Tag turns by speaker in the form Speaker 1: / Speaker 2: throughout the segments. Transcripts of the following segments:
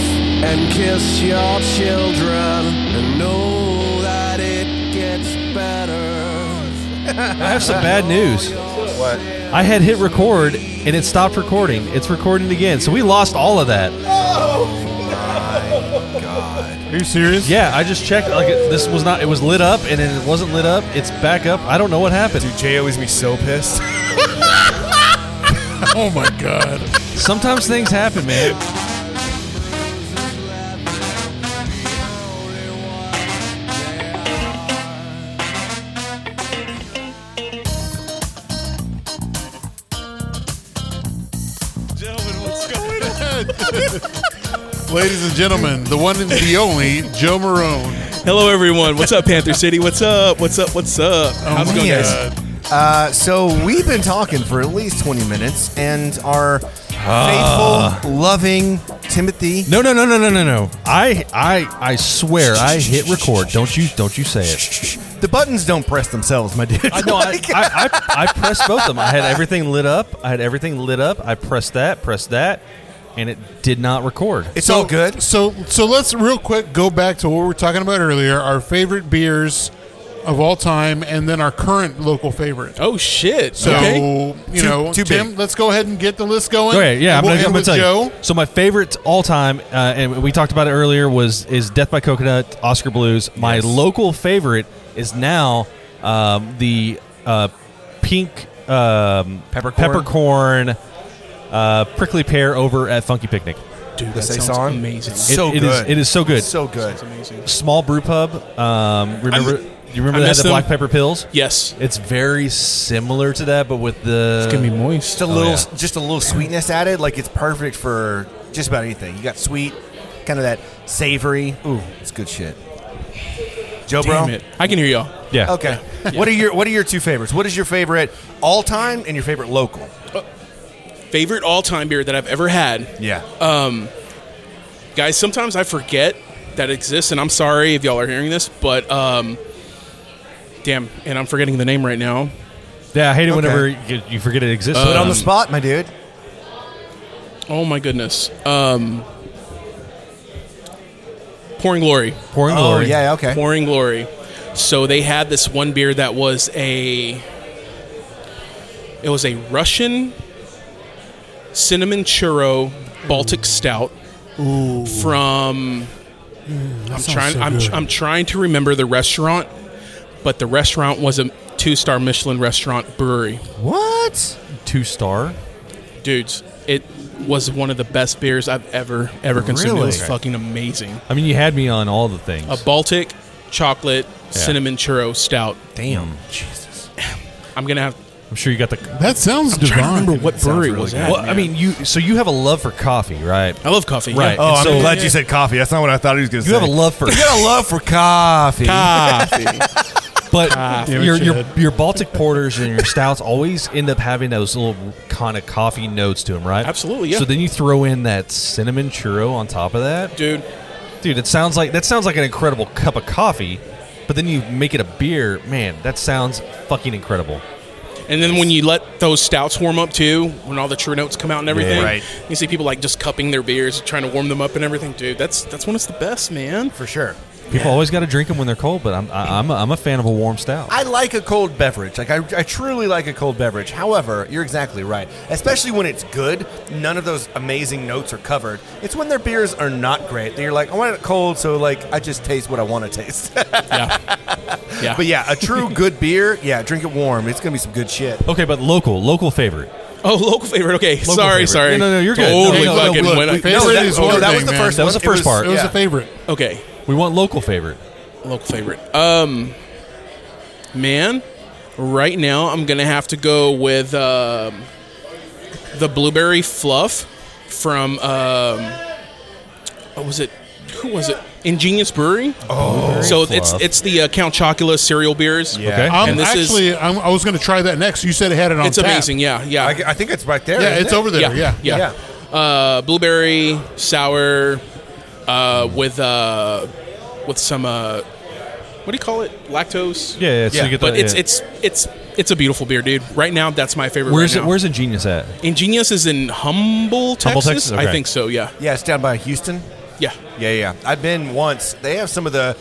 Speaker 1: and kiss your children and know that it gets better.
Speaker 2: I have some bad news.
Speaker 3: What?
Speaker 2: I had hit record and it stopped recording. It's recording again. So we lost all of that.
Speaker 1: God.
Speaker 3: Are you serious?
Speaker 2: Yeah, I just checked. Like it, this was not. It was lit up and then it wasn't lit up. It's back up. I don't know what happened.
Speaker 3: Dude, Jay always be so pissed.
Speaker 4: Oh my god.
Speaker 2: Sometimes things happen, man.
Speaker 3: Gentlemen, what's going on?
Speaker 4: Ladies and gentlemen, the one and the only Joe Marone.
Speaker 5: Hello, everyone. What's up, Panther City? What's up? What's up? What's up? How's it going,
Speaker 6: man.
Speaker 5: guys?
Speaker 6: Uh, so we've been talking for at least 20 minutes, and our faithful, loving Timothy.
Speaker 2: No, no, no, no, no, no, no. I, I, I swear, I hit record. Don't you, don't you say it.
Speaker 6: The buttons don't press themselves, Oh my dude.
Speaker 2: I know. I, I, I, I pressed both of them. I had everything lit up. I had everything lit up. I pressed that, pressed that, and it did not record.
Speaker 6: it's all good.
Speaker 4: So so let's real quick go back to what we were talking about earlier, our favorite beers of all time, and then our current local favorite.
Speaker 5: Oh shit.
Speaker 4: So
Speaker 5: okay.
Speaker 4: you
Speaker 6: Too-
Speaker 4: know,
Speaker 6: too
Speaker 4: Tim, let's go ahead and get the list going.
Speaker 2: Okay, yeah, I'm
Speaker 4: And we'll
Speaker 2: gonna, I'm
Speaker 4: end
Speaker 2: gonna
Speaker 4: with
Speaker 2: tell you.
Speaker 4: Joe.
Speaker 2: So my favorite all time, uh, and we talked about it earlier, was is Death by Coconut, Oscar Blues. My local favorite is now um, the uh, pink um,
Speaker 6: Peppercorn.
Speaker 2: peppercorn, uh, prickly pear over at Funky Picnic.
Speaker 5: Dude,
Speaker 6: The
Speaker 5: that sounds
Speaker 6: Saison?
Speaker 5: amazing.
Speaker 2: It-
Speaker 6: So
Speaker 2: it is-
Speaker 6: good.
Speaker 2: it is so good.
Speaker 6: So good.
Speaker 5: amazing.
Speaker 2: Small brew pub. Um, remember? you remember
Speaker 5: I
Speaker 2: that
Speaker 5: miss
Speaker 2: the
Speaker 5: them.
Speaker 2: black pepper pills?
Speaker 5: Yes.
Speaker 2: It's very similar to that, but with the
Speaker 5: It's gonna be moist.
Speaker 6: Just a little,
Speaker 2: yeah.
Speaker 6: just a little sweetness added. Like it's perfect for just about anything. You got sweet, kind of that savory. Ooh, it's good shit. Joe,
Speaker 5: Damn
Speaker 6: bro.
Speaker 5: it. I can hear y'all.
Speaker 2: yeah.
Speaker 6: Okay. What are your What are your two favorites? What is your favorite all time and your favorite local?
Speaker 5: Favorite all-time beer that I've ever had,
Speaker 6: Yeah.
Speaker 5: guys. Sometimes I forget that exists, and I'm sorry if y'all are hearing this, but um, damn, and I'm forgetting the name right now.
Speaker 2: Yeah, I hate it
Speaker 6: Okay.
Speaker 2: whenever you, you forget it exists.
Speaker 6: Put on the
Speaker 5: um,
Speaker 6: spot, my dude.
Speaker 5: Oh my goodness. Um, pouring glory.
Speaker 2: pouring
Speaker 6: Oh
Speaker 2: glory.
Speaker 6: yeah. Okay.
Speaker 5: Pouring Glory. So they had this one beer that was a it was a Russian cinnamon churro Baltic stout from I'm trying I'm, I'm trying to remember the restaurant, but the restaurant was a two-star Michelin restaurant brewery.
Speaker 6: What?
Speaker 2: Two star.
Speaker 5: Dudes, it was one of the best beers I've ever ever consumed. It was
Speaker 6: Really?
Speaker 5: fucking amazing.
Speaker 2: I mean, you had me on all the things.
Speaker 5: A Baltic chocolate cinnamon churro stout.
Speaker 6: Damn. Jesus.
Speaker 5: I'm going to have
Speaker 2: Mm. I'm sure you got the.
Speaker 4: That sounds
Speaker 5: I'm trying to
Speaker 4: divine.
Speaker 5: remember what brewery
Speaker 6: really
Speaker 5: was
Speaker 6: good.
Speaker 5: that.
Speaker 2: Well, I
Speaker 5: man.
Speaker 2: mean, you. So you have a love for coffee, right?
Speaker 5: I love coffee.
Speaker 2: Right.
Speaker 5: Yeah.
Speaker 2: Oh, I'm glad
Speaker 5: you
Speaker 6: said coffee. That's not what I thought he was going to
Speaker 2: You have a love for,
Speaker 6: got a love for coffee.
Speaker 5: Ah.
Speaker 2: but
Speaker 4: Damn it,
Speaker 2: your your
Speaker 4: Chad.
Speaker 2: your Baltic porters and your stouts always end up having those little kind of coffee notes to them, right?
Speaker 5: Absolutely, yeah.
Speaker 2: So then you throw in that cinnamon churro on top of that,
Speaker 5: dude.
Speaker 2: dude. It sounds like that sounds like an incredible cup of coffee, but then you make it a beer. Man, that sounds fucking incredible.
Speaker 5: And then when you let those stouts warm up too, when all the true notes come out and everything,
Speaker 6: right.
Speaker 5: you see people like just cupping their beers, trying to warm them up and everything, dude. That's that's when it's the best, man.
Speaker 6: for sure.
Speaker 2: People always got to drink them when they're cold, but I'm I, I'm a, I'm a fan of a warm stout.
Speaker 6: I like a cold beverage. Like I, I truly like a cold beverage. However, you're exactly right. Especially when it's good, none of those amazing notes are covered. It's when their beers are not great that you're like, I want it cold, so like I just taste what I want to taste.
Speaker 5: Yeah.
Speaker 6: but yeah, a true good beer, yeah, drink it warm. It's gonna be some good shit.
Speaker 2: okay, but local local favorite.
Speaker 5: Oh, local favorite. Okay,
Speaker 2: Local
Speaker 5: sorry,
Speaker 2: favorite.
Speaker 5: sorry.
Speaker 2: No, no, no, you're good.
Speaker 5: Totally
Speaker 2: No, no, no,
Speaker 5: fucking
Speaker 4: look,
Speaker 5: went-
Speaker 4: we- Favorite
Speaker 6: that,
Speaker 4: is one
Speaker 6: that was
Speaker 4: thing,
Speaker 6: the
Speaker 4: man.
Speaker 6: first.
Speaker 2: That was
Speaker 6: one.
Speaker 2: the first
Speaker 6: it
Speaker 2: part.
Speaker 4: It was
Speaker 6: yeah.
Speaker 4: a favorite.
Speaker 5: okay,
Speaker 2: We want local favorite.
Speaker 5: local favorite. Um, man, right now I'm gonna have to go with um, the blueberry fluff from um, what was it? Who was it? Ingenious Brewery. Oh, so it's
Speaker 2: Fluff.
Speaker 5: it's the uh, Count Chocula cereal beers.
Speaker 6: Yeah.
Speaker 2: Okay.
Speaker 4: I'm
Speaker 5: And this is-
Speaker 4: actually I'm, I was going to try that next. You said it had it on.
Speaker 5: it's
Speaker 4: tap.
Speaker 5: amazing. Yeah, yeah,
Speaker 6: I, I think it's right there.
Speaker 4: Yeah,
Speaker 6: isn't
Speaker 4: it's
Speaker 6: it?
Speaker 4: over there. Yeah,
Speaker 5: yeah.
Speaker 6: Yeah.
Speaker 5: Uh, blueberry sour uh, with uh, with some uh, what do you call it? Lactose.
Speaker 2: Yeah, yeah. So
Speaker 6: Yeah,
Speaker 2: you get
Speaker 5: but
Speaker 2: the,
Speaker 5: it's
Speaker 2: yeah.
Speaker 5: it's it's it's a beautiful beer, dude. Right now, that's my favorite.
Speaker 2: where's
Speaker 5: right
Speaker 2: it,
Speaker 5: now.
Speaker 2: where's Ingenius at?
Speaker 5: Ingenious is in Humble, Texas.
Speaker 2: Humble, Texas? Okay.
Speaker 5: I think so. Yeah.
Speaker 6: Yeah, it's down by Houston.
Speaker 5: Yeah.
Speaker 6: Yeah, yeah. I've been once. They have some of the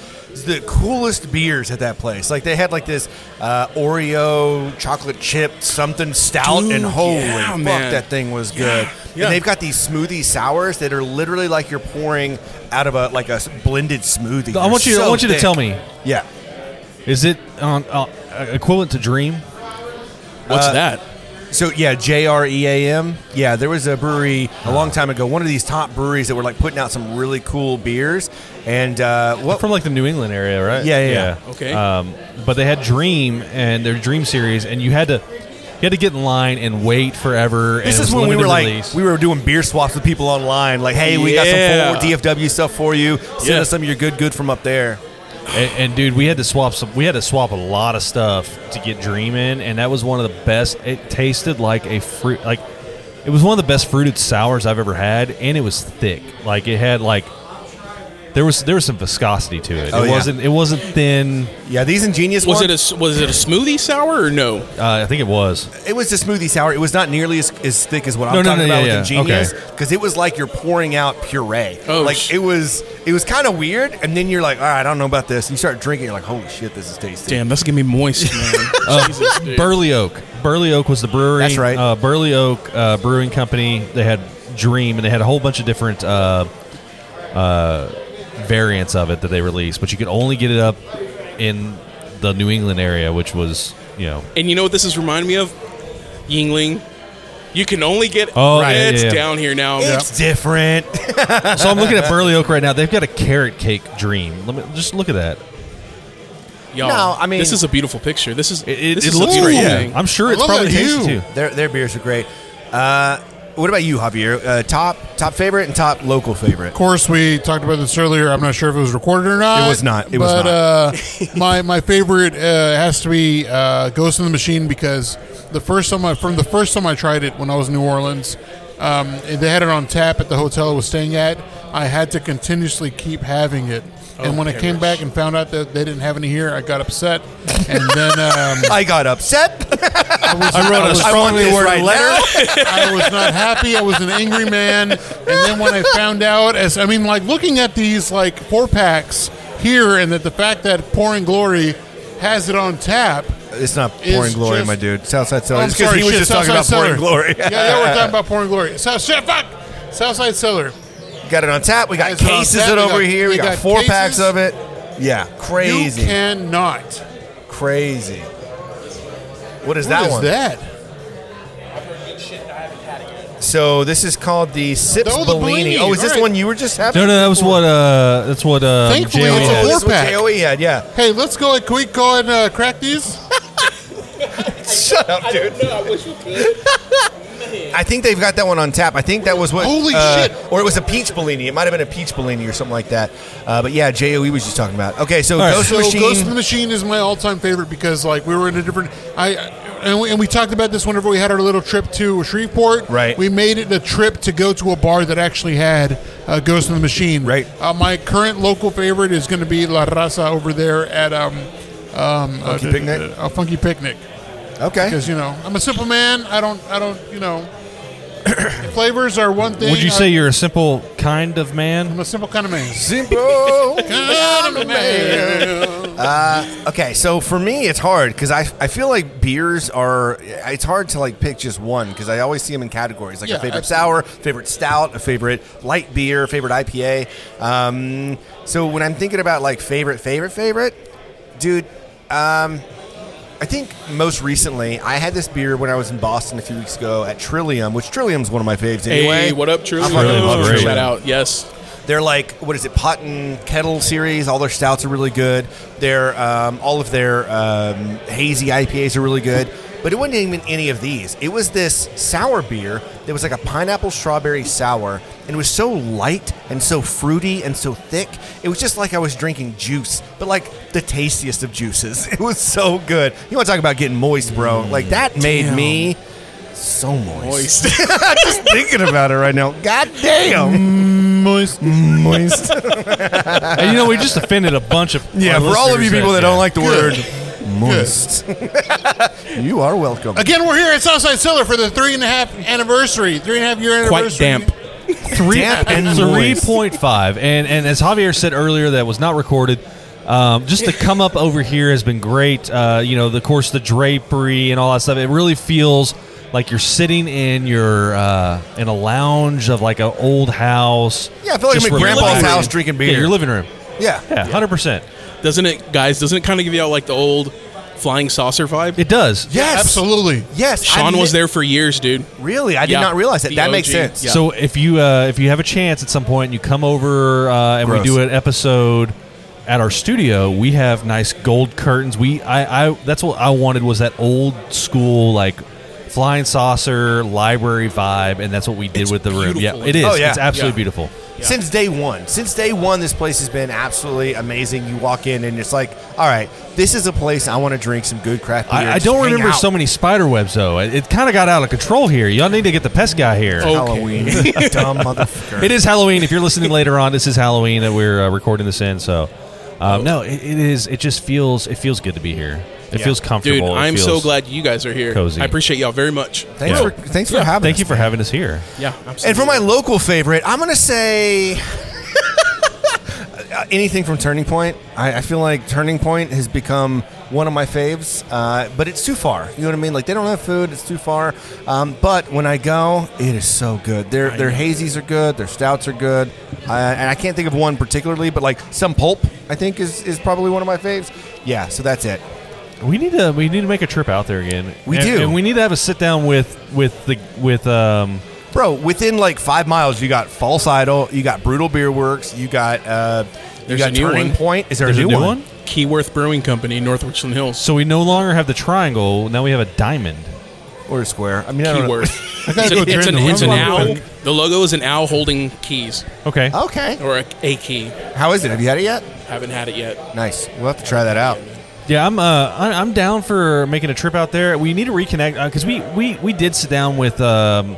Speaker 6: the coolest beers at that place. Like they had like this uh, Oreo chocolate chip something stout,
Speaker 5: Dude,
Speaker 6: and holy
Speaker 5: yeah,
Speaker 6: fuck,
Speaker 5: man.
Speaker 6: that thing was good.
Speaker 5: yeah.
Speaker 6: And they've got these smoothie sours that are literally like you're pouring out of a like a s- blended smoothie.
Speaker 2: I
Speaker 6: They're
Speaker 2: want you.
Speaker 6: so
Speaker 2: I want you to
Speaker 6: thick.
Speaker 2: tell me.
Speaker 6: Yeah,
Speaker 2: Is it on uh, equivalent to Dream? Uh,
Speaker 5: What's that?
Speaker 6: So yeah, J R E A M. Yeah, there was a brewery a long time ago. One of these top breweries that were like putting out some really cool beers. And uh, what?
Speaker 2: From like the New England area, right?
Speaker 6: Yeah, yeah, yeah.
Speaker 5: Okay.
Speaker 2: Um, but they had Dream and their Dream series, and you had to you had to get in line and wait forever. and
Speaker 6: this
Speaker 2: it
Speaker 6: is
Speaker 2: was
Speaker 6: when we
Speaker 2: limited
Speaker 6: were like
Speaker 2: release.
Speaker 6: we were doing beer swaps with people online. Like, hey, we
Speaker 5: Yeah.
Speaker 6: got some full DFW stuff for you. Send
Speaker 5: Yeah.
Speaker 6: us some of your good good from up there.
Speaker 2: And, and dude, we had to swap some. We had to swap a lot of stuff to get Dream in, and that was one of the best. It tasted like a fruit. Like it was one of the best fruited sours I've ever had, and it was thick. Like it had like there was there was some viscosity to it.
Speaker 6: Oh,
Speaker 2: it
Speaker 6: yeah.
Speaker 2: wasn't it wasn't thin.
Speaker 6: Yeah, these ingenious
Speaker 5: Was it
Speaker 6: ones.
Speaker 5: a s- was it a smoothie sour or no?
Speaker 2: Uh, I think it was.
Speaker 6: it was a smoothie sour. It was not nearly as, as thick as what I'm
Speaker 2: No, no,
Speaker 6: talking
Speaker 2: no,
Speaker 6: about
Speaker 2: yeah,
Speaker 6: with
Speaker 2: yeah.
Speaker 6: ingenious
Speaker 2: Okay.
Speaker 6: because it was like you're pouring out puree.
Speaker 5: Oh,
Speaker 6: like
Speaker 5: sh-
Speaker 6: it was it was kind of weird. And then you're like, all right, I don't know about this. And you start drinking, you're like, holy shit, this is tasty.
Speaker 5: Damn, that's gonna be moist, man.
Speaker 2: Uh,
Speaker 5: Jesus, dude.
Speaker 2: Burley Oak. Burley Oak was the brewery.
Speaker 6: That's right.
Speaker 2: Uh, Burley Oak uh, Brewing Company. They had Dream, and they had a whole bunch of different uh, uh, variants of it that they released, but you could only get it up in the New England area, which was you know.
Speaker 5: And you know what this is reminding me of? Yingling. You can only get
Speaker 2: Oh, yeah,
Speaker 5: it's
Speaker 2: yeah, yeah.
Speaker 5: down here now.
Speaker 6: It's different.
Speaker 2: So I'm looking at Burley Oak right now. They've got a carrot cake Dream. Let me just look at that.
Speaker 5: Y'all,
Speaker 6: No, I mean-
Speaker 5: this is a beautiful picture. This is
Speaker 2: It, it,
Speaker 5: this
Speaker 2: it
Speaker 5: is a
Speaker 2: looks
Speaker 5: beautiful
Speaker 2: great.
Speaker 5: thing.
Speaker 2: I'm sure
Speaker 4: I
Speaker 2: it's
Speaker 4: love
Speaker 2: probably
Speaker 4: that
Speaker 2: tasty
Speaker 4: hue.
Speaker 2: too.
Speaker 6: their their beers are great. Uh, what about you, Javier? Uh, top top favorite and top local favorite.
Speaker 4: Of course, we talked about this earlier. I'm not sure if it was recorded or not.
Speaker 6: It was not. It was
Speaker 4: but,
Speaker 6: not.
Speaker 4: Uh, my my favorite uh, has to be uh, Ghost in the Machine because the first time I, from the first time I tried it when I was in New Orleans, um, they had it on tap at the hotel I was staying at. I had to continuously keep having it, and when I came back and found out that they didn't have any here, I got upset, and then um,
Speaker 6: I got upset.
Speaker 2: I wrote a
Speaker 6: strongly worded letter.
Speaker 4: I was not happy. I was an angry man. And then when I found out, as I mean, like looking at these like four packs here, and that the fact that Pouring Glory has it on tap.
Speaker 6: It's not
Speaker 4: It's
Speaker 6: pouring glory,
Speaker 4: just-
Speaker 6: my dude. Southside
Speaker 4: Oh,
Speaker 6: Cellar.
Speaker 4: I'm
Speaker 6: It's 'cause
Speaker 4: sorry,
Speaker 6: he was
Speaker 4: shit,
Speaker 6: just talking about
Speaker 4: Southside
Speaker 6: pouring
Speaker 4: Cellar.
Speaker 6: glory.
Speaker 4: yeah, yeah, we're talking about Pouring Glory. South shit, fuck. Southside Cellar.
Speaker 6: Got it on tap. We got
Speaker 4: It's on
Speaker 6: cases
Speaker 4: tap.
Speaker 6: of it
Speaker 4: We
Speaker 6: over
Speaker 4: got-
Speaker 6: here. We,
Speaker 4: we
Speaker 6: got,
Speaker 4: got
Speaker 6: four
Speaker 4: cases.
Speaker 6: packs of it. Yeah, crazy,
Speaker 4: You cannot.
Speaker 6: crazy. What is
Speaker 4: What
Speaker 6: that
Speaker 4: is
Speaker 6: one?
Speaker 4: that?
Speaker 6: So this is called the Sips
Speaker 4: Oh, the
Speaker 6: Bellini.
Speaker 4: Bellini.
Speaker 6: Oh, is this
Speaker 4: All right.
Speaker 6: one you were just having?
Speaker 2: No, no, that was what. Uh, that's what. Uh,
Speaker 4: Thankfully,
Speaker 2: Joey
Speaker 4: it's a
Speaker 2: had.
Speaker 6: Oh, this is what
Speaker 4: Four-pack.
Speaker 6: Joey had. Yeah.
Speaker 4: Hey, let's go. Can we go and uh, crack these?
Speaker 6: Shut up, Oh, dude. I think they've got that one on tap. I think that was what.
Speaker 4: Holy
Speaker 6: uh,
Speaker 4: shit.
Speaker 6: Or it was a peach Bellini. It might have been a peach Bellini or something like that. Uh, but yeah, Joe was just talking about. Okay, so
Speaker 2: right,
Speaker 6: Ghost
Speaker 4: Oh, so
Speaker 6: Machine.
Speaker 4: Ghost in the Machine is my all-time favorite because like we were in a different I and we, and we talked about this whenever we had our little trip to Shreveport.
Speaker 6: Right.
Speaker 4: We made it a trip to go to a bar that actually had uh, Ghost in the Machine.
Speaker 6: Right.
Speaker 4: Uh, my current local favorite is going to be La Raza over there at um um
Speaker 6: Funky
Speaker 4: uh,
Speaker 6: Picnic?
Speaker 4: A funky picnic
Speaker 6: okay.
Speaker 4: because you know I'm a simple man. I don't I don't you know flavors are one thing.
Speaker 2: Would you
Speaker 4: I-
Speaker 2: say you're a simple kind of man?
Speaker 4: I'm a simple kind of man?
Speaker 6: Simple.
Speaker 4: Kind of man.
Speaker 6: Okay, so for me, it's hard because I, I feel like beers are it's hard to like pick just one because I always see them in categories like
Speaker 4: Yeah,
Speaker 6: a favorite
Speaker 4: absolutely.
Speaker 6: sour, favorite stout, a favorite light beer, favorite IPA. Um, so when I'm thinking about like favorite, favorite, favorite, dude, um, I think most recently I had this beer when I was in Boston a few weeks ago at Trillium, which Trillium's one of my faves anyway.
Speaker 5: Hey, what up, Trillium?
Speaker 6: fucking love
Speaker 5: Check
Speaker 2: Trillium.
Speaker 5: that out. Yes.
Speaker 6: they're like what is it? Pot and kettle series. All their stouts are really good. Their um, all of their um, hazy IPAs are really good. But it wasn't even any of these. It was this sour beer that was like a pineapple strawberry sour, and it was so light and so fruity and so thick. It was just like I was drinking juice, but like the tastiest of juices. It was so good. You want to talk about getting moist, bro? Like that Mm. made me so moist. just thinking about it right now. God damn. Moist. Moist.
Speaker 2: And you know, we just offended a bunch of
Speaker 6: Yeah,
Speaker 2: our
Speaker 6: for all of
Speaker 2: listeners
Speaker 6: you people that don't
Speaker 2: yeah.
Speaker 6: like the
Speaker 4: Good.
Speaker 6: word moist, you are welcome.
Speaker 4: Again, we're here at Southside Cellar for the three and a half anniversary, three and a half year
Speaker 5: Quite
Speaker 4: anniversary.
Speaker 5: damp.
Speaker 2: three
Speaker 6: Damp and
Speaker 2: three
Speaker 6: moist.
Speaker 2: point five. And and as Javier said earlier, that was not recorded. Um, just the come up over here has been great. Uh, you know, the of course, the drapery and all that stuff. It really feels like you're sitting in your uh, in a lounge of like an old house.
Speaker 6: Yeah, I feel like
Speaker 2: Just
Speaker 6: I'm at grandpa's
Speaker 2: relaxing.
Speaker 6: house drinking
Speaker 2: Yeah,
Speaker 6: beer.
Speaker 2: your living room.
Speaker 6: Yeah.
Speaker 2: Yeah, hundred percent.
Speaker 5: Doesn't it, guys? Doesn't it kind of give you out like the old flying saucer vibe?
Speaker 2: It does.
Speaker 6: Yes.
Speaker 4: Absolutely.
Speaker 6: Yes.
Speaker 5: Sean
Speaker 6: I
Speaker 5: was
Speaker 6: mi-
Speaker 5: there for years, dude.
Speaker 6: Really? I did
Speaker 5: Yeah.
Speaker 6: not realize that.
Speaker 5: The
Speaker 6: That makes
Speaker 5: OG.
Speaker 6: sense.
Speaker 5: Yeah.
Speaker 2: So if you uh, if you have a chance at some point and you come over uh, and
Speaker 6: Gross.
Speaker 2: we do an episode at our studio, we have nice gold curtains. We I, I that's what I wanted was that old school like flying saucer library vibe, and that's what we did
Speaker 5: It's
Speaker 2: with the room. Yeah,
Speaker 5: beautiful.
Speaker 2: it is.
Speaker 6: Oh, yeah.
Speaker 2: It's absolutely
Speaker 5: Yeah.
Speaker 2: beautiful.
Speaker 6: Since day one. Since day one, this place has been absolutely amazing. You walk in and it's like, all right, this is a place I want to drink some good craft beer.
Speaker 2: I, I
Speaker 6: just
Speaker 2: don't
Speaker 6: hang
Speaker 2: remember
Speaker 6: out.
Speaker 2: so many spider webs though. It, it kind of got out of control here. Y'all need to get the pest guy here.
Speaker 5: Oh.
Speaker 6: Halloween. Dumb motherfucker.
Speaker 2: It is Halloween. If you're listening later on, this is Halloween that we're uh, recording this in. So, um, no, it, it is. It just feels. It feels good to be here. It feels
Speaker 5: Dude,
Speaker 2: comfortable. It
Speaker 5: I'm so
Speaker 2: feels-
Speaker 5: glad you guys are here.
Speaker 2: cozy.
Speaker 5: I appreciate y'all very much.
Speaker 6: Thanks
Speaker 2: Yeah.
Speaker 6: for thanks for having
Speaker 2: Thank
Speaker 6: us.
Speaker 2: you for having us here.
Speaker 5: Yeah, absolutely.
Speaker 6: And for my local favorite, I'm gonna say Uh, anything from Turning Point. I, I feel like Turning Point has become one of my faves, uh, but it's too far. You know what I mean? Like they don't have food; it's too far. Um, but when I go, it is so good. Their their hazies are good. Their stouts are good. Uh, and I can't think of one particularly, but like some pulp, I think is is probably one of my faves. Yeah. So that's it.
Speaker 2: We need to. We need to make a trip out there again.
Speaker 6: We
Speaker 2: And-
Speaker 6: do.
Speaker 2: and we need to have a sit down with with the with um.
Speaker 6: Bro, within like five miles, you got False Idol, you got Brutal Beer Works, you got uh, you
Speaker 5: There's
Speaker 6: got
Speaker 5: a new
Speaker 6: Turning
Speaker 5: one.
Speaker 6: Point. Is there
Speaker 2: There's
Speaker 6: a new, one?
Speaker 5: Keyworth Brewing Company, North Richland Hills.
Speaker 2: So we no longer have the triangle. Now we have a diamond.
Speaker 6: or a square? I mean, I don't know.
Speaker 5: Keyworth.
Speaker 4: I gotta go
Speaker 5: it's,
Speaker 4: drain
Speaker 5: an,
Speaker 4: the
Speaker 5: it's an
Speaker 4: room real
Speaker 5: owl.
Speaker 4: quick.
Speaker 5: The logo is an owl holding keys
Speaker 2: Okay.
Speaker 6: Okay,
Speaker 5: or a, a key.
Speaker 6: how is it? Have you had it yet?
Speaker 5: Haven't had it yet.
Speaker 6: Nice. We'll have to try that out.
Speaker 2: Yeah, I'm uh, I- I'm down for making a trip out there. We need to reconnect because we, we we did sit down with um,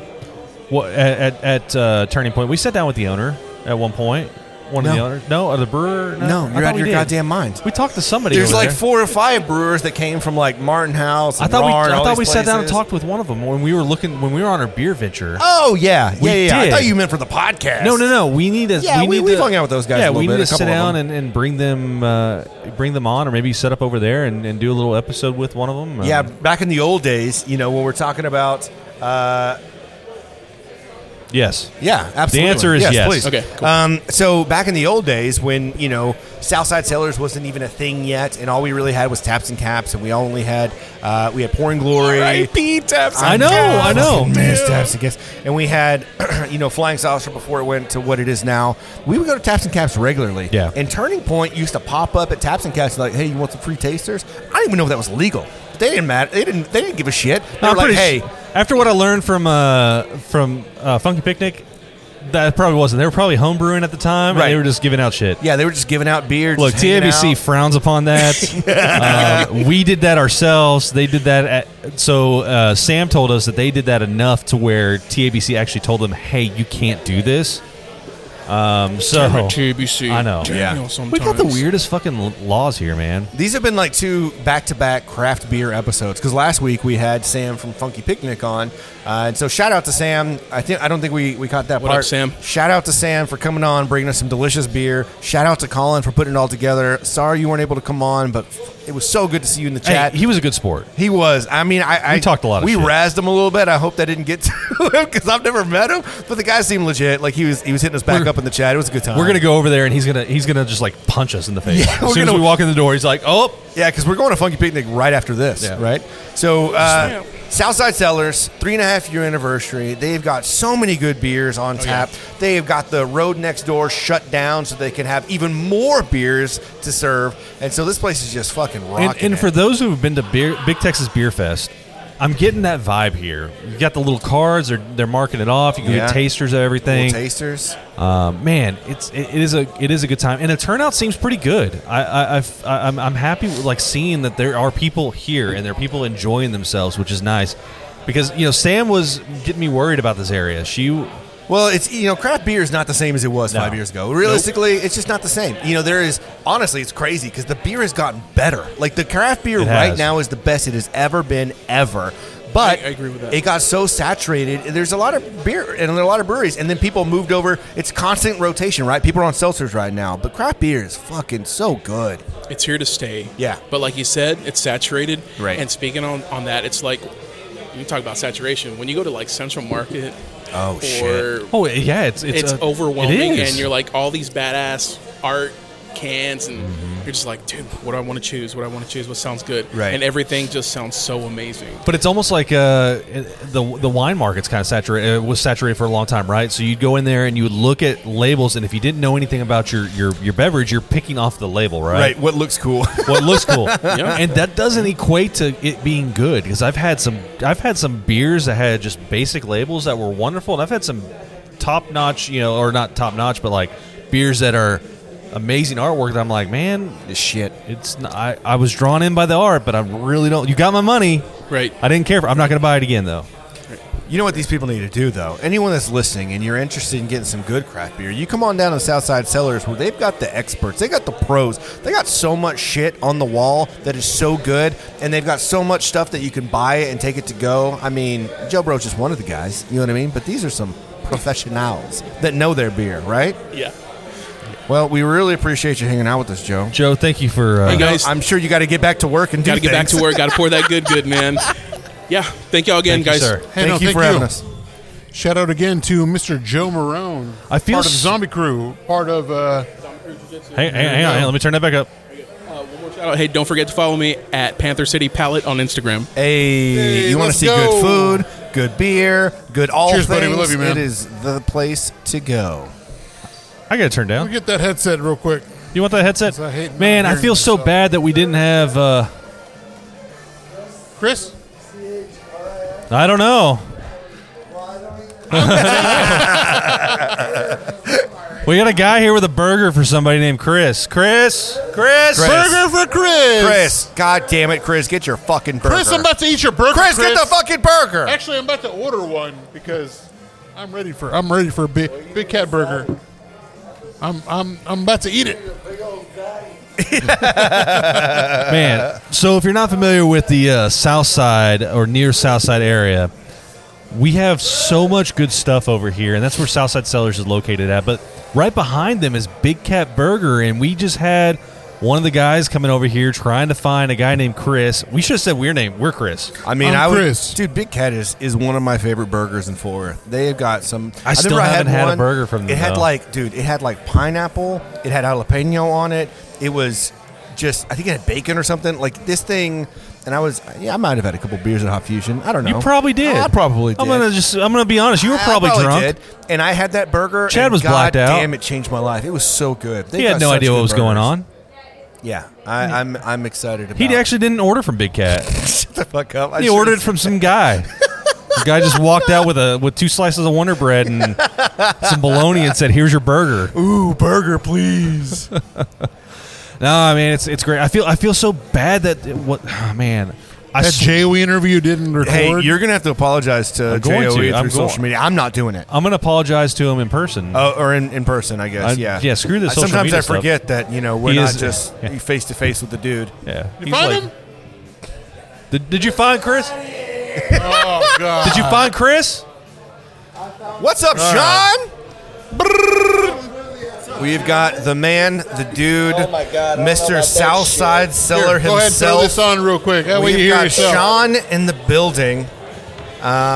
Speaker 2: what at at, at uh, Turning Point. We sat down with the owner at one point. One of the
Speaker 6: No.
Speaker 2: owners? No, or the brewer?
Speaker 6: No,
Speaker 2: I
Speaker 6: you're
Speaker 2: thought
Speaker 6: out of
Speaker 2: we
Speaker 6: your
Speaker 2: did.
Speaker 6: goddamn mind.
Speaker 2: We talked to somebody.
Speaker 6: There's
Speaker 2: over
Speaker 6: like
Speaker 2: there.
Speaker 6: four or five brewers that came from like Martin House.
Speaker 2: I
Speaker 6: And
Speaker 2: thought we
Speaker 6: Rar and
Speaker 2: I
Speaker 6: all
Speaker 2: thought we
Speaker 6: these
Speaker 2: sat down and
Speaker 6: places.
Speaker 2: talked with one of them when we were looking when we were on our beer venture.
Speaker 6: Oh yeah,
Speaker 2: We
Speaker 6: yeah, yeah. yeah. I
Speaker 2: did.
Speaker 6: thought you meant for the podcast.
Speaker 2: No, no, no. We need to.
Speaker 6: Yeah,
Speaker 2: we
Speaker 6: we-
Speaker 2: need
Speaker 6: we've
Speaker 2: to,
Speaker 6: hung out with those guys
Speaker 2: Yeah,
Speaker 6: a little
Speaker 2: we need
Speaker 6: bit,
Speaker 2: to
Speaker 6: a
Speaker 2: sit
Speaker 6: couple of
Speaker 2: down
Speaker 6: them.
Speaker 2: and, and bring them, uh, bring them on, or maybe set up over there and, and do a little episode with one of them.
Speaker 6: Yeah,
Speaker 2: Um,
Speaker 6: back in the old days, you know, when we're talking about. Uh,
Speaker 2: yes.
Speaker 6: yeah, absolutely.
Speaker 2: answer is yes.
Speaker 6: Please.
Speaker 5: Okay, cool.
Speaker 6: Um, so back in the old days, when you know Southside Sailors wasn't even a thing yet, and all we really had was taps and caps, and we only had uh, we had Pouring Glory.
Speaker 5: taps.
Speaker 2: I know. I know.
Speaker 6: Fucking miss Taps and Caps. And we had, you know, Flying Saucer before it went to what it is now. We would go to Taps and Caps regularly.
Speaker 2: Yeah.
Speaker 6: And Turning Point used to pop up at Taps and Caps like, hey, you want some free tasters? I didn't even know if that was legal. But they didn't matter. They didn't. They didn't give a shit. They
Speaker 2: No,
Speaker 6: were like,
Speaker 2: pretty
Speaker 6: hey,
Speaker 2: su- after what I learned from uh, from uh, Funky Picnic, that probably wasn't. They were probably home brewing at the time, and
Speaker 6: Right.
Speaker 2: they were just giving out shit.
Speaker 6: yeah, they were just giving out beer.
Speaker 2: Look,
Speaker 6: just hanging
Speaker 2: TABC
Speaker 6: out.
Speaker 2: frowns upon that. uh, we did that ourselves. They did that. At, so uh, Sam told us that they did that enough to where TABC actually told them, "Hey, you can't do this." Um, so
Speaker 5: TBC.
Speaker 2: I know.
Speaker 5: Damn,
Speaker 6: Yeah.
Speaker 5: y'all sometimes.
Speaker 2: we got the weirdest fucking l- laws here, man.
Speaker 6: These have been like two back-to-back craft beer episodes because last week we had Sam from Funky Picnic on, uh, and so shout out to Sam. I think I don't think we, we caught that
Speaker 5: What up,
Speaker 6: part.
Speaker 5: Sam?
Speaker 6: Shout out to Sam for coming on, bringing us some delicious beer. Shout out to Colin for putting it all together. Sorry you weren't able to come on, but it was so good to see you in the
Speaker 2: Hey,
Speaker 6: chat.
Speaker 2: he was a good sport.
Speaker 6: He was. I mean, I, I
Speaker 2: We talked a lot of
Speaker 6: We
Speaker 2: shit.
Speaker 6: razzed him a little bit. I hope that didn't get to him because I've never met him. But the guy seemed legit. Like he was he was hitting us back
Speaker 2: We're-
Speaker 6: up in the chat. It was a good time.
Speaker 2: We're gonna go over there, and he's gonna he's gonna just like punch us in the face.
Speaker 6: Yeah,
Speaker 2: as
Speaker 6: we're
Speaker 2: soon as
Speaker 6: gonna-
Speaker 2: we walk in the door, he's like, "Oh,
Speaker 6: Yeah, because we're going to Funky Picnic right after this,
Speaker 2: Yeah.
Speaker 6: right? So, uh, Southside Cellars, three and a half year anniversary. They've got so many good beers on
Speaker 2: Oh,
Speaker 6: tap. They have got the road next door shut down so they can have even more beers to serve. And so this place is just fucking
Speaker 2: And,
Speaker 6: rocking.
Speaker 2: and
Speaker 6: it.
Speaker 2: for those who have been to beer, Big Texas Beer Fest, I'm getting that vibe here. You got the little cards; they're they're marking it off. You can
Speaker 6: Yeah.
Speaker 2: get tasters of everything.
Speaker 6: Little tasters,
Speaker 2: Um, man, it's it, it is a it is a good time, and the turnout seems pretty good. I, I I've, I- I'm I'm happy with, like seeing that there are people here and there are people enjoying themselves, which is nice. Because you know Sam was getting me worried about this area. She
Speaker 6: Well, it's you know, craft beer is not the same as it was
Speaker 2: No.
Speaker 6: five years ago. Realistically, it's just not the same. You know, there is honestly, it's crazy because the beer has gotten better. Like the craft beer
Speaker 2: It
Speaker 6: right
Speaker 2: has.
Speaker 6: now is the best it has ever been ever. But
Speaker 5: I- I agree with that.
Speaker 6: It got so saturated. There's a lot of beer and there are a lot of breweries, and then people moved over. It's constant rotation, right? People are on seltzers right now, but craft beer is fucking so good.
Speaker 5: it's here to stay.
Speaker 6: Yeah.
Speaker 5: But like you said, it's saturated.
Speaker 6: Right.
Speaker 5: And speaking on, on that, it's like you talk about saturation. When you go to like Central Market
Speaker 6: Oh
Speaker 5: or
Speaker 2: Oh yeah, it's it's,
Speaker 5: it's
Speaker 2: a-
Speaker 5: overwhelming
Speaker 2: it is.
Speaker 5: and you're like all these badass art cans and you're just like, dude, what do I want to choose? What do I want to choose? What sounds good?
Speaker 6: Right.
Speaker 5: And everything just sounds so amazing.
Speaker 2: But it's almost like uh, the the wine market's kind of saturated. It was saturated for a long time, right? So you'd go in there and you would look at labels, and if you didn't know anything about your your, your beverage, you're picking off the label, right?
Speaker 6: What looks cool?
Speaker 2: What looks cool, and that doesn't equate to it being good. Because I've had some I've had some beers that had just basic labels that were wonderful, and I've had some top notch, you know, or not top notch, but like beers that are amazing artwork. That I'm like, man,
Speaker 6: Shit.
Speaker 2: it's not, I I was drawn in by the art, but I really don't. You got my money.
Speaker 5: Right.
Speaker 2: I didn't care. For, I'm not going to buy it again, though.
Speaker 6: You know what these people need to do, though? Anyone that's listening and you're interested in getting some good craft beer, you come on down to Southside Cellars where they've got the experts, they got the pros, they got so much shit on the wall that is so good, and they've got so much stuff that you can buy it and take it to go. I mean, Joe Broach is one of the guys, you know what I mean? But these are some professionals that know their beer, right?
Speaker 5: Yeah.
Speaker 6: Well, we really appreciate you hanging out with us, Joe.
Speaker 2: Joe, thank you for. Uh,
Speaker 5: Hey, guys.
Speaker 6: I'm sure you got to get back to work and do
Speaker 5: Got to get back
Speaker 6: things.
Speaker 5: to work. Got to pour that good, good, man. Yeah. Thank y'all again,
Speaker 2: Thank you,
Speaker 5: guys.
Speaker 2: sir.
Speaker 4: Hey,
Speaker 6: Thank
Speaker 4: no,
Speaker 6: you for having us.
Speaker 4: Shout out again to Mr. Joe Marone.
Speaker 2: I feel
Speaker 4: part of
Speaker 2: s-
Speaker 4: Zombie Crew, part of uh,
Speaker 2: Hang, hang, hang on, hang on, let me turn that back up.
Speaker 5: Shout out. Hey, don't forget to follow me at Panther City Palette on Instagram.
Speaker 6: Hey,
Speaker 4: Hey,
Speaker 6: you want
Speaker 4: let's
Speaker 6: to see
Speaker 4: go.
Speaker 6: good food, good beer, good all
Speaker 4: Cheers,
Speaker 6: things.
Speaker 4: buddy. We love you, man.
Speaker 6: It is the place to go.
Speaker 2: I got to turn down.
Speaker 4: get that headset real quick.
Speaker 2: You want that headset?
Speaker 4: I hate not
Speaker 2: Man, I
Speaker 4: hearing
Speaker 2: feel so
Speaker 4: myself.
Speaker 2: bad that we didn't have. Uh,
Speaker 4: Chris,
Speaker 2: I don't know. we got a guy here with a burger for somebody named Chris. Chris, Chris,
Speaker 6: Chris.
Speaker 4: burger for Chris.
Speaker 6: Chris, god damn it, Chris, get your fucking burger.
Speaker 4: Chris, I'm about to eat your burger.
Speaker 6: Chris, get the fucking burger.
Speaker 4: Actually, I'm about to order one because I'm ready for I'm ready for a big big cat burger. I'm I'm I'm about to eat it.
Speaker 2: Man, so if you're not familiar with the uh, South Side or near South Side area, we have so much good stuff over here, and that's where Southside Cellars is located at. But right behind them is Big Cat Burger, and we just had one of the guys coming over here trying to find a guy named Chris. We should have said we're name. We're Chris.
Speaker 6: I mean,
Speaker 4: I'm
Speaker 6: I would,
Speaker 4: Chris.
Speaker 6: dude. Big Cat is, is one of my favorite burgers in Fort Worth. They have got some.
Speaker 2: I still
Speaker 6: remember
Speaker 2: haven't had a
Speaker 6: one.
Speaker 2: burger from them,
Speaker 6: It had
Speaker 2: though.
Speaker 6: like, dude, it had like pineapple. It had jalapeno on it. It was just, I think it had bacon or something. Like this thing, and I was, yeah, I might have had a couple beers at Hot Fusion. I don't know.
Speaker 2: You probably did.
Speaker 6: I probably did.
Speaker 2: I'm gonna just. I'm gonna be honest. You were
Speaker 6: I
Speaker 2: probably, drunk.
Speaker 6: did, and I had that burger.
Speaker 2: Chad
Speaker 6: and
Speaker 2: was
Speaker 6: God
Speaker 2: blacked out.
Speaker 6: Damn, it changed my life. It was so good. They
Speaker 2: He had
Speaker 6: got
Speaker 2: no
Speaker 6: such
Speaker 2: idea
Speaker 6: good
Speaker 2: what was going on.
Speaker 6: burgers. Yeah, I, I'm I'm excited about.
Speaker 2: He actually didn't order from Big Cat.
Speaker 6: shut the fuck up. I
Speaker 2: He
Speaker 6: should've-
Speaker 2: ordered from some guy. The guy just walked out with a with two slices of Wonder Bread and some bologna and said, "Here's your burger."
Speaker 6: Ooh, burger, please.
Speaker 2: No, I mean it's it's great. I feel I feel so bad that it- what oh, man. I
Speaker 4: That
Speaker 2: sw-
Speaker 4: Jay we interview didn't record.
Speaker 6: hey, you're gonna have to apologize to
Speaker 2: I'm going
Speaker 6: JOE
Speaker 2: to.
Speaker 6: through
Speaker 2: I'm going-
Speaker 6: social media. I'm not doing it.
Speaker 2: I'm gonna apologize to him in person.
Speaker 6: Uh, or in, in person, I guess.
Speaker 2: I-
Speaker 6: yeah.
Speaker 2: yeah, screw this
Speaker 6: I-
Speaker 2: social
Speaker 6: Sometimes
Speaker 2: media
Speaker 6: I
Speaker 2: stuff.
Speaker 6: forget that you know we're
Speaker 2: He
Speaker 6: not
Speaker 2: is-
Speaker 6: just
Speaker 2: yeah.
Speaker 6: face to face with the dude.
Speaker 2: yeah.
Speaker 4: You
Speaker 2: He's
Speaker 4: find
Speaker 2: like,
Speaker 4: him?
Speaker 2: Did, did you find Chris?
Speaker 4: Oh god.
Speaker 2: Did you find Chris?
Speaker 6: What's up, Sean? We've got the man, the dude, Mr. Southside Seller
Speaker 4: Here, go ahead and throw
Speaker 6: himself.
Speaker 4: this on real quick. That way
Speaker 6: We've
Speaker 4: you hear
Speaker 6: got
Speaker 4: yourself.
Speaker 6: Sean in the building. Um,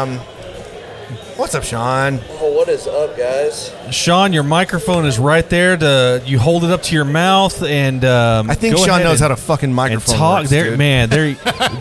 Speaker 6: what's up, Sean?
Speaker 7: Well, what is up, guys?
Speaker 2: Sean, your microphone is right there. To you hold it up to your mouth and um,
Speaker 6: I think
Speaker 2: go
Speaker 6: Sean
Speaker 2: ahead and-
Speaker 6: knows how to fucking
Speaker 2: and
Speaker 6: microphone.
Speaker 2: talk.
Speaker 6: works,
Speaker 2: there,
Speaker 6: dude.
Speaker 2: man. There,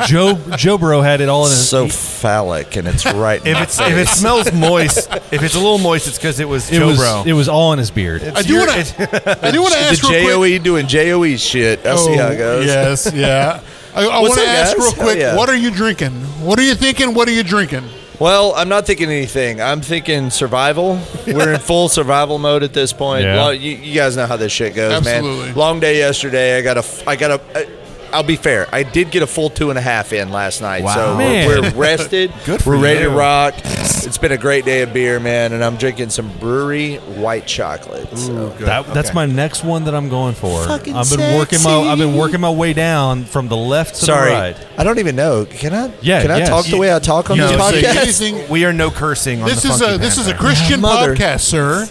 Speaker 2: Joe Joe Bro had it all in his.
Speaker 7: So phallic, and it's right.
Speaker 6: If it's if it smells moist, if it's a little moist, it's because it was
Speaker 2: it
Speaker 6: Joe
Speaker 2: was
Speaker 6: Bro.
Speaker 2: it was all in his beard.
Speaker 4: I do want to. I do want to
Speaker 7: the
Speaker 4: ask real quick. Oh,
Speaker 7: Joe doing Joe shit, I will see how it goes.
Speaker 4: Yes, yeah. I, I
Speaker 7: What's
Speaker 4: want to
Speaker 7: up,
Speaker 4: ask
Speaker 7: guys?
Speaker 4: real
Speaker 7: Hell
Speaker 4: quick.
Speaker 7: yeah.
Speaker 4: What are you drinking? What are you thinking? What are you drinking?
Speaker 7: Well, I'm not thinking anything. I'm thinking survival. We're in full survival mode at this point.
Speaker 2: Yeah.
Speaker 7: Well, you, you guys know how this shit goes,
Speaker 4: Absolutely.
Speaker 7: man. Long day yesterday. I got a. f- I got a. I- I'll be fair. I did get a full two and a half in last night, so
Speaker 2: Man.
Speaker 7: we're, we're rested.
Speaker 6: Good for
Speaker 7: we're ready to
Speaker 6: you.
Speaker 7: rock. It's been a great day of beer, man, and I'm drinking some brewery white chocolate. So.
Speaker 2: That, That's
Speaker 6: Okay.
Speaker 2: my next one that I'm going for.
Speaker 7: Fucking
Speaker 2: I've been working my I've been
Speaker 7: sexy.
Speaker 2: working my way down from the left to
Speaker 7: Sorry,
Speaker 2: the right.
Speaker 7: I don't even know. Can I?
Speaker 2: Yeah,
Speaker 7: Can I
Speaker 2: yes.
Speaker 7: talk the way I talk on
Speaker 4: You
Speaker 7: this
Speaker 4: know, so
Speaker 7: podcast?
Speaker 4: anything-
Speaker 6: We are no cursing on
Speaker 4: This
Speaker 6: the
Speaker 4: is
Speaker 6: Funky
Speaker 4: a this is a
Speaker 6: Panther.
Speaker 4: Christian
Speaker 7: Mother.
Speaker 4: podcast, sir.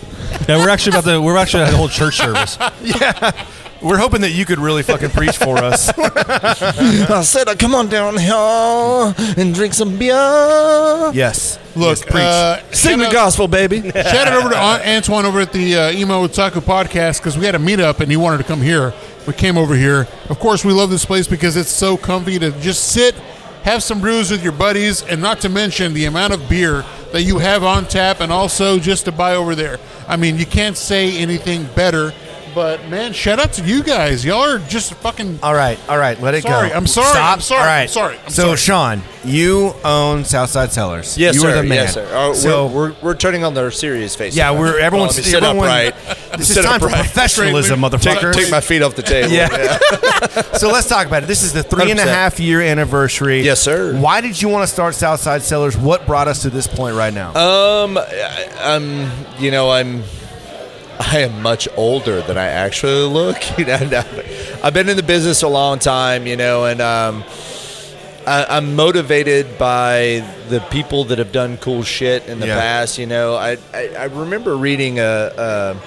Speaker 2: Now we're actually about to we're actually at a whole church service.
Speaker 6: We're hoping that you could really fucking preach for us.
Speaker 7: I said, uh, come on down here and drink some beer.
Speaker 6: yes. Yes,
Speaker 4: Look,
Speaker 6: preach.
Speaker 4: uh,
Speaker 7: Sing the
Speaker 4: shout out-
Speaker 7: gospel, baby.
Speaker 4: Shout out over to Aunt Antoine over at the uh, Emo Otaku podcast because we had a meetup and he wanted to come here. We came over here. Of course, we love this place because it's so comfy to just sit, have some brews with your buddies, and not to mention the amount of beer that you have on tap and also just to buy over there. I mean, you can't say anything better. But man, shout out to you guys. Y'all are just fucking.
Speaker 6: all right, all right, let it
Speaker 4: Sorry,
Speaker 6: go.
Speaker 4: I'm sorry,
Speaker 6: Stop.
Speaker 4: I'm sorry,
Speaker 6: All
Speaker 4: I'm
Speaker 6: right.
Speaker 4: sorry, I'm
Speaker 6: so,
Speaker 4: sorry.
Speaker 6: Sean, you own Southside Cellars.
Speaker 7: Yes,
Speaker 6: you
Speaker 7: sir.
Speaker 6: are the man.
Speaker 7: Yes, sir. Uh, we're,
Speaker 6: so,
Speaker 7: we're, we're turning on their serious face.
Speaker 6: yeah, we're
Speaker 7: Well,
Speaker 6: everyone's
Speaker 7: let me sit
Speaker 6: everyone,
Speaker 7: upright.
Speaker 6: This is
Speaker 7: Sit
Speaker 6: time for
Speaker 7: upright.
Speaker 6: professionalism,
Speaker 7: Take,
Speaker 6: motherfuckers.
Speaker 7: take my feet off the table.
Speaker 6: Yeah. so let's talk about it. This is the three and a
Speaker 7: 100%.
Speaker 6: half year anniversary.
Speaker 7: Yes, sir.
Speaker 6: Why did you want to start Southside Cellars? What brought us to this point right now?
Speaker 7: Um, I- I'm, you know, I'm, I am much older than I actually look. You know, and I've I've been in the business a long time, you know, and um, I, I'm motivated by the people that have done cool shit in the
Speaker 6: Yeah.
Speaker 7: past. You know, I, I, I remember reading a. a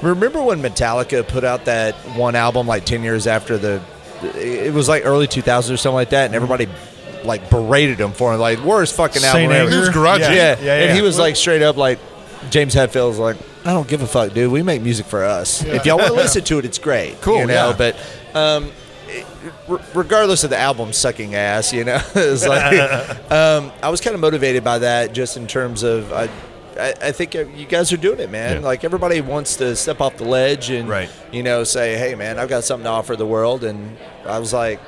Speaker 7: Remember when Metallica put out that one album like 10 years after the it was like early 2000s or something like that and everybody like berated him for it like worst fucking
Speaker 2: Saint
Speaker 7: album ever.
Speaker 2: Anger? It was
Speaker 4: garage
Speaker 7: yeah.
Speaker 4: rock.
Speaker 7: Yeah.
Speaker 6: Yeah,
Speaker 7: and
Speaker 6: yeah.
Speaker 7: he was like straight up like James Hetfield's like, I don't give a fuck, dude. We make music for us. If y'all want to listen to it, it's great.
Speaker 6: Cool,
Speaker 7: you know.
Speaker 6: yeah.
Speaker 7: But um, it- re- regardless of the album sucking ass, you know, it's like um, I was kind of motivated by that, just in terms of I, I, I think uh, you guys are doing it, man.
Speaker 2: Yeah.
Speaker 7: Like everybody wants to step off the ledge and
Speaker 6: Right.
Speaker 7: you know say, hey, man, I've got something to offer the world, and I was like,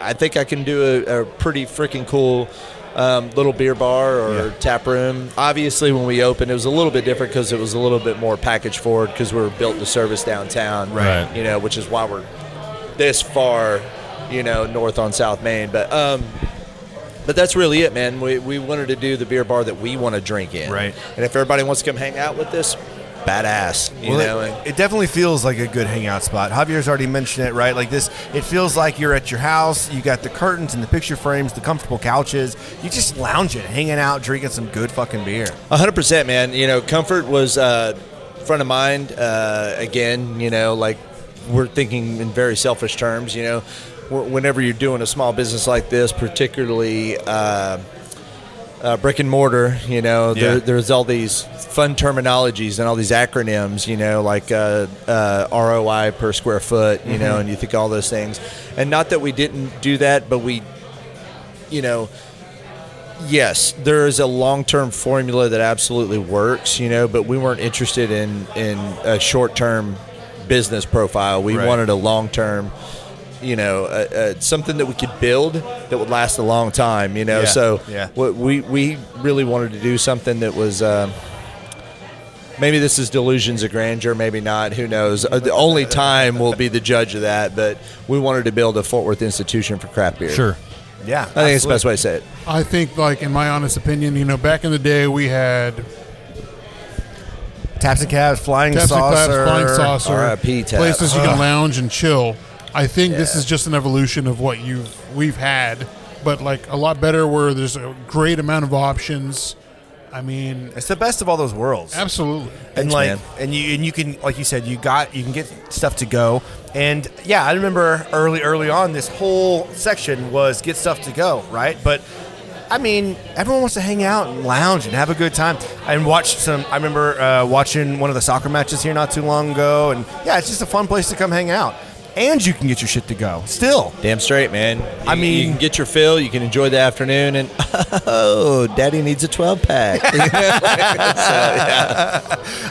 Speaker 7: I think I can do a, a pretty freaking cool um, little beer bar or tap room. Obviously, when we opened, it was a little bit different because it was a little bit more package forward because we were built to service downtown,
Speaker 2: Right.
Speaker 7: You know, which is why we're this far, you know, north on South Main. But um, but that's really it, man. We we wanted to do the beer bar that we want to drink in,
Speaker 6: Right.
Speaker 7: And if everybody wants to come hang out with us, badass, you
Speaker 6: Well,
Speaker 7: know.
Speaker 6: it-
Speaker 7: and-
Speaker 6: it, definitely feels like a good hangout spot. Javier's already mentioned it, right? Like this, it feels like you're at your house. You got the curtains and the picture frames, the comfortable couches. You just lounging, hanging out, drinking some good fucking beer.
Speaker 7: A hundred percent, man. You know, comfort was uh, front of mind uh, again. You know, like we're thinking in very selfish terms. You know, Wh- whenever you're doing a small business like this, particularly. Uh, uh, brick and mortar, you know, there,
Speaker 6: Yeah.
Speaker 7: there's all these fun terminologies and all these acronyms, you know, like uh, uh, ROI per square foot, you know, and you think all those things. And not that we didn't do that, but we, you know, yes, there is a long-term formula that absolutely works, you know, but we weren't interested in in a short-term business profile. We
Speaker 6: Right.
Speaker 7: wanted a long-term, you know, uh, uh, something that we could build that would last a long time, you know.
Speaker 6: Yeah,
Speaker 7: So
Speaker 6: yeah.
Speaker 7: what we we really wanted to do something that was. Um, Maybe this is delusions of grandeur, maybe not. Who knows? Uh, The only time will be the judge of that. But we wanted to build a Fort Worth institution for craft beer.
Speaker 2: Sure.
Speaker 6: Yeah,
Speaker 7: I think it's the best way to say it.
Speaker 4: I think, like in my honest opinion, you know, back in the day we had
Speaker 6: Taps and cabs, flying
Speaker 4: Taps and claps,
Speaker 6: saucer,
Speaker 4: flying saucer,
Speaker 7: RIP tap.
Speaker 4: places you can lounge and chill. I think this
Speaker 7: Yeah.
Speaker 4: is just an evolution of what you've we've had, but like a lot better where there's a great amount of options. I mean,
Speaker 6: It's the best of all those worlds.
Speaker 4: absolutely.
Speaker 6: and
Speaker 7: Thanks,
Speaker 6: like
Speaker 7: man.
Speaker 6: and you and you can like you said you got you can get stuff to go and yeah i remember early early on this whole section was get stuff to go right but i mean everyone wants to hang out and lounge and have a good time and watch some i remember uh, watching one of the soccer matches here not too long ago and yeah it's just a fun place to come hang out and you can get your shit to go still
Speaker 7: Damn straight, man.
Speaker 6: I
Speaker 7: You-
Speaker 6: mean-
Speaker 7: you can get your fill. You can enjoy the afternoon, and oh, daddy needs a twelve pack.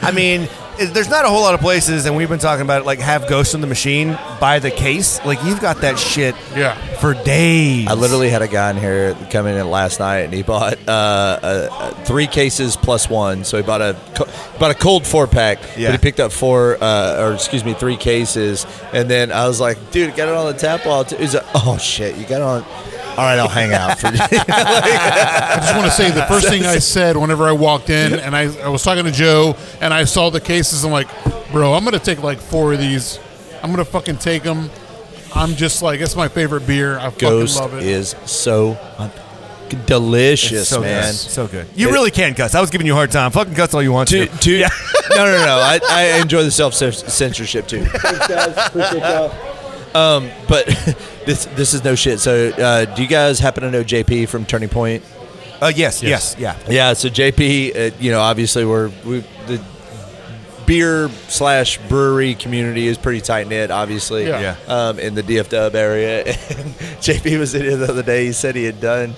Speaker 6: I mean, it- there's not a whole lot of places, and we've been talking about it, like have Ghost in the Machine by the case. Like you've got that shit
Speaker 4: Yeah.
Speaker 6: for days.
Speaker 7: I literally had a guy in here come in last night, and he bought uh, uh, uh, three cases plus one. So he bought a co- bought a cold four pack,
Speaker 6: Yeah.
Speaker 7: but he picked up four, uh, or excuse me, three cases. And then I was like, "Dude, got it on the tap wall." Too. He's like, "Oh shit, you got it on." All right, I'll hang out for
Speaker 4: I just want to say the first thing I said whenever I walked in, and I, I was talking to Joe, and I saw the cases. I'm like, bro, I'm gonna take like four of these. I'm gonna fucking take them. I'm just like, it's my favorite beer. I
Speaker 7: Ghost
Speaker 4: fucking love it.
Speaker 7: is so delicious,
Speaker 6: It's so
Speaker 7: man.
Speaker 6: good. So good. You
Speaker 7: It-
Speaker 6: really can cuss. I was giving you a hard time. Fucking cuss all you want
Speaker 7: Two,
Speaker 6: to.
Speaker 7: two, no, no, no. I, I enjoy the self censorship too. um, but this this is no shit. So, uh, do you guys happen to know JP from Turning Point?
Speaker 6: Uh, yes, yes, yeah.
Speaker 7: Yeah. So JP, uh, you know, obviously we're we the beer slash brewery community is pretty tight knit. Obviously,
Speaker 4: Yeah.
Speaker 7: Um, in the DFW area, and JP was in here the other day. He said he had done.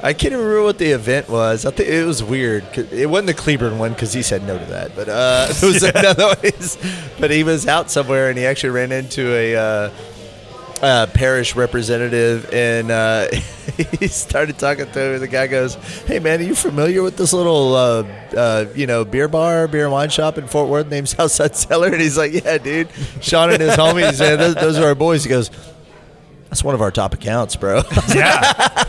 Speaker 7: I can't even remember what the event was. I think it was weird. 'cause It wasn't the Cleburne one because he said no to that. But uh, it was another. one. He's- But he was out somewhere and he actually ran into a. Uh, uh, parish representative, and uh, he started talking to him. And the guy goes, "Hey, man, are you familiar with this little, uh, uh, you know, beer bar, beer and wine shop in Fort Worth named Southside Cellar?" And he's like, "Yeah, dude." Sean and his homies, man, those, those are our boys. He goes, "That's one of our top accounts, bro."
Speaker 6: Yeah.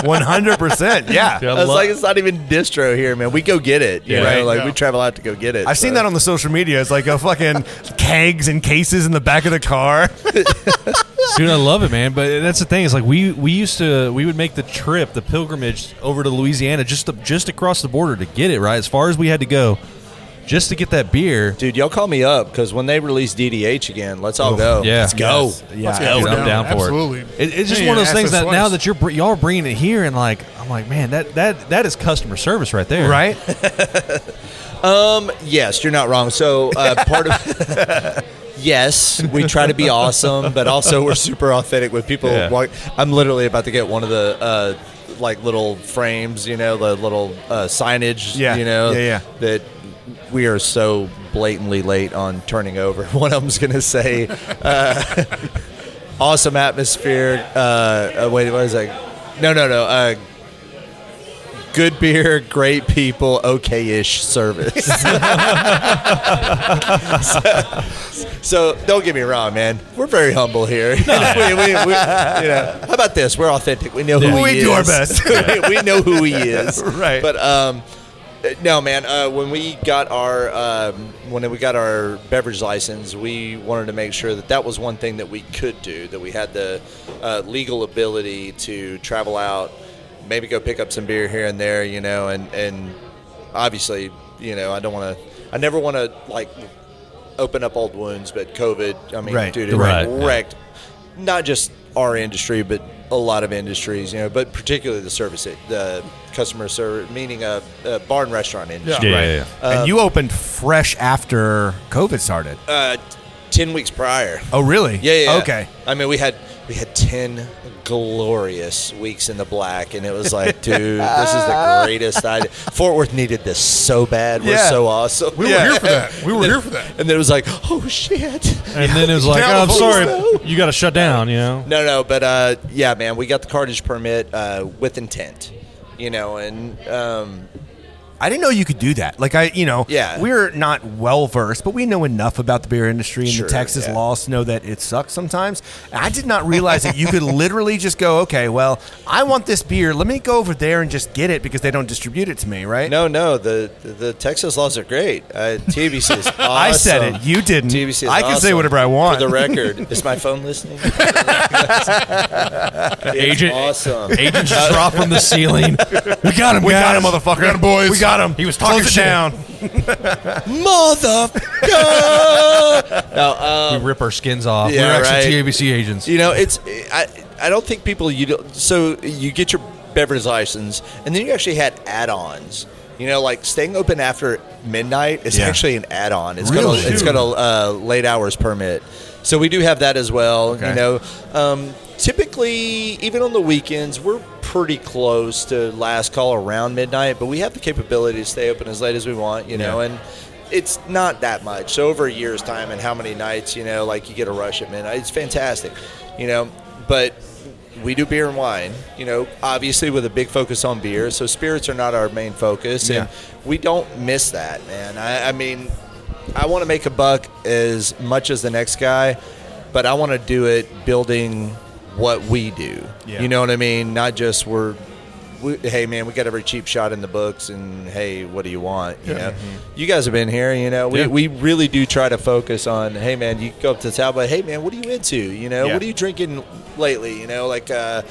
Speaker 6: 100%. Yeah.
Speaker 7: I was like, "It's not even distro here, man. We go get it. You
Speaker 2: Yeah.
Speaker 7: know,
Speaker 6: Right.
Speaker 7: like
Speaker 4: Yeah.
Speaker 7: we travel out to go get it."
Speaker 6: I've seen that on the social media. It's like a fucking kegs and cases in the back of the car.
Speaker 2: Dude, I love it, man. But that's the thing. Is like we we used to we would make the trip, the pilgrimage over to Louisiana just to, just across the border to get it right as far as we had to go, just to get that beer.
Speaker 7: Dude, y'all call me up because when they release DDH again, let's all go.
Speaker 2: yeah.
Speaker 7: Let's go.
Speaker 6: Yes. Yeah.
Speaker 7: Let's
Speaker 2: Dude,
Speaker 7: go.
Speaker 2: I'm down for
Speaker 4: Oh, Absolutely.
Speaker 2: it. it. It's just
Speaker 4: Yeah,
Speaker 2: one of those
Speaker 4: ask
Speaker 2: things
Speaker 4: us
Speaker 2: that now
Speaker 4: twice.
Speaker 2: that you're br- y'all bringing it here and like I'm like, man, that that that is customer service right there,
Speaker 6: Right?
Speaker 7: Yes, you're not wrong. So uh, part of yes, we try to be awesome, but also we're super authentic with people.
Speaker 2: Yeah.
Speaker 7: Walk, I'm literally about to get one of the uh, like little frames, you know, the little uh, signage,
Speaker 6: Yeah.
Speaker 7: you know,
Speaker 6: Yeah, yeah.
Speaker 7: that we are so blatantly late on turning over. One of them's gonna say. Uh, Awesome atmosphere. Uh, uh, wait, what is that? No, no, no. Uh, good beer, great people, okay-ish service. So don't get me wrong, man. We're very humble here. we, we- we- you know, how about this? We're authentic. We know who
Speaker 6: We
Speaker 7: he
Speaker 6: do our
Speaker 7: is.
Speaker 6: best.
Speaker 7: we, we know who he is.
Speaker 6: Right.
Speaker 7: But um, no, man. Uh, when we got our um, when we got our beverage license, we wanted to make sure that that was one thing that we could do. That we had the uh, legal ability to travel out, maybe go pick up some beer here and there, you know, and and obviously, you know, I don't want to. I never want to like open up old wounds, but COVID, I mean,
Speaker 6: Right,
Speaker 7: dude, it
Speaker 2: right,
Speaker 7: wrecked not just our industry, but a lot of industries, you know, but particularly the service, the customer service, meaning a, a bar and restaurant industry.
Speaker 2: Yeah, yeah, yeah.
Speaker 6: and you opened fresh after COVID started.
Speaker 7: Uh, 10 weeks prior.
Speaker 6: oh, really?
Speaker 7: Yeah, yeah. yeah.
Speaker 6: Okay.
Speaker 7: I mean, we had we had ten glorious weeks in the black, and it was like, dude, this is the greatest idea. Fort Worth needed this so bad. We're
Speaker 6: Yeah.
Speaker 7: so awesome.
Speaker 4: We were here for that. We were here for that.
Speaker 7: And then it was like, oh shit.
Speaker 2: And then it was like,
Speaker 7: Yeah,
Speaker 2: oh, I'm
Speaker 7: please,
Speaker 2: sorry,
Speaker 7: no.
Speaker 2: you got to shut down. You know,
Speaker 7: No, no, but uh, yeah, man, we got the cartage permit uh, with intent, you know, and um,
Speaker 6: I didn't know you could do that. Like I, you know,
Speaker 7: Yeah.
Speaker 6: we're not well versed, but we know enough about the beer industry and
Speaker 7: Sure,
Speaker 6: the Texas
Speaker 7: yeah.
Speaker 6: laws to know that it sucks sometimes. And I did not realize that you could literally just go, okay, well, I want this beer. Let me go over there and just get it because they don't distribute it to me, right?
Speaker 7: no, no, the the Texas laws are great. Uh, TBC is awesome.
Speaker 6: I said it. You didn't.
Speaker 7: TBC is
Speaker 6: I can say
Speaker 7: awesome.
Speaker 6: whatever I want.
Speaker 7: For the record, is my phone listening?
Speaker 2: agent,
Speaker 7: awesome.
Speaker 2: agent just
Speaker 7: Uh,
Speaker 2: dropped from the ceiling. We got him.
Speaker 6: we got him,
Speaker 2: guys.
Speaker 6: motherfucker.
Speaker 4: We got him, boys.
Speaker 6: We got him.
Speaker 2: He was talking
Speaker 6: Close it
Speaker 2: shit.
Speaker 6: down.
Speaker 7: Motherfucker! no, um,
Speaker 4: Uh,
Speaker 2: We rip our skins off.
Speaker 7: Yeah,
Speaker 2: We're actually
Speaker 7: right.
Speaker 2: TABC agents.
Speaker 7: You know, it's I I don't think people you don't, so you get your beverage license and then you actually had add-ons. You know, like staying open after midnight is
Speaker 6: Yeah.
Speaker 7: actually an add-on. It's got a, it's got a uh, late hours permit, so we do have that as well. You
Speaker 6: Okay.
Speaker 7: know, um, typically even on the weekends we're pretty close to last call around midnight, but we have the capability to stay open as late as we want. You know, and it's not that much. So over a year's time and how many nights, you know, like you get a rush at midnight, it's fantastic, you know. But we do beer and wine, you know, obviously with a big focus on beer. So spirits are not our main focus, and we don't miss that, man. I, I mean, I want to make a buck as much as the next guy, but I want to do it building what we do.
Speaker 6: Yeah.
Speaker 7: You know what I mean? Not just we're we, hey man, we got every cheap shot in the books, and hey, what do you want? You know, you guys have been here. You know, we, we really do try to focus on hey man, you go up to the table, hey man, what are you into? You know, what are you drinking lately? You know, like. uh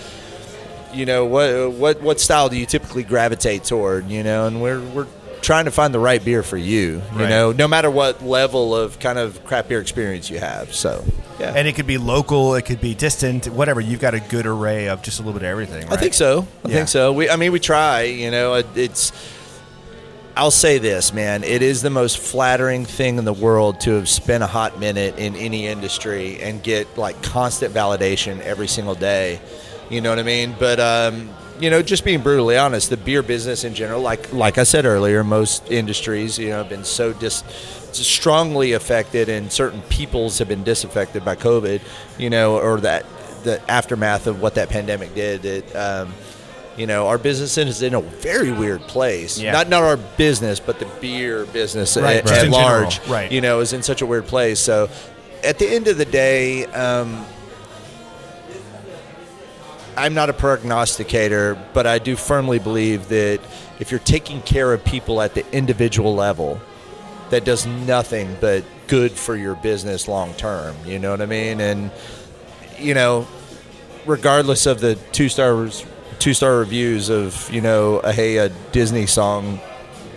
Speaker 7: you know what what what style do you typically gravitate toward you know and we're we're trying to find the right beer for you you know no matter what level of kind of craft beer experience you have so yeah
Speaker 6: And it could be local, it could be distant, whatever. You've got a good array of just a little bit of everything.
Speaker 7: I
Speaker 6: right?
Speaker 7: think so. I
Speaker 6: Yeah.
Speaker 7: think so. We, I mean, we try. You know, it, it's. I'll say this, man. It is the most flattering thing in the world to have spent a hot minute in any industry and get like constant validation every single day. You know what I mean? But um, you know, just being brutally honest, the beer business in general, like like I said earlier, most industries, you know, have been so dis strongly affected, and certain peoples have been disaffected by COVID. You know, or that the aftermath of what that pandemic did. It, um, you know, our business is in a very weird place.
Speaker 6: Yeah.
Speaker 7: Not not our business, but the beer business
Speaker 6: Right,
Speaker 7: at,
Speaker 6: just
Speaker 7: at
Speaker 6: in general,
Speaker 7: large.
Speaker 6: right.
Speaker 7: You know, is in such a weird place. So, at the end of the day, um, I'm not a prognosticator, but I do firmly believe that if you're taking care of people at the individual level, that does nothing but good for your business long term. You know what I mean? And you know, regardless of the two stars, two star reviews of you know, a, hey, a Disney song,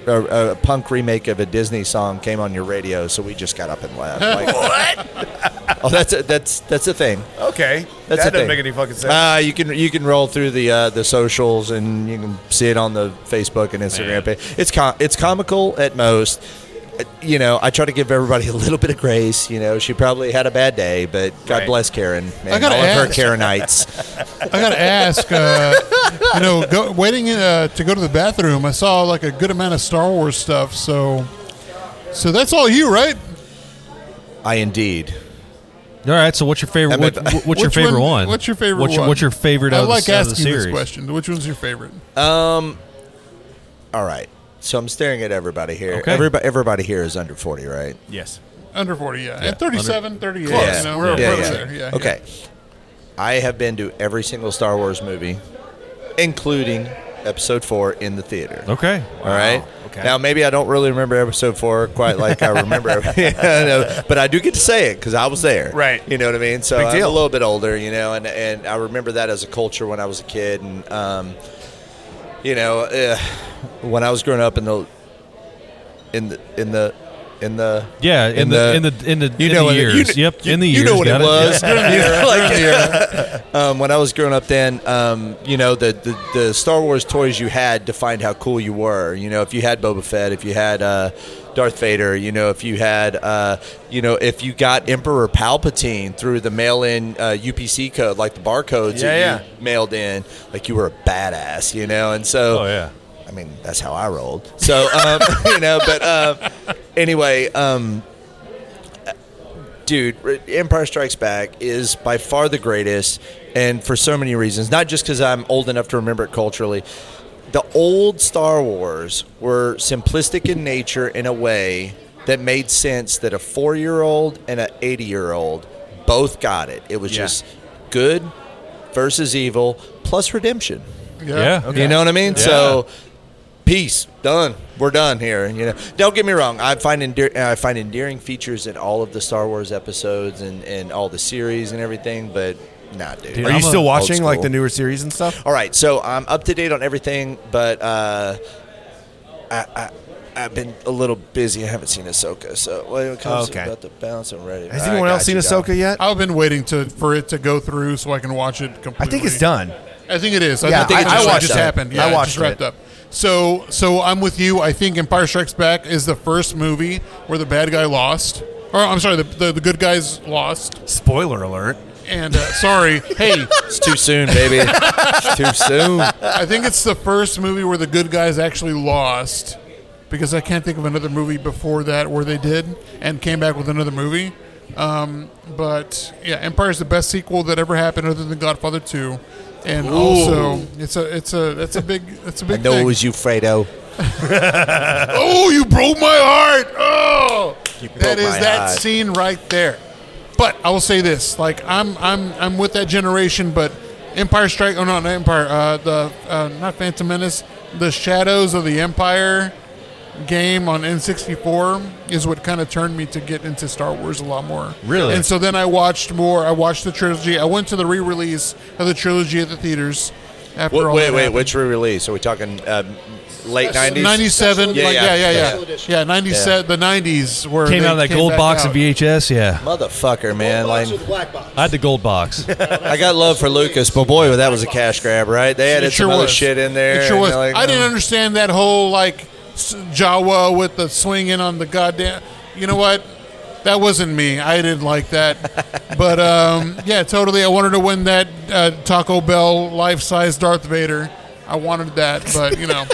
Speaker 7: a, a punk remake of a Disney song came on your radio, so we just got up and left. Like, what? Oh, that's a, that's that's a thing.
Speaker 6: Okay.
Speaker 7: That's
Speaker 6: that
Speaker 7: a
Speaker 6: doesn't
Speaker 7: thing.
Speaker 6: make any fucking sense.
Speaker 7: Uh, you can you can roll through the uh, the socials and you can see it on the Facebook and Instagram page. It's com- it's comical at most. Uh, You know, I try to give everybody a little bit of grace. You know, she probably had a bad day, but God bless Karen and
Speaker 4: I gotta
Speaker 7: all of her
Speaker 4: ask.
Speaker 7: Karenites.
Speaker 4: I gotta ask, uh, you know, go, waiting uh, to go to the bathroom. I saw like a good amount of Star Wars stuff, so so that's all you, right?
Speaker 7: I indeed.
Speaker 2: All right. So, what's your favorite?
Speaker 7: I'm
Speaker 2: What,
Speaker 7: at
Speaker 2: what's
Speaker 7: the-
Speaker 2: your
Speaker 4: Which
Speaker 2: favorite one?
Speaker 4: What's your favorite
Speaker 2: what's your,
Speaker 4: one?
Speaker 2: What's your favorite?
Speaker 4: I
Speaker 2: out of
Speaker 4: like
Speaker 2: the, out of the
Speaker 4: asking
Speaker 2: series?
Speaker 4: this question. Which one's your favorite?
Speaker 7: All right. So I'm staring at everybody here.
Speaker 2: Okay.
Speaker 7: Everybody, everybody here is under 40, right?
Speaker 6: yes.
Speaker 4: Under 40, yeah. At 37, 38.
Speaker 7: Yeah.
Speaker 4: You know,
Speaker 7: Yeah,
Speaker 4: we're
Speaker 7: yeah,
Speaker 4: we're
Speaker 7: yeah.
Speaker 4: there. Yeah,
Speaker 7: okay. I have been to every single Star Wars movie, including Episode Four in the theater.
Speaker 2: Okay.
Speaker 7: All right.
Speaker 6: Okay.
Speaker 7: Now maybe I don't really remember episode four quite like I remember, I know, but I do get to say it because I was there.
Speaker 6: Right.
Speaker 7: You know what I mean? So
Speaker 6: Big
Speaker 7: I'm a
Speaker 6: deal.
Speaker 7: little bit older, you know, and and I remember that as a culture when I was a kid, and um, you know, uh, when I was growing up in the in the in the in the
Speaker 2: Yeah, in, the, in the in the in the
Speaker 7: when it-
Speaker 2: years.
Speaker 7: kn-
Speaker 2: yep, in the
Speaker 7: you
Speaker 2: years.
Speaker 7: know what
Speaker 2: got
Speaker 7: it was.
Speaker 2: Yeah.
Speaker 7: Like, um, when I was growing up, then um, you know the, the the Star Wars toys you had defined how cool you were. You know, if you had Boba Fett, if you had uh, Darth Vader, you know, if you had uh, you know, if you got Emperor Palpatine through the mail-in uh, UPC code, like the barcodes
Speaker 6: Yeah,
Speaker 7: that
Speaker 6: yeah.
Speaker 7: you mailed in, like you were a badass. You know, and so
Speaker 2: Oh yeah.
Speaker 7: I mean, that's how I rolled. So, um, you know, but uh, anyway, um, dude, R- Empire Strikes Back is by far the greatest, and for so many reasons. Not just because I'm old enough to remember it culturally. The old Star Wars were simplistic in nature in a way that made sense that a four year old and an 80 year old both got it. It was
Speaker 6: Yeah.
Speaker 7: just good versus evil plus redemption.
Speaker 2: Yeah.
Speaker 7: You know what I mean? So, peace, done. We're done here. You know, don't get me wrong. I find endear- uh, I find endearing features in all of the Star Wars episodes and, and all the series and everything. But nah, dude.
Speaker 6: Are you
Speaker 2: I'm a-
Speaker 6: still watching
Speaker 7: old
Speaker 6: like
Speaker 7: school.
Speaker 6: the newer series and stuff?
Speaker 7: All right, so I'm up to date on everything, but uh, I, I I've been a little busy. I haven't seen Ahsoka, so when it comes
Speaker 6: Okay.
Speaker 7: about the balance, I'm ready.
Speaker 6: Has
Speaker 7: I
Speaker 6: anyone
Speaker 7: got
Speaker 6: else seen
Speaker 7: you, dog.
Speaker 6: Ahsoka yet?
Speaker 4: I've been waiting to for it to go through so I can watch it completely.
Speaker 6: I think it's done.
Speaker 4: I think it is. I
Speaker 6: Yeah,
Speaker 4: think
Speaker 6: I-
Speaker 4: it
Speaker 6: I
Speaker 4: just, it
Speaker 6: watched
Speaker 4: just
Speaker 6: it.
Speaker 4: happened. Yeah,
Speaker 6: I
Speaker 4: it
Speaker 6: watched
Speaker 4: just wrapped
Speaker 6: it.
Speaker 4: up. So, so I'm with you. I think Empire Strikes Back is the first movie where the bad guy lost, or I'm sorry, the, the, the good guys lost.
Speaker 6: Spoiler alert.
Speaker 4: And uh, sorry, hey,
Speaker 7: It's too soon, baby. it's too soon.
Speaker 4: I think it's the first movie where the good guys actually lost. because I can't think of another movie before that where they did and came back with another movie. Um, but yeah, Empire is the best sequel that ever happened, other than Godfather Two, and also it's a it's a that's a big that's a
Speaker 7: I
Speaker 4: big.
Speaker 7: know it
Speaker 4: thing.
Speaker 7: was you, Fredo.
Speaker 4: Oh, you broke my heart! Oh, that
Speaker 7: broke
Speaker 4: is
Speaker 7: my
Speaker 4: that
Speaker 7: heart.
Speaker 4: scene right there. But I will say this: like I'm, I'm, I'm with that generation. But Empire Strike, oh no, not Empire. Uh, the uh, not Phantom Menace, the Shadows of the Empire game on N64 is what kind of turned me to get into Star Wars a lot more.
Speaker 2: Really?
Speaker 4: And so then I watched more. I watched the trilogy. I went to the re-release of the trilogy at the theaters. After
Speaker 7: Wait,
Speaker 4: all
Speaker 7: wait,
Speaker 4: that
Speaker 7: wait
Speaker 4: happened.
Speaker 7: which re-release? Are we talking um, late nineties?
Speaker 4: 97
Speaker 7: Yeah,
Speaker 4: like,
Speaker 7: yeah.
Speaker 4: yeah yeah yeah
Speaker 7: Special
Speaker 4: yeah, 97 the 90s were
Speaker 2: Came
Speaker 4: they
Speaker 2: out of that gold
Speaker 4: back
Speaker 2: box
Speaker 4: out.
Speaker 2: of VHS. Yeah,
Speaker 7: Motherfucker, man! Like,
Speaker 2: I had the gold box.
Speaker 7: I got love for Lucas, but boy, that was a cash grab, right? They added
Speaker 4: it sure
Speaker 7: some other
Speaker 4: was.
Speaker 7: shit in there.
Speaker 4: it sure
Speaker 7: and
Speaker 4: was
Speaker 7: like,
Speaker 4: i didn't
Speaker 7: oh.
Speaker 4: understand that whole like s- jawa with the swinging on the goddamn you know what that wasn't me i didn't like that but um, yeah totally i wanted to win that uh, taco bell life-size darth vader i wanted that but you know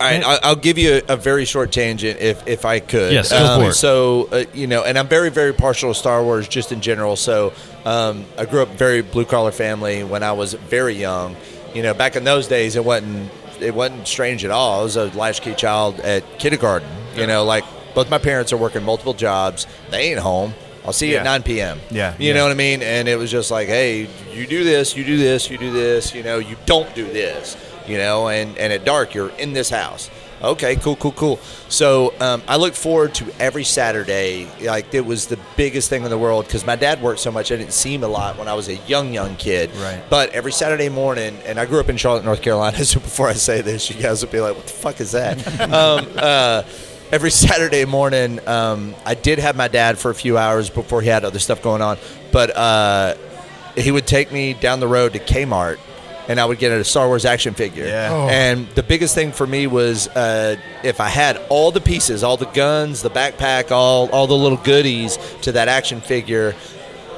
Speaker 7: All right, I- I'll give you a very short tangent if if I could.
Speaker 2: Yes, go
Speaker 7: Um,
Speaker 2: for it.
Speaker 7: So uh, you know, and I'm very very partial to Star Wars just in general. So um, I grew up very blue collar family when I was very young. You know, back in those days, it wasn't it wasn't strange at all. I was a latchkey child at kindergarten. You know, like both my parents are working multiple jobs. They ain't home. I'll see you
Speaker 6: Yeah.
Speaker 7: at 9 p.m.
Speaker 6: Yeah,
Speaker 7: You
Speaker 6: yeah.
Speaker 7: know what I mean? And it was just like, hey, you do this, you do this, you do this, you know, you don't do this, you know, and, and at dark, you're in this house. Okay, cool, cool, cool. So um, I look forward to every Saturday. Like, it was the biggest thing in the world because my dad worked so much, I didn't see him a lot when I was a young, young kid.
Speaker 6: Right.
Speaker 7: But every Saturday morning, and I grew up in Charlotte, North Carolina, so before I say this, you guys will be like, what the fuck is that? um, uh, every Saturday morning, um, I did have my dad for a few hours before he had other stuff going on, but uh, he would take me down the road to Kmart, and I would get a Star Wars action figure.
Speaker 6: Yeah. Oh.
Speaker 7: And the biggest thing for me was uh, if I had all the pieces, all the guns, the backpack, all all the little goodies to that action figure.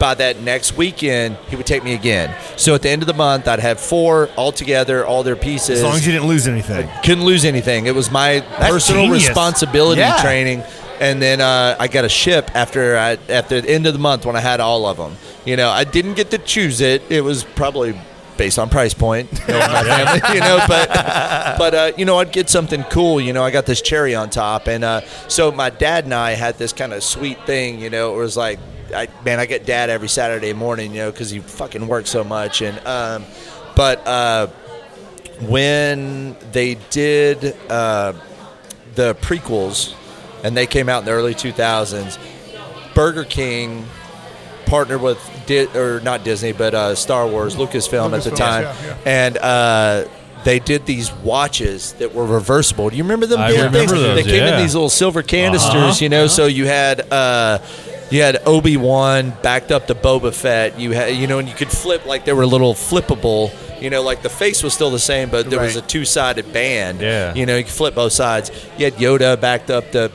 Speaker 7: By that next weekend, he would take me again. So at the end of the month, I'd have four all together, all their pieces
Speaker 6: As long as you didn't lose anything.
Speaker 7: couldn't lose anything. It was my personal
Speaker 6: genius.
Speaker 7: responsibility
Speaker 6: Yeah.
Speaker 7: training. And then uh, I got a ship after I, after the end of the month when I had all of them. You know, I didn't get to choose it. It was probably based on price point. You know, my family, you know but but uh, you know, I'd get something cool. You know, I got this cherry on top, and uh, so my dad and I had this kind of sweet thing. You know, it was like, I, man, I get dad every Saturday morning. You know, because he fucking works so much, and um, but. Uh, when they did uh, the prequels and they came out in the early 2000s burger king partnered with Di- or not disney but uh, star wars lucasfilm, at the
Speaker 4: Lucasfilm,
Speaker 7: time
Speaker 4: yeah, yeah.
Speaker 7: and uh, they did these watches that were reversible. Do you remember them?
Speaker 2: I
Speaker 7: damn
Speaker 2: remember
Speaker 7: things?
Speaker 2: those,
Speaker 7: They came
Speaker 2: yeah.
Speaker 7: in these little silver canisters,
Speaker 4: Uh-huh.
Speaker 7: you know. So you had uh, you had Obi Wan backed up to Boba Fett. You had you know, and you could flip like they were a little flippable. You know, like the face was still the same, but there was a
Speaker 4: Right.
Speaker 7: two sided band.
Speaker 2: Yeah.
Speaker 7: you know, you could flip both sides. You had Yoda backed up to.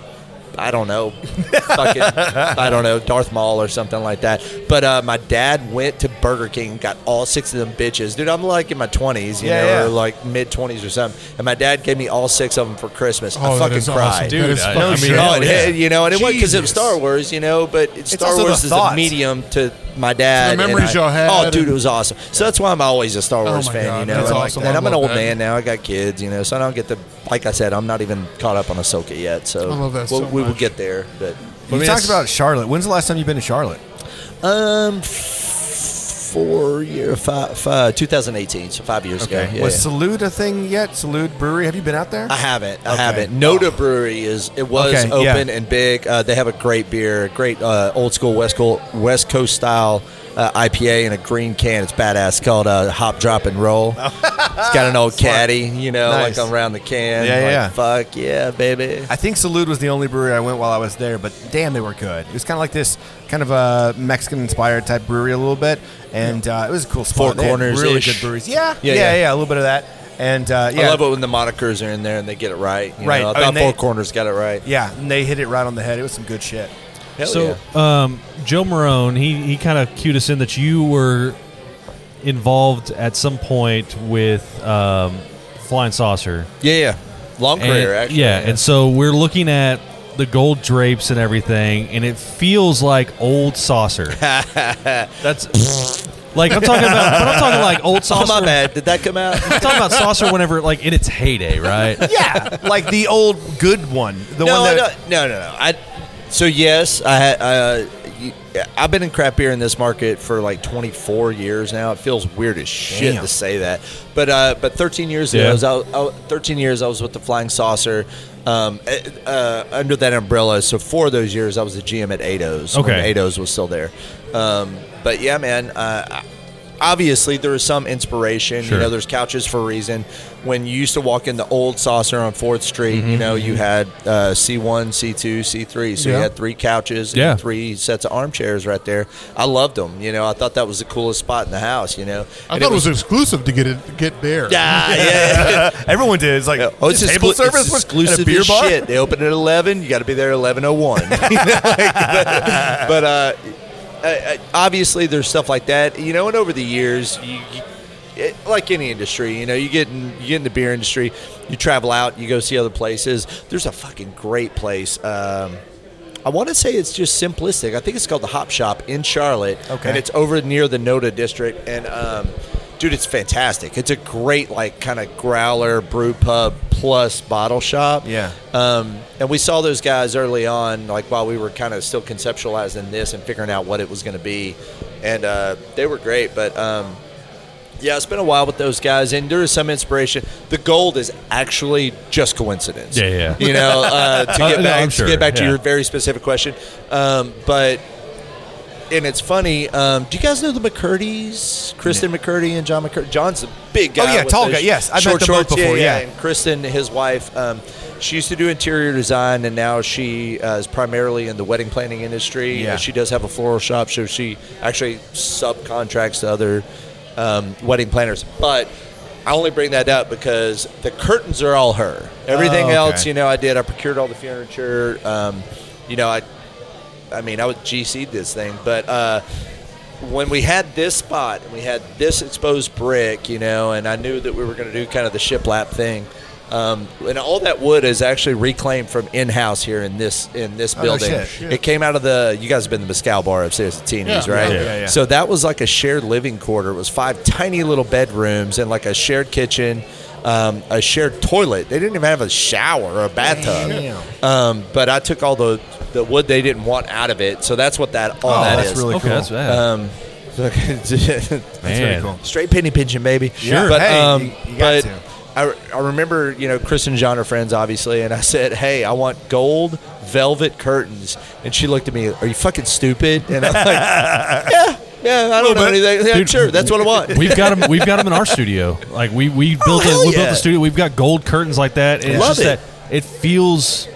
Speaker 7: I don't know, fucking, I don't know, Darth Maul or something like that. But uh, my dad went to Burger King, and got all six of them bitches, dude. I'm like in my 20s, you
Speaker 6: Yeah,
Speaker 7: know,
Speaker 6: yeah.
Speaker 7: or like mid 20s or something. And my dad gave me all six of them for Christmas.
Speaker 4: oh
Speaker 7: I
Speaker 4: that
Speaker 7: fucking
Speaker 4: is
Speaker 7: cried.
Speaker 4: awesome.
Speaker 2: Dude,
Speaker 4: that is
Speaker 2: I-
Speaker 4: fucking
Speaker 2: I mean,
Speaker 4: shit.
Speaker 7: Oh,
Speaker 2: Hell
Speaker 7: it,
Speaker 2: yeah.
Speaker 7: it- you know, and it wasn't because it was
Speaker 6: Jesus.
Speaker 7: Star Wars, you know, but it's Star
Speaker 6: also the
Speaker 7: Wars is
Speaker 6: thoughts.
Speaker 7: a medium to my dad.
Speaker 4: It's the
Speaker 7: and
Speaker 4: memories
Speaker 7: I-
Speaker 4: y'all had
Speaker 7: Oh, dude,
Speaker 4: and-
Speaker 7: it was awesome. So that's why I'm always a Star
Speaker 4: Oh
Speaker 7: Wars
Speaker 4: my
Speaker 7: fan,
Speaker 4: God,
Speaker 7: you know.
Speaker 4: that's
Speaker 7: and like
Speaker 4: awesome.
Speaker 7: that.
Speaker 4: I
Speaker 7: I'm an
Speaker 4: love
Speaker 7: old
Speaker 4: that.
Speaker 7: man now. I got kids, you know, so I don't get the, like I said, I'm not even caught up on Ahsoka yet. So
Speaker 4: I love that
Speaker 7: we'll-
Speaker 4: so
Speaker 7: we will
Speaker 4: much.
Speaker 7: get there. But
Speaker 6: We talked about Charlotte. When's the last time you've been to Charlotte?
Speaker 7: Um, f- four year, five, five, 2018, so five years ago. Yeah,
Speaker 6: Was
Speaker 7: yeah.
Speaker 6: Salute a thing yet? Salute Brewery. Have you been out there?
Speaker 7: I haven't. I
Speaker 6: Okay.
Speaker 7: haven't. Noda Brewery is it was
Speaker 6: Okay, yeah.
Speaker 7: open and big. Uh, they have a great beer, a great uh, old school West Coast West Coast style uh, IPA in a green can. It's badass. It's called uh, Hop Drop and Roll. it's got an old caddy, you know,
Speaker 6: Nice.
Speaker 7: like around the can.
Speaker 6: Yeah, yeah.
Speaker 7: like, Fuck yeah, baby.
Speaker 6: I think Salute was the only brewery I went while I was there, but damn, they were good. It was kind of like this kind of a Mexican-inspired type brewery a little bit, and uh, it was a cool spot.
Speaker 7: Four
Speaker 6: They had
Speaker 7: Corners-ish.
Speaker 6: really good breweries. Yeah,
Speaker 7: Yeah,
Speaker 6: yeah, yeah,
Speaker 7: yeah.
Speaker 6: a little bit of that, and uh, yeah,
Speaker 7: I love it when the monikers are in there and they get it right. you
Speaker 6: Right.
Speaker 7: know. I
Speaker 6: Oh,
Speaker 7: thought
Speaker 6: and they-
Speaker 7: Four Corners got it right.
Speaker 6: yeah. And they hit it right on the head. It was some good shit.
Speaker 7: Hell yeah.
Speaker 2: So, um, Joe Marone, he, he kind of cued us in that you were involved at some point with um, Flying Saucer.
Speaker 7: Yeah, yeah. Long
Speaker 2: And-
Speaker 7: career, actually.
Speaker 2: Yeah, and so we're looking at the gold drapes and everything, and it feels like old saucer. That's like I'm talking about, but I'm talking like old
Speaker 7: Oh,
Speaker 2: saucer.
Speaker 7: my bad. Did that come out?
Speaker 2: I'm talking about saucer whenever like in its heyday, right?
Speaker 6: yeah, like the old good one, the
Speaker 7: no,
Speaker 6: one
Speaker 7: I
Speaker 6: that
Speaker 7: don't- no, no, no. I so yes, I had. Uh, you- I've been in crap beer in this market for like 24 years now. It feels weird as shit
Speaker 6: Damn.
Speaker 7: to say that, but uh, but 13 years ago,
Speaker 2: Yeah.
Speaker 7: I was out, out- 13 years I was with the Flying Saucer um, eh, uh, under that umbrella. So for those years, I was a GM at Ados. when
Speaker 2: Okay.
Speaker 7: Ados was still there. Um, but yeah, man, uh, I- obviously there is some inspiration.
Speaker 2: Sure.
Speaker 7: You know, there's couches for a reason. When you used to walk in the old saucer on Fourth Street, you know, you had uh, C1, C2, C3. So
Speaker 4: Yeah.
Speaker 7: you had three couches and
Speaker 2: Yeah.
Speaker 7: three sets of armchairs right there. I loved them. You know, I thought that was the coolest spot in the house. You know,
Speaker 4: I thought it was, exclusive to get it get there.
Speaker 7: yeah, yeah.
Speaker 6: everyone did. It's like
Speaker 7: Yeah. Oh, it's
Speaker 6: table
Speaker 7: exclu-
Speaker 6: service
Speaker 7: it's
Speaker 6: with-
Speaker 7: exclusive
Speaker 6: and a beer
Speaker 7: as
Speaker 6: bar.
Speaker 7: shit. They open at eleven. You got to be there at eleven oh one. But uh, uh, uh, obviously, there's stuff like that. You know, and over the years, you, you, it, like any industry, you know, you get in, you get in the beer industry, you travel out, you go see other places. There's a fucking great place. Um, I want to say it's just simplistic. I think it's called the Hop Shop in Charlotte,
Speaker 6: Okay.
Speaker 7: and it's over near the Noda district. And um, dude, it's fantastic. It's a great like kind of growler brew pub plus bottle shop.
Speaker 6: Yeah.
Speaker 7: Um, and we saw those guys early on, like while we were kind of still conceptualizing this and figuring out what it was going to be, and uh, they were great. But um, yeah, it's been a while with those guys, and there is some inspiration. The gold is actually just coincidence.
Speaker 2: Yeah, yeah, yeah.
Speaker 7: You know, uh, to
Speaker 2: Uh,
Speaker 7: get
Speaker 2: no,
Speaker 7: back
Speaker 2: I'm sure,
Speaker 7: to get back to
Speaker 2: yeah.
Speaker 7: your very specific question, um, but and it's funny. Um, do you guys know the McCurdy's? Kristen McCurdy and John McCurdy. John's a big guy.
Speaker 6: Oh, yeah,
Speaker 7: with
Speaker 6: tall
Speaker 7: the
Speaker 6: guy, yes. I've met
Speaker 7: short
Speaker 6: them both
Speaker 7: shorts,
Speaker 6: before, yeah.
Speaker 7: and Kristen, his wife, um, she used to do interior design, and now she uh, is primarily in the wedding planning industry.
Speaker 6: Yeah.
Speaker 7: She does have a floral shop, so she actually subcontracts to other um, wedding planners. But I only bring that up because the curtains are all her. Everything
Speaker 6: Oh, okay.
Speaker 7: else, you know, I did. I procured all the furniture. Um, you know, I I mean, I would GC this thing, but uh, when we had this spot and we had this exposed brick, you know, and I knew that we were going to do kind of the shiplap thing, um, and all that wood is actually reclaimed from in-house here in this in this building.
Speaker 6: Oh, shit.
Speaker 7: It came out of the you guys have been to the Mescal Bar upstairs at Teeny's,
Speaker 4: Yeah.
Speaker 7: right?
Speaker 4: Yeah,
Speaker 6: yeah, yeah.
Speaker 7: So that was like a shared living quarter. It was five tiny little bedrooms and like a shared kitchen. Um, a shared toilet. They didn't even have a shower or a bathtub. Um, but I took all the the wood they didn't want out of it, so that's what that all
Speaker 6: Oh,
Speaker 7: that
Speaker 6: that's
Speaker 7: is.
Speaker 6: really
Speaker 2: okay,
Speaker 6: cool.
Speaker 2: that's bad.
Speaker 7: Um,
Speaker 6: That's
Speaker 2: Man.
Speaker 6: pretty cool.
Speaker 7: straight penny pinching, baby.
Speaker 6: Sure.
Speaker 7: But,
Speaker 6: Hey,
Speaker 7: um,
Speaker 6: you- you
Speaker 7: but
Speaker 6: got to.
Speaker 7: I, I remember, you know, Chris and John are friends, obviously, and I said, hey, I want gold velvet curtains. And she looked at me, are you fucking stupid? And I'm like, yeah, yeah, I don't know
Speaker 6: bit.
Speaker 7: anything. Yeah,
Speaker 2: Dude,
Speaker 7: sure, that's what I want.
Speaker 2: We've got them. We've got 'em in our studio. Like we we built
Speaker 7: Oh, hell
Speaker 2: it. We
Speaker 7: yeah.
Speaker 2: built the studio. We've got gold curtains like that. And
Speaker 7: Love
Speaker 2: it's just
Speaker 7: it.
Speaker 2: that it feels.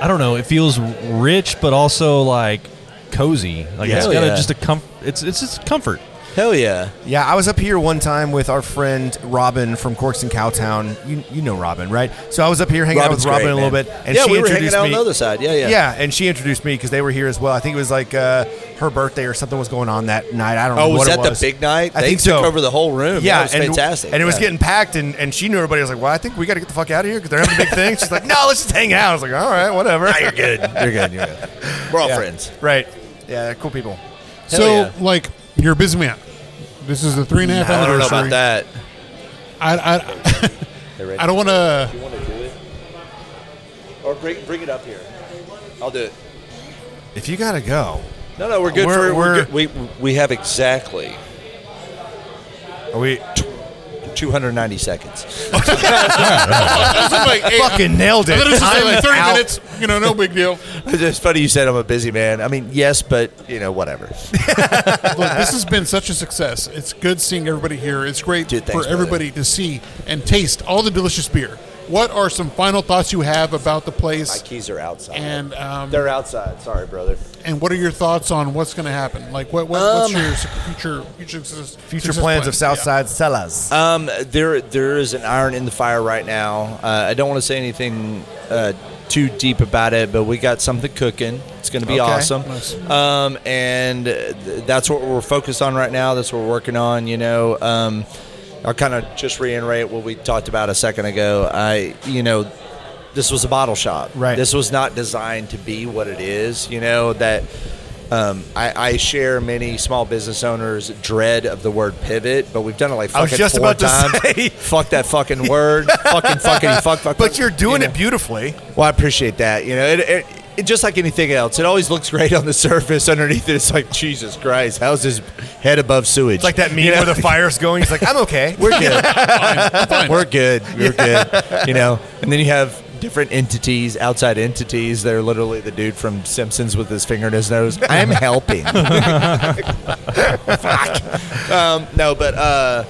Speaker 2: I don't know. It feels rich, but also like cozy. Like it's
Speaker 7: Hell
Speaker 2: got
Speaker 7: yeah.
Speaker 2: a, just a comfort. It's it's just comfort.
Speaker 7: Hell yeah.
Speaker 6: Yeah, I was up here one time with our friend Robin from Corks and Cowtown. You you know Robin, right? So I was up here hanging
Speaker 7: Robin's
Speaker 6: out with Robin
Speaker 7: great,
Speaker 6: a little
Speaker 7: man.
Speaker 6: bit, and
Speaker 7: yeah,
Speaker 6: she
Speaker 7: we were hanging
Speaker 6: introduced
Speaker 7: out
Speaker 6: me.
Speaker 7: on the other side. Yeah, yeah.
Speaker 6: yeah. and she introduced me because they were here as well. I think it was like uh, her birthday or something was going on that night. I don't know
Speaker 7: Oh, was
Speaker 6: what
Speaker 7: that
Speaker 6: it
Speaker 7: the
Speaker 6: was.
Speaker 7: big night?
Speaker 6: I
Speaker 7: they
Speaker 6: think
Speaker 7: took
Speaker 6: so.
Speaker 7: over the whole room.
Speaker 6: Yeah,
Speaker 7: that was
Speaker 6: and,
Speaker 7: fantastic.
Speaker 6: And it was
Speaker 7: Yeah.
Speaker 6: getting packed, and, and she knew everybody. I was like, well, I think we got to get the fuck out of here because they're having a big thing. She's like, no, let's just hang out. I was like, all right, whatever. you're good. You're good. You're good.
Speaker 7: we're all
Speaker 6: Yeah.
Speaker 7: friends.
Speaker 6: Right. Yeah, they're cool people.
Speaker 7: Hell
Speaker 4: So
Speaker 7: yeah.
Speaker 4: like you're a busy man. This is the three and a half
Speaker 7: I don't know
Speaker 4: anniversary.
Speaker 7: about that.
Speaker 4: I I, I don't want to.
Speaker 7: You want to do it? Or bring, bring it up here. I'll do it.
Speaker 6: If you gotta go,
Speaker 7: No, no, we're good
Speaker 6: We're-
Speaker 7: for
Speaker 6: we're-
Speaker 7: we're, good. we we have exactly
Speaker 6: are we
Speaker 7: 290 seconds.
Speaker 4: like, hey,
Speaker 6: fucking nailed
Speaker 4: I
Speaker 6: it?
Speaker 4: thought it was just
Speaker 6: I'm
Speaker 4: like thirty
Speaker 6: out.
Speaker 4: minutes. You know, no big deal.
Speaker 7: it's funny you said I'm a busy man. I mean, yes, but you know, whatever.
Speaker 4: Look, this has been such a success. It's good seeing everybody here. It's great
Speaker 7: Dude, thanks,
Speaker 4: for everybody to see and taste all the delicious beer. What are some final thoughts you have about the
Speaker 7: My
Speaker 4: place?
Speaker 7: keys are outside.
Speaker 4: And um,
Speaker 7: They're outside. Sorry, brother.
Speaker 4: and what are your thoughts on what's going to happen? Like what, what what's
Speaker 7: Um,
Speaker 4: your s- future future success,
Speaker 6: Future plans of Southside Sellers.
Speaker 7: Um, there, there is an iron in the fire right now. Uh, I don't want to say anything uh, too deep about it, but we got something cooking. It's going to be
Speaker 6: Okay.
Speaker 7: awesome.
Speaker 4: Nice.
Speaker 7: Um, and uh, th- that's what we're focused on right now. That's what we're working on. You know, um, I'll kind of just reiterate what we talked about a second ago. I, you know, this was a bottle shop.
Speaker 8: Right.
Speaker 7: This was not designed to be what it is. You know that. Um, I, I share many small business owners' dread of the word pivot, but we've done it like
Speaker 6: I was
Speaker 7: fucking
Speaker 6: just
Speaker 7: four
Speaker 6: about to
Speaker 7: times.
Speaker 6: say.
Speaker 7: Fuck that fucking word. fucking fucking fuck fuck.
Speaker 6: But
Speaker 7: fuck.
Speaker 6: you're doing
Speaker 7: You know?
Speaker 6: it beautifully.
Speaker 7: Well, I appreciate that. You know, it, it, it just like anything else, it always looks great on the surface. Underneath it, it's like Jesus Christ, how's his head above sewage?
Speaker 6: It's like that meme
Speaker 7: You know?
Speaker 6: where the fire's going. He's like, I'm okay.
Speaker 7: We're good. We're good. We're good. You know, and then you have different entities, outside entities. They're literally the dude from Simpsons with his finger in his nose. I'm helping. Fuck. Um, no, but uh,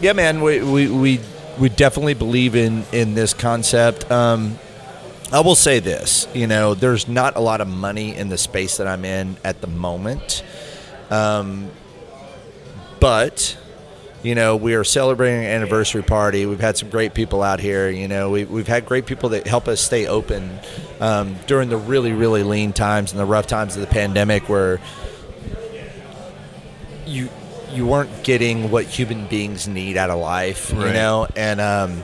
Speaker 7: yeah, man, we, we we we definitely believe in in this concept. Um, I will say this, you know, there's not a lot of money in the space that I'm in at the moment. Um, but you know, we are celebrating an anniversary party. We've had some great people out here. You know, we, we've had great people that help us stay open um, during the really, really lean times and the rough times of the pandemic where you you weren't getting what human beings need out of life, you know? And um,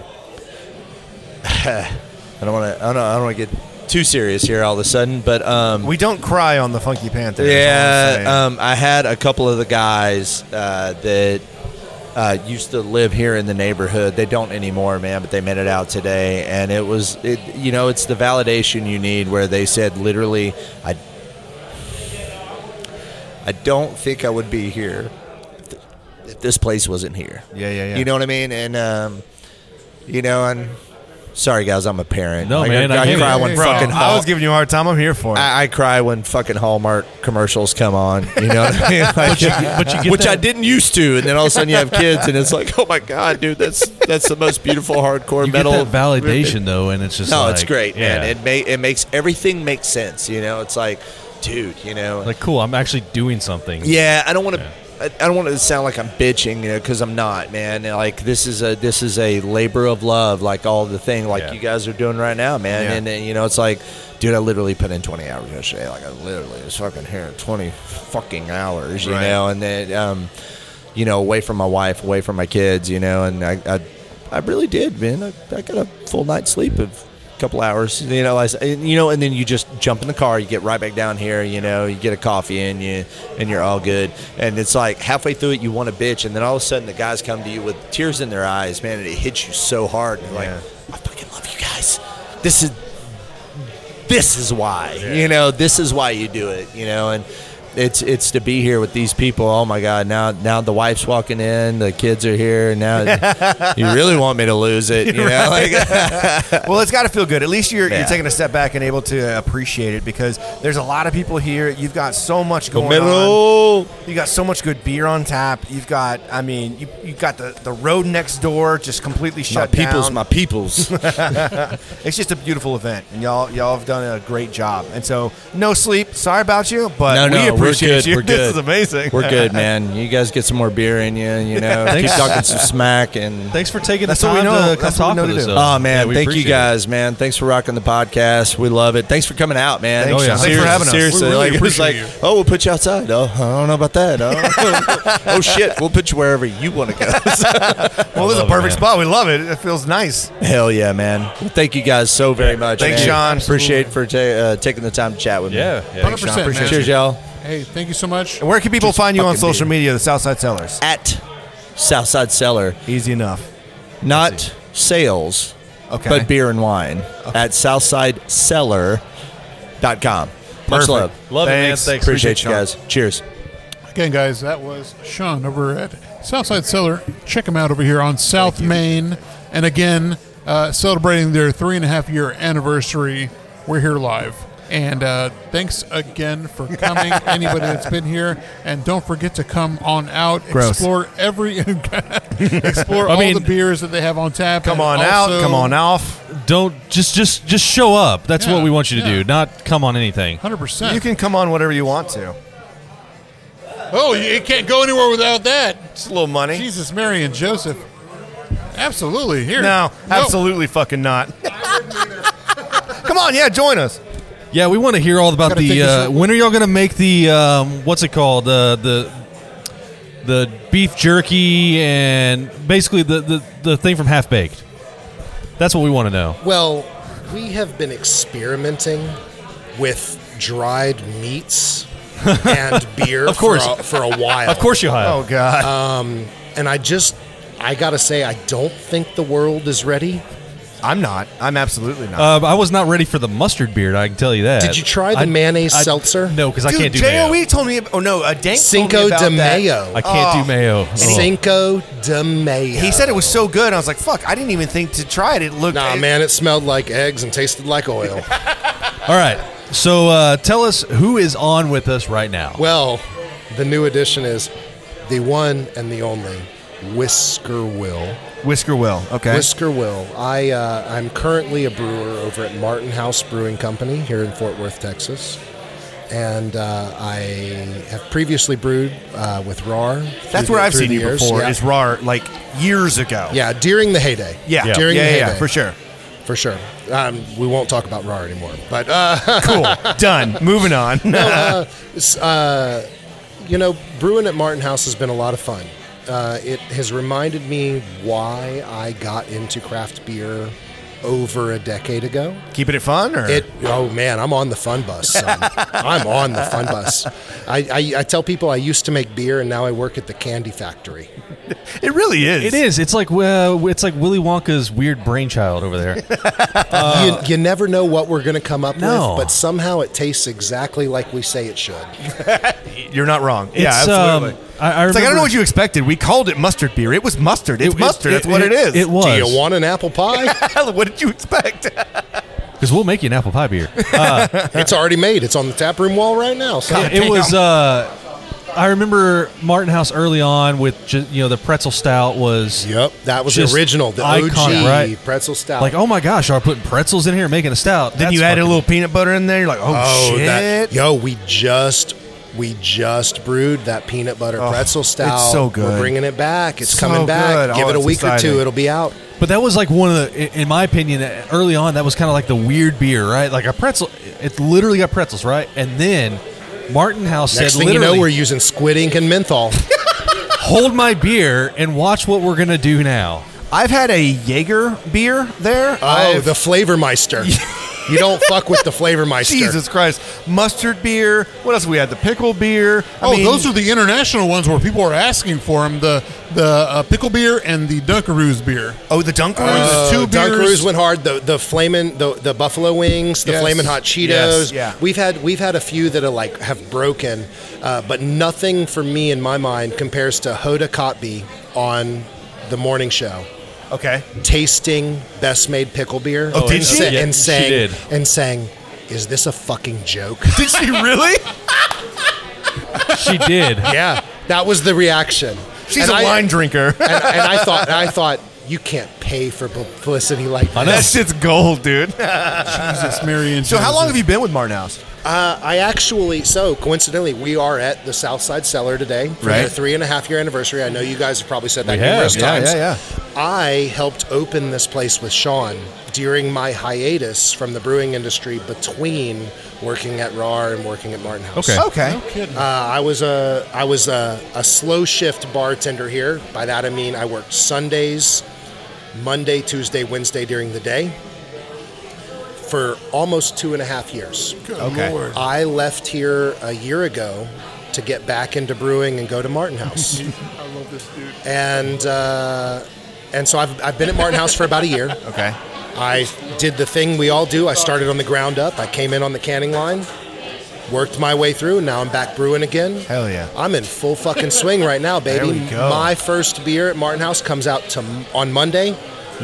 Speaker 7: I don't want to I don't, I don't want to get too serious here all of a sudden, but um,
Speaker 6: We don't cry on the Funky Panther. is all I'm saying.
Speaker 7: yeah, um, I had a couple of the guys uh, that uh, used to live here in the neighborhood. They don't anymore, man, but they made it out today, and it was, it, you know, it's the validation you need. Where they said, literally, I, I don't think I would be here if this place wasn't here.
Speaker 6: Yeah, yeah, yeah.
Speaker 7: You know what I mean? And um, you know, and sorry guys, I'm a parent.
Speaker 2: No, man, I
Speaker 7: I,
Speaker 2: get it.
Speaker 7: cry when
Speaker 6: Bro,
Speaker 7: fucking
Speaker 6: I
Speaker 7: Hall-
Speaker 6: was giving you a hard time. I'm here for it.
Speaker 7: I, I cry when fucking Hallmark commercials come on. You know what I mean? Like, which I didn't used to, and then all of a sudden you have kids, and it's like, oh my god, dude, that's that's the most beautiful hardcore
Speaker 2: You
Speaker 7: metal
Speaker 2: get that validation though, and it's just
Speaker 7: No,
Speaker 2: like,
Speaker 7: it's great,
Speaker 2: yeah.
Speaker 7: man. It ma- it makes everything make sense. You know, it's like, dude, you know,
Speaker 2: like cool. I'm actually doing something.
Speaker 7: yeah, I don't want to. I I don't want to sound like I'm bitching, you know, because I'm not, man. And, Like this is a this is a labor of love, like all the thing, like
Speaker 2: Yeah.
Speaker 7: you guys are doing right now, man.
Speaker 6: Yeah.
Speaker 7: And, and you know, it's like, dude, I literally put in 20 hours yesterday. Like I literally was fucking here 20 fucking hours, you
Speaker 6: Right.
Speaker 7: know. And then, um, you know, away from my wife, away from my kids, you know. And I, I, I really did, man. I, I got a full night's sleep of a couple hours, you know. I, s- and, you know, and then you just jump in the car, you get right back down here, you know. You get a coffee and you and you're all good. And it's like halfway through it, you want to bitch, and then all of a sudden the guys come to you with tears in their eyes, man, and it hits you so hard. And you're
Speaker 6: Yeah.
Speaker 7: like, I fucking love you guys. This is this is why you know this is why you do it you know and it's it's to be here with these people oh my god now now the wife's walking in the kids are here and now you really want me to lose it you know like
Speaker 6: well, it's got to feel good. At least you're,
Speaker 7: Yeah.
Speaker 6: you're taking a step back and able to appreciate it because there's a lot of people here. You've got so much going on. You got so much good beer on tap. You've got, I mean, you you got the, the road next door just completely
Speaker 7: my
Speaker 6: shut
Speaker 7: peoples
Speaker 6: down.
Speaker 7: my peoples
Speaker 6: it's just a beautiful event, and y'all y'all have done a great job. And so, no sleep. Sorry about you, but
Speaker 7: No, no,
Speaker 6: we
Speaker 7: we're
Speaker 6: appreciate
Speaker 7: good,
Speaker 6: you.
Speaker 7: we're
Speaker 6: This
Speaker 7: good.
Speaker 6: is amazing.
Speaker 7: we're good man you guys get some more beer in you you know keep
Speaker 2: Thanks.
Speaker 7: talking some smack and
Speaker 2: Thanks for taking
Speaker 6: That's
Speaker 2: the
Speaker 6: what we
Speaker 2: time
Speaker 6: know.
Speaker 2: to come
Speaker 6: That's what we
Speaker 2: talk
Speaker 6: know
Speaker 2: with
Speaker 6: to
Speaker 2: us.
Speaker 6: do.
Speaker 2: though.
Speaker 7: Oh man,
Speaker 2: Yeah, we
Speaker 7: thank you
Speaker 2: appreciate it.
Speaker 7: guys, man. Thanks for rocking the podcast. We love it. Thanks for coming out, man.
Speaker 6: Thanks,
Speaker 2: Oh, yeah. Sean.
Speaker 7: seriously,
Speaker 6: Thanks for having us.
Speaker 7: Seriously,
Speaker 6: We really
Speaker 7: like, it was like,
Speaker 6: appreciate
Speaker 7: oh, we'll put you outside. Oh, I don't know about that. Oh, oh shit, we'll put you wherever you want to go.
Speaker 6: Well, this is a
Speaker 2: love it,
Speaker 6: perfect
Speaker 2: man.
Speaker 6: spot. We love it. It feels nice.
Speaker 7: Hell yeah, man. Well, thank you guys so very much.
Speaker 6: Thanks,
Speaker 7: man.
Speaker 6: Sean.
Speaker 7: Appreciate for ta- uh, taking the time to chat with
Speaker 2: Yeah,
Speaker 7: me.
Speaker 2: yeah.
Speaker 4: 100%, man.
Speaker 7: Cheers, y'all.
Speaker 4: Hey, thank you so much.
Speaker 6: And where can people find you on
Speaker 7: fucking
Speaker 6: social
Speaker 7: do.
Speaker 6: media? The Southside Sellers.
Speaker 7: At Southside Cellar,
Speaker 6: Easy enough.
Speaker 7: not sales,
Speaker 6: Okay.
Speaker 7: but beer and wine at SouthsideCellar.com. Much
Speaker 6: Perfect.
Speaker 7: love.
Speaker 2: Love it, man.
Speaker 6: Thanks.
Speaker 2: Thanks.
Speaker 7: Appreciate you guys. Cheers.
Speaker 4: Again, guys, that was Sean over at Southside Cellar. Check him out over here on South Main. And again, uh, celebrating their three and a half year anniversary. We're here live. And uh, thanks again for coming, anybody that's been here. And don't forget to come on out,
Speaker 6: Gross.
Speaker 4: explore every, explore
Speaker 2: I
Speaker 4: all
Speaker 2: mean-
Speaker 4: the beers that they have on tap.
Speaker 6: Come
Speaker 4: and
Speaker 6: on
Speaker 4: also-
Speaker 6: out. Come on off.
Speaker 2: Don't just just just show up. That's
Speaker 4: Yeah,
Speaker 2: what we want you to
Speaker 4: yeah.
Speaker 2: do. Not come on anything.
Speaker 4: 100%.
Speaker 6: You can come on whatever you want to.
Speaker 4: oh, you it can't go anywhere without that.
Speaker 6: It's a little money.
Speaker 4: Jesus, Mary, and Joseph. Absolutely. Here.
Speaker 6: No, absolutely fucking not. Come on, yeah, join us.
Speaker 2: Yeah, we want to hear all about
Speaker 4: Gotta
Speaker 2: the.
Speaker 4: take a
Speaker 2: Uh,
Speaker 4: shot.
Speaker 2: when are y'all going to make the um, what's it called? Uh, the the beef jerky and basically the, the, the thing from Half Baked. That's what we want to know.
Speaker 8: Well, we have been experimenting with dried meats and beer
Speaker 2: Of course.
Speaker 8: For, a, for a while.
Speaker 2: Of course you have.
Speaker 6: Oh God.
Speaker 8: And I just, I gotta say, I don't think the world is ready.
Speaker 6: I'm not. I'm absolutely
Speaker 8: Uh,
Speaker 6: not.
Speaker 2: Um, I was not ready for the mustard beard. I can tell you that.
Speaker 8: Did you try the
Speaker 2: I-
Speaker 8: mayonnaise
Speaker 2: I-
Speaker 8: seltzer?
Speaker 2: No, because I
Speaker 6: Dude,
Speaker 2: can't do
Speaker 6: JOE
Speaker 2: mayo.
Speaker 6: told me. ab- Oh no, uh, Dank told me
Speaker 8: Cinco
Speaker 6: about
Speaker 8: de
Speaker 6: that.
Speaker 8: Mayo.
Speaker 2: I can't
Speaker 6: Oh.
Speaker 2: do mayo. Ugh.
Speaker 8: Cinco de Mayo.
Speaker 6: He said it was so good. I was like, fuck. I didn't even think to try it. It looked.
Speaker 8: Nah,
Speaker 6: it-
Speaker 8: man, it smelled like eggs and tasted like oil.
Speaker 2: All right. So uh, tell us who is on with us right now.
Speaker 8: well, the new addition is the one and the only Whisker Will.
Speaker 6: Whisker Will. Okay.
Speaker 8: Whisker Will. I uh, I'm currently a brewer over at Martin House Brewing Company here in Fort Worth, Texas, and uh, I have previously brewed uh, with RAR.
Speaker 6: That's
Speaker 8: through
Speaker 6: where
Speaker 8: the-
Speaker 6: I've
Speaker 8: through
Speaker 6: seen
Speaker 8: the
Speaker 6: you
Speaker 8: years.
Speaker 6: before.
Speaker 8: Yeah.
Speaker 6: Is RAR like years ago?
Speaker 8: yeah, during the heyday.
Speaker 6: Yeah. Yeah.
Speaker 8: during
Speaker 6: yeah,
Speaker 8: the
Speaker 6: yeah,
Speaker 8: heyday,
Speaker 6: for sure.
Speaker 8: for sure. Um, we won't talk about RAR anymore, but uh,
Speaker 6: Cool. Done. Moving on.
Speaker 8: S- uh, you know, brewing at Martin House has been a lot of fun. Uh, it has reminded me why I got into craft beer over a decade ago.
Speaker 6: Keeping it fun, or
Speaker 8: It. Oh man, I'm on the fun bus. Son. I'm on the fun bus. I, I, I tell people I used to make beer and now I work at the candy factory.
Speaker 6: it really is.
Speaker 2: It is. It's like uh, it's like Willy Wonka's weird brainchild over there.
Speaker 8: you, you never know what we're going to come up
Speaker 2: Uh, No.
Speaker 8: with, but somehow it tastes exactly like we say it should.
Speaker 6: You're not wrong. yeah,
Speaker 2: It's,
Speaker 6: absolutely.
Speaker 2: um, I- I
Speaker 6: it's like I don't
Speaker 2: remember-
Speaker 6: know what you expected. We called it mustard beer. It was mustard. It's
Speaker 2: It- it-
Speaker 6: mustard. That's what it is.
Speaker 2: It
Speaker 8: Do you
Speaker 2: was
Speaker 8: want an apple pie?
Speaker 6: what did you expect?
Speaker 2: because we'll make you an apple pie beer.
Speaker 8: it's already made. It's on the tap room wall right now. So.
Speaker 2: it, it was uh I remember Martin House early on with ju- you know the pretzel stout was
Speaker 8: Yep, that was the
Speaker 2: Just
Speaker 8: original, the
Speaker 2: iconic,
Speaker 8: OG
Speaker 2: right?
Speaker 8: pretzel stout.
Speaker 2: like oh my gosh are putting pretzels in here making a stout
Speaker 6: then you added a little peanut butter in there. You're like, oh, shit.
Speaker 8: that yo, we just we just brewed that peanut butter pretzel stout.
Speaker 6: Oh, it's so good.
Speaker 8: We're bringing it back. It's
Speaker 6: So
Speaker 8: coming back.
Speaker 6: good.
Speaker 8: Give
Speaker 6: Oh,
Speaker 8: it a
Speaker 6: it's
Speaker 8: week or
Speaker 6: exciting.
Speaker 8: two. It'll be out.
Speaker 2: but that was like one of the i- in my opinion uh, early on that was kind of like the weird beer right like a pretzel it's literally got pretzels right and then Martin House
Speaker 8: Next
Speaker 2: said
Speaker 8: thing you
Speaker 2: literally
Speaker 8: know, we're using squid ink and menthol.
Speaker 2: hold my beer and watch what we're gonna do now
Speaker 6: I've had a Jaeger beer there.
Speaker 8: oh, the Flavormeister. you don't fuck with the Flavormeister.
Speaker 6: Jesus Christ. Mustard beer. What else we had? The pickle beer. I
Speaker 4: Oh,
Speaker 6: mean,
Speaker 4: those are the international ones where people are asking for them. The the uh, pickle beer and the Dunkaroos beer.
Speaker 6: Oh, the Dunkaroos.
Speaker 4: Uh,
Speaker 6: two
Speaker 4: two
Speaker 6: beers.
Speaker 8: Dunkaroos went hard. The the flamin' the, the buffalo wings, the
Speaker 4: Yes.
Speaker 8: flamin' hot Cheetos.
Speaker 6: Yes, yeah.
Speaker 8: We've had we've had a few that are like have broken, uh, but nothing for me in my mind compares to Hoda Kotb on the morning show
Speaker 6: Okay.
Speaker 8: tasting best made pickle beer.
Speaker 6: Oh, did
Speaker 8: and,
Speaker 6: she?
Speaker 8: sa-
Speaker 2: Yeah,
Speaker 8: and
Speaker 2: she
Speaker 8: saying
Speaker 2: did.
Speaker 8: and saying, is this a fucking joke?
Speaker 6: Did she really?
Speaker 2: she did
Speaker 8: yeah, that was the reaction.
Speaker 6: She's
Speaker 8: And
Speaker 6: a
Speaker 8: I-
Speaker 6: wine drinker.
Speaker 8: and, and I thought and I thought you can't pay for publicity like that.
Speaker 6: that shit's gold, dude.
Speaker 4: Jesus, Mary and
Speaker 6: So, how long
Speaker 4: Jesus.
Speaker 6: have you been with Martin House?
Speaker 8: Uh, I actually, so coincidentally, we are at the Southside Cellar today for
Speaker 6: Right.
Speaker 8: their three and a half year anniversary. I know you guys have probably said that
Speaker 2: We have,
Speaker 8: numerous
Speaker 2: yeah,
Speaker 8: times.
Speaker 6: yeah,
Speaker 8: I helped open this place with Sean during my hiatus from the brewing industry between working at RAR and working at Martin House.
Speaker 2: Okay.
Speaker 6: Okay.
Speaker 8: Uh, I was a I was a, a slow shift bartender here. By that I mean I worked Sundays, Monday, Tuesday, Wednesday during the day for almost two and a half years.
Speaker 6: Okay.
Speaker 8: I left here a year ago to get back into brewing and go to Martin House. I love this dude. And uh, and so I've, I've been at Martin House for about a year.
Speaker 6: Okay.
Speaker 8: I did the thing we all do. I started on the ground up. I came in on the canning line, worked my way through, and now I'm back brewing again.
Speaker 6: Hell yeah.
Speaker 8: I'm in full fucking swing right now, baby.
Speaker 6: There we go.
Speaker 8: My first beer at Martin House comes out to, on Monday.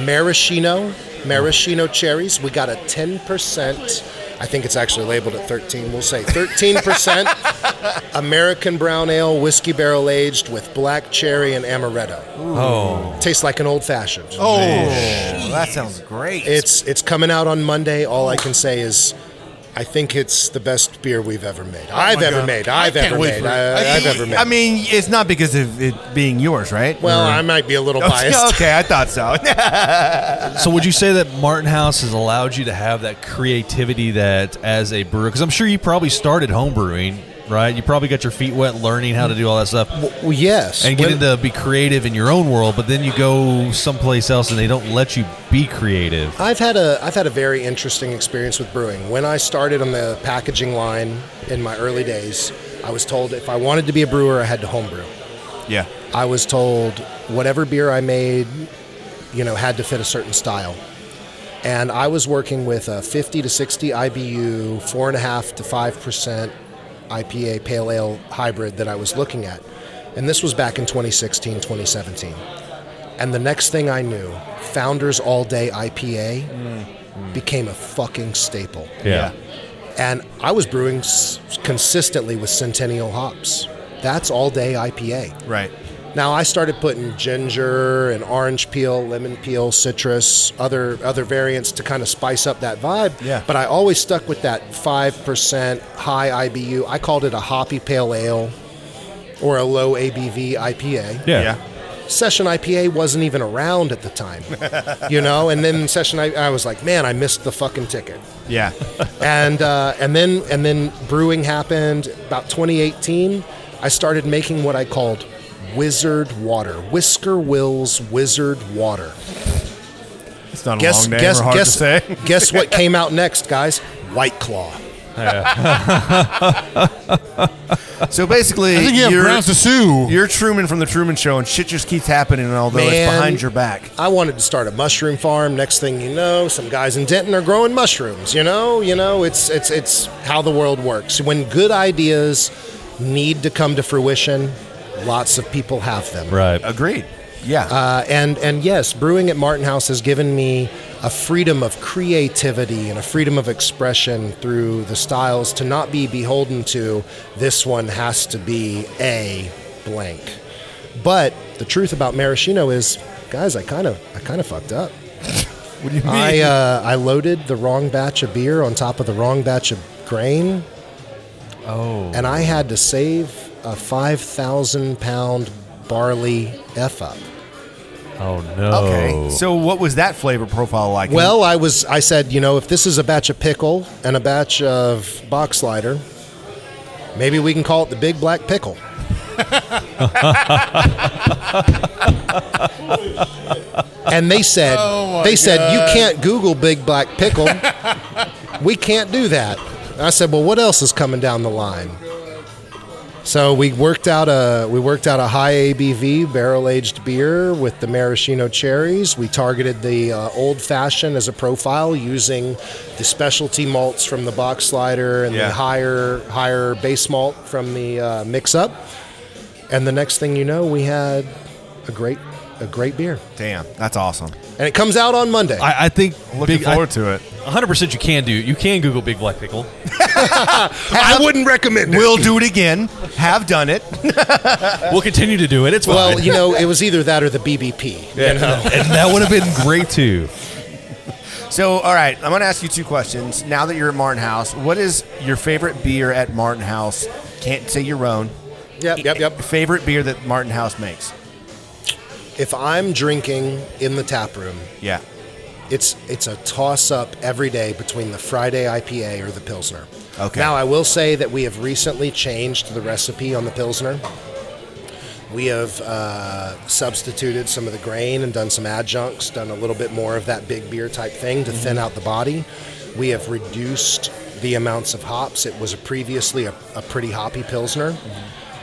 Speaker 8: Maraschino, maraschino cherries. We got a 10%. I think it's actually labeled at 13. We'll say 13% American brown ale, whiskey barrel aged with black cherry and amaretto. Oh. Tastes like an old fashioned.
Speaker 6: Oh, that sounds great.
Speaker 8: It's it's coming out on Monday. All I can say is, I think it's the best beer we've ever made. I've ever
Speaker 4: Oh God.
Speaker 8: made.
Speaker 4: I
Speaker 8: I've
Speaker 4: can't
Speaker 8: ever
Speaker 4: wait
Speaker 8: made.
Speaker 4: for it.
Speaker 8: I,
Speaker 4: I Mm.
Speaker 8: I've ever made.
Speaker 6: I mean, it's not because of it being yours, right?
Speaker 8: well,
Speaker 6: Or-
Speaker 8: I might be a little
Speaker 6: Okay,
Speaker 8: biased.
Speaker 6: okay, I thought so.
Speaker 2: So would you say that Martin House has allowed you to have that creativity that as a brewer? Because I'm sure you probably started homebrewing right? You probably got your feet wet learning how to do all that stuff.
Speaker 8: Well, yes.
Speaker 2: and get
Speaker 8: When-
Speaker 2: into be creative in your own world, but then you go someplace else and they don't let you be creative.
Speaker 8: I've had a I've had a very interesting experience with brewing. When I started on the packaging line in my early days, I was told if I wanted to be a brewer, I had to homebrew.
Speaker 3: Yeah.
Speaker 8: I was told whatever beer I made, you know, had to fit a certain style. And I was working with a 50 to 60 IBU, four and a half to five percent IPA pale ale hybrid that I was looking at. And this was back in 2016, 2017. And the next thing I knew, Founders All Day IPA became a fucking staple.
Speaker 2: Yeah.
Speaker 8: And I was brewing s- consistently with Centennial hops. That's all day IPA.
Speaker 3: Right.
Speaker 8: Now I started putting ginger and orange peel, lemon peel, citrus, other other variants to kind of spice up that vibe.
Speaker 6: Yeah.
Speaker 8: But I always stuck with that five percent high IBU. I called it a hoppy pale ale or a low ABV IPA.
Speaker 2: Yeah.
Speaker 3: Yeah.
Speaker 8: Session IPA wasn't even around at the time, you know. And then session, I, I was like, man, I missed the fucking ticket
Speaker 3: Yeah.
Speaker 8: and uh, and then and then brewing happened about 2018. I started making what I called wizard water, Whisker Will's wizard water.
Speaker 3: It's not a
Speaker 8: Guess
Speaker 3: long name
Speaker 8: guess
Speaker 3: or hard
Speaker 8: guess
Speaker 3: to say.
Speaker 8: guess what came out next, guys? White Claw.
Speaker 6: So basically,
Speaker 4: I think you have
Speaker 6: you're,
Speaker 4: grounds to sue.
Speaker 6: you're Truman from the Truman Show, and shit just keeps happening. And although
Speaker 8: Man.
Speaker 6: it's behind your back,
Speaker 8: I wanted to start a mushroom farm. Next thing you know, some guys in Denton are growing mushrooms. You know, you know, it's it's it's how the world works. When good ideas need to come to fruition, lots of people have them.
Speaker 2: Right.
Speaker 6: agreed. Yeah,
Speaker 8: Uh, and and yes, brewing at Martin House has given me a freedom of creativity and a freedom of expression through the styles to not be beholden to this one has to be a blank. But the truth about maraschino is, guys, I kind of I kind of fucked up.
Speaker 3: What do you mean?
Speaker 8: I uh, I loaded the wrong batch of beer on top of the wrong batch of grain. Oh. And I had to save a five thousand pound barley f up.
Speaker 2: Oh no.
Speaker 6: okay. So what was that flavor profile like?
Speaker 8: Well, I was. I said, you know, if this is a batch of pickle and a batch of box slider, maybe we can call it the Big Black Pickle. and they said,
Speaker 4: Oh my
Speaker 8: they said
Speaker 4: God.
Speaker 8: you can't Google Big Black Pickle. we can't do that. I said, well, what else is coming down the line? So we worked out a we worked out a high ABV barrel aged beer with the maraschino cherries. We targeted the uh, old fashioned as a profile using the specialty malts from the box slider and
Speaker 3: Yeah.
Speaker 8: the higher higher base malt from the uh, mix up. And the next thing you know, we had a great a great beer,
Speaker 6: damn, that's awesome.
Speaker 8: and it comes out on Monday.
Speaker 2: I, I think
Speaker 3: Looking
Speaker 2: big,
Speaker 3: forward to it.
Speaker 2: 100% you can do. You can Google Big Black Pickle.
Speaker 8: I wouldn't recommend
Speaker 6: We'll do it again. Have done it.
Speaker 2: We'll continue to do it. It's fine.
Speaker 8: Well, you know, it was either that or the BBP.
Speaker 2: Yeah. and that would have been great too.
Speaker 6: So, all right, I'm going to ask you two questions. Now that you're at Martin House, what is your favorite beer at Martin House? Can't say your own.
Speaker 8: Yep, yep, yep.
Speaker 6: Favorite beer that Martin House makes?
Speaker 8: If I'm drinking in the tap room,
Speaker 6: Yeah.
Speaker 8: it's it's a toss up every day between the Friday IPA or the Pilsner.
Speaker 6: Okay.
Speaker 8: Now I will say that we have recently changed the recipe on the Pilsner. We have uh, substituted some of the grain and done some adjuncts, done a little bit more of that big beer type thing to thin out the body. We have reduced the amounts of hops. It was a previously a, a pretty hoppy Pilsner.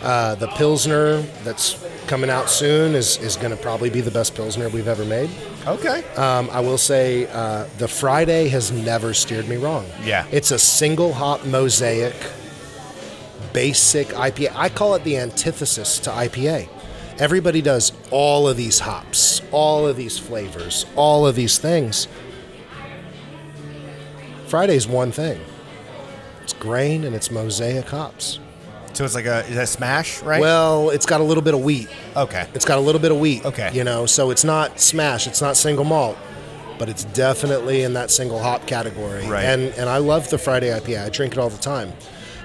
Speaker 8: Uh, the Pilsner that's coming out soon is, is going to probably be the best Pilsner we've ever made.
Speaker 6: Okay.
Speaker 8: Um, I will say uh, the Friday has never steered me wrong.
Speaker 6: Yeah.
Speaker 8: It's a single hop mosaic, basic IPA. I call it the antithesis to IPA. Everybody does all of these hops, all of these flavors, all of these things. Friday's one thing it's grain and it's mosaic hops.
Speaker 6: So it's like a is that smash, right?
Speaker 8: Well, it's got a little bit of wheat.
Speaker 6: okay.
Speaker 8: It's got a little bit of wheat.
Speaker 6: Okay.
Speaker 8: You know, so it's not smash, it's not single malt, but it's definitely in that single hop category.
Speaker 6: Right.
Speaker 8: And and I love the Friday IPA. I drink it all the time.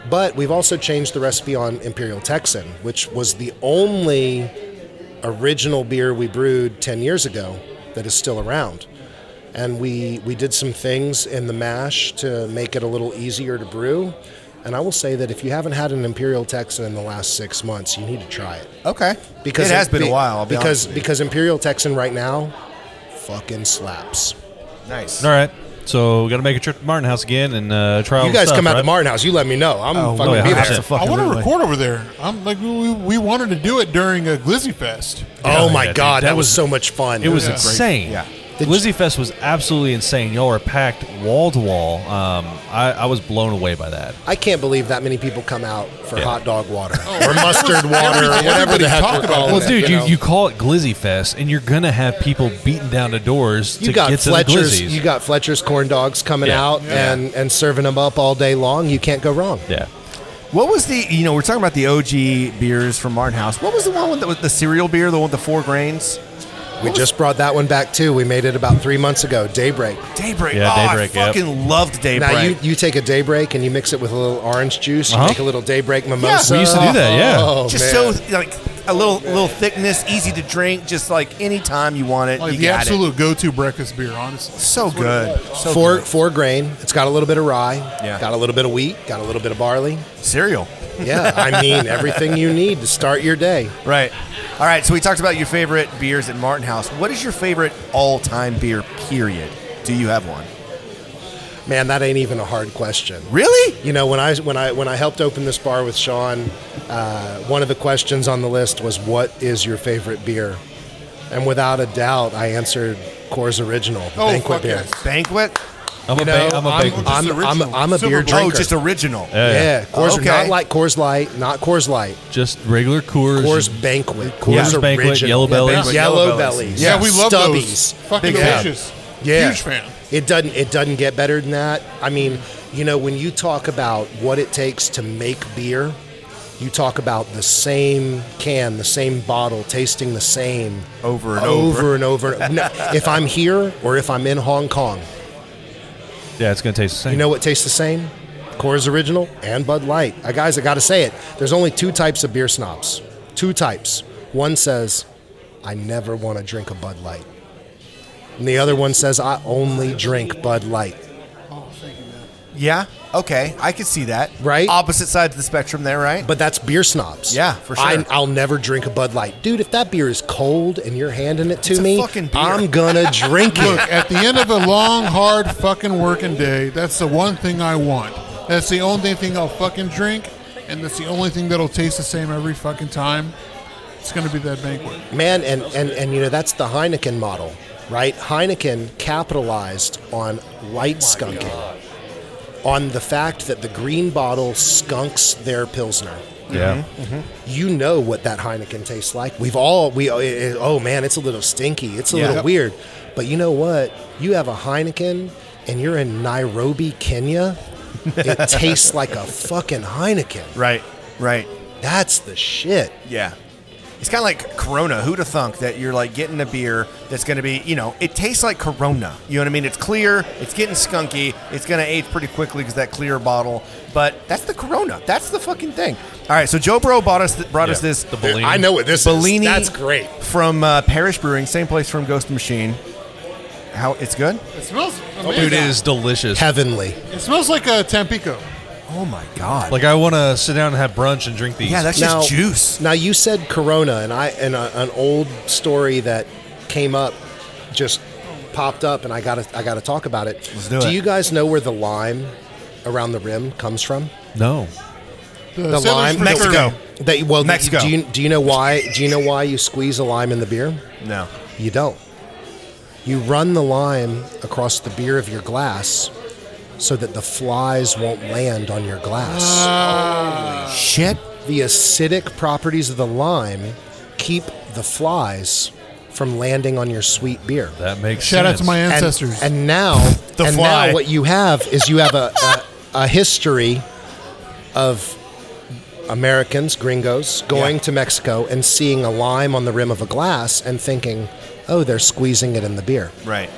Speaker 8: But we've also changed the recipe on Imperial Texan, which was the only original beer we brewed 10 years ago that is still around. And we we did some things in the mash to make it a little easier to brew. And I will say that if you haven't had an Imperial Texan in the last six months, you need to try it
Speaker 6: Okay.
Speaker 8: because
Speaker 6: it has been a while. I'll be
Speaker 8: because
Speaker 6: honest with you.
Speaker 8: because Imperial Texan right now, fucking slaps.
Speaker 6: nice.
Speaker 2: All right. So we got to make a trip to Martin House again and uh, try. all
Speaker 8: you
Speaker 2: the
Speaker 8: guys
Speaker 2: stuff,
Speaker 8: come out
Speaker 2: right?
Speaker 8: to Martin House, you let me know. I'm
Speaker 2: Oh, no,
Speaker 8: fucking
Speaker 2: yeah,
Speaker 8: be there.
Speaker 2: 100%.
Speaker 4: I want to record over there. I'm like we, we wanted to do it during a Glizzy Fest.
Speaker 8: Oh
Speaker 2: Yeah,
Speaker 8: my
Speaker 2: yeah, dude,
Speaker 8: god,
Speaker 2: that
Speaker 8: that, was,
Speaker 2: was-
Speaker 8: so much fun.
Speaker 2: It was
Speaker 4: Yeah.
Speaker 2: insane.
Speaker 6: Yeah.
Speaker 8: Did
Speaker 2: Glizzy Fest was absolutely insane. Y'all were packed wall to wall. Um, I, I was blown away by that.
Speaker 8: I can't believe that many people come out for
Speaker 2: Yeah.
Speaker 8: hot dog water or mustard water or
Speaker 4: Everybody
Speaker 8: whatever the heck
Speaker 4: talked
Speaker 8: we're
Speaker 4: about
Speaker 8: calling
Speaker 4: it.
Speaker 2: Well,
Speaker 8: it,
Speaker 2: dude, you,
Speaker 8: know?
Speaker 2: you call it Glizzy Fest, and you're gonna have people beating down the doors
Speaker 8: You
Speaker 2: to
Speaker 8: got
Speaker 2: get to the
Speaker 8: Fletcher's,
Speaker 2: Glizzies.
Speaker 8: you got Fletcher's corn dogs coming
Speaker 2: Yeah.
Speaker 8: out and and serving them up all day long. You can't go wrong.
Speaker 2: yeah.
Speaker 6: What was the? You know, we're talking about the OG beers from Martin House. What was the one with the, with the cereal beer? The one with the four grains?
Speaker 8: We just brought that one back too. We made it about three months ago. Daybreak.
Speaker 6: Daybreak.
Speaker 2: Yeah,
Speaker 6: oh,
Speaker 2: Daybreak,
Speaker 6: I
Speaker 2: yep.
Speaker 6: fucking loved Daybreak.
Speaker 8: Now you, you take a daybreak and you mix it with a little orange juice. You
Speaker 2: Uh-huh.
Speaker 8: make a little daybreak mimosa.
Speaker 2: We used to do that, yeah.
Speaker 8: Oh,
Speaker 6: just
Speaker 8: man.
Speaker 6: so like a little little thickness, easy to drink. Just like anytime you want it,
Speaker 4: Like
Speaker 6: you
Speaker 4: the
Speaker 6: got
Speaker 4: absolute go-to breakfast beer, honestly.
Speaker 6: it. So good. So
Speaker 8: four
Speaker 6: good.
Speaker 8: four grain. It's got a little bit of rye.
Speaker 6: Yeah.
Speaker 8: Got a little bit of wheat. Got a little bit of barley.
Speaker 6: cereal.
Speaker 8: Yeah, I mean everything you need to start your day.
Speaker 6: Right. All right. So we talked about your favorite beers at Martin House. What is your favorite all-time beer? Period. Do you have one?
Speaker 8: Man, that ain't even a hard question.
Speaker 6: Really?
Speaker 8: You know, when I when I when I helped open this bar with Sean, uh, one of the questions on the list was, "What is your favorite beer?" And without a doubt, I answered Coors Original, the
Speaker 4: Oh,
Speaker 8: banquet
Speaker 4: fuck
Speaker 8: beer.
Speaker 4: yes.
Speaker 6: Banquet?
Speaker 2: I'm
Speaker 8: know,
Speaker 2: a, ba- I'm a
Speaker 4: I'm-
Speaker 2: big.
Speaker 4: Just
Speaker 8: I'm, I'm,
Speaker 4: original.
Speaker 8: I'm a
Speaker 4: Super
Speaker 8: beer
Speaker 4: Bowl.
Speaker 8: drinker.
Speaker 6: Oh, just original.
Speaker 2: Yeah, yeah.
Speaker 8: yeah, Coors
Speaker 6: Okay.
Speaker 8: not like Coors Light, not Coors Light,
Speaker 2: just regular Coors.
Speaker 8: Coors Banquet,
Speaker 2: Coors
Speaker 8: Coors
Speaker 2: Banquet,
Speaker 8: Original,
Speaker 2: Yellow
Speaker 8: Yellow,
Speaker 2: Bellies.
Speaker 6: Yellow Bellies.
Speaker 8: Bellies,
Speaker 4: Yeah, we love
Speaker 8: Stubbies.
Speaker 4: those. Fucking
Speaker 8: Big fan.
Speaker 4: delicious.
Speaker 8: Yeah.
Speaker 4: Huge fan.
Speaker 8: It doesn't it doesn't get better than that. I mean, you know, when you talk about what it takes to make beer, you talk about the same can, the same bottle, tasting the same
Speaker 6: Over and
Speaker 8: over and over. No, if I'm here or if I'm in Hong Kong,
Speaker 2: Yeah, it's gonna taste the same.
Speaker 8: you know what tastes the same? Coors Original and Bud Light. Uh, guys, I got to say it. There's only two types of beer snobs. Two types. One says, I never want to drink a Bud Light. And the other one says, I only drink Bud Light.
Speaker 6: Yeah. Okay. I could see that.
Speaker 8: Right?
Speaker 6: Opposite sides of the spectrum there, right?
Speaker 8: But that's beer snobs.
Speaker 6: Yeah, for sure.
Speaker 8: I, I'll never drink a Bud Light, dude. If that beer is cold and you're handing it to
Speaker 6: It's a
Speaker 8: me,
Speaker 6: fucking beer.
Speaker 8: I'm gonna drink
Speaker 4: Look,
Speaker 8: it.
Speaker 4: at the end of a long, hard fucking working day, that's the one thing I want. That's the only thing I'll fucking drink, and that's the only thing that'll taste the same every fucking time. It's gonna be that banquet.
Speaker 8: Man, and, and and you know that's the Heineken model, right? Heineken capitalized on light skunking, on the fact that the green bottle skunks their pilsner.
Speaker 2: yeah.
Speaker 8: mm-hmm. You know what that Heineken tastes like. We've all we oh, it- it- oh man, it's a little stinky. It's a
Speaker 2: Yeah.
Speaker 8: little weird, but you know what? You have a Heineken and you're in Nairobi, Kenya. It tastes like a fucking Heineken.
Speaker 6: right. Right.
Speaker 8: That's the shit.
Speaker 6: Yeah. It's kind of like Corona. Who'd have thunk that you're like getting a beer that's going to be, you know, it tastes like Corona. You know what I mean? It's clear, it's getting skunky, it's going to age pretty quickly because that clear bottle. But that's the Corona. That's the fucking thing. All right, so Joe Bro bought us th- brought us
Speaker 2: Yeah,
Speaker 6: this.
Speaker 2: the Bellini. I
Speaker 8: know what this is.
Speaker 6: Bellini
Speaker 8: That's great.
Speaker 6: From uh, Parish Brewing, same place from Ghost Machine. How it's good?
Speaker 4: It smells
Speaker 6: Oh,
Speaker 4: amazing.
Speaker 2: Dude, it is delicious.
Speaker 8: Heavenly.
Speaker 4: It smells like a Tampico.
Speaker 6: Oh my god!
Speaker 2: Like I want to sit down and have brunch and drink these.
Speaker 6: yeah, that's
Speaker 8: Now-
Speaker 6: just juice.
Speaker 8: Now you said Corona, and I and a, an old story that came up just popped up, and I gotta I gotta talk about it.
Speaker 6: Let's do it.
Speaker 8: you guys know where the lime around the rim comes from?
Speaker 2: no.
Speaker 8: The
Speaker 4: Settlers
Speaker 8: lime,
Speaker 4: for
Speaker 6: Mexico.
Speaker 4: Bourbon.
Speaker 8: That well, do-
Speaker 6: Mexico.
Speaker 8: Do you, do you know why? Do you know why you squeeze a lime in the beer?
Speaker 6: No.
Speaker 8: You don't. You run the lime across the beer of your glass so that the flies won't land on your glass. shit. The acidic properties of the lime keep the flies from landing on your sweet beer.
Speaker 2: That makes
Speaker 4: Shout out
Speaker 2: sense.
Speaker 4: to my
Speaker 8: And-
Speaker 4: ancestors.
Speaker 8: And, now,
Speaker 6: The
Speaker 8: and
Speaker 6: fly.
Speaker 8: now what you have is you have a, a, a history of Americans, gringos, going
Speaker 6: Yeah.
Speaker 8: to Mexico and seeing a lime on the rim of a glass and thinking, oh, they're squeezing it in the beer.
Speaker 6: Right.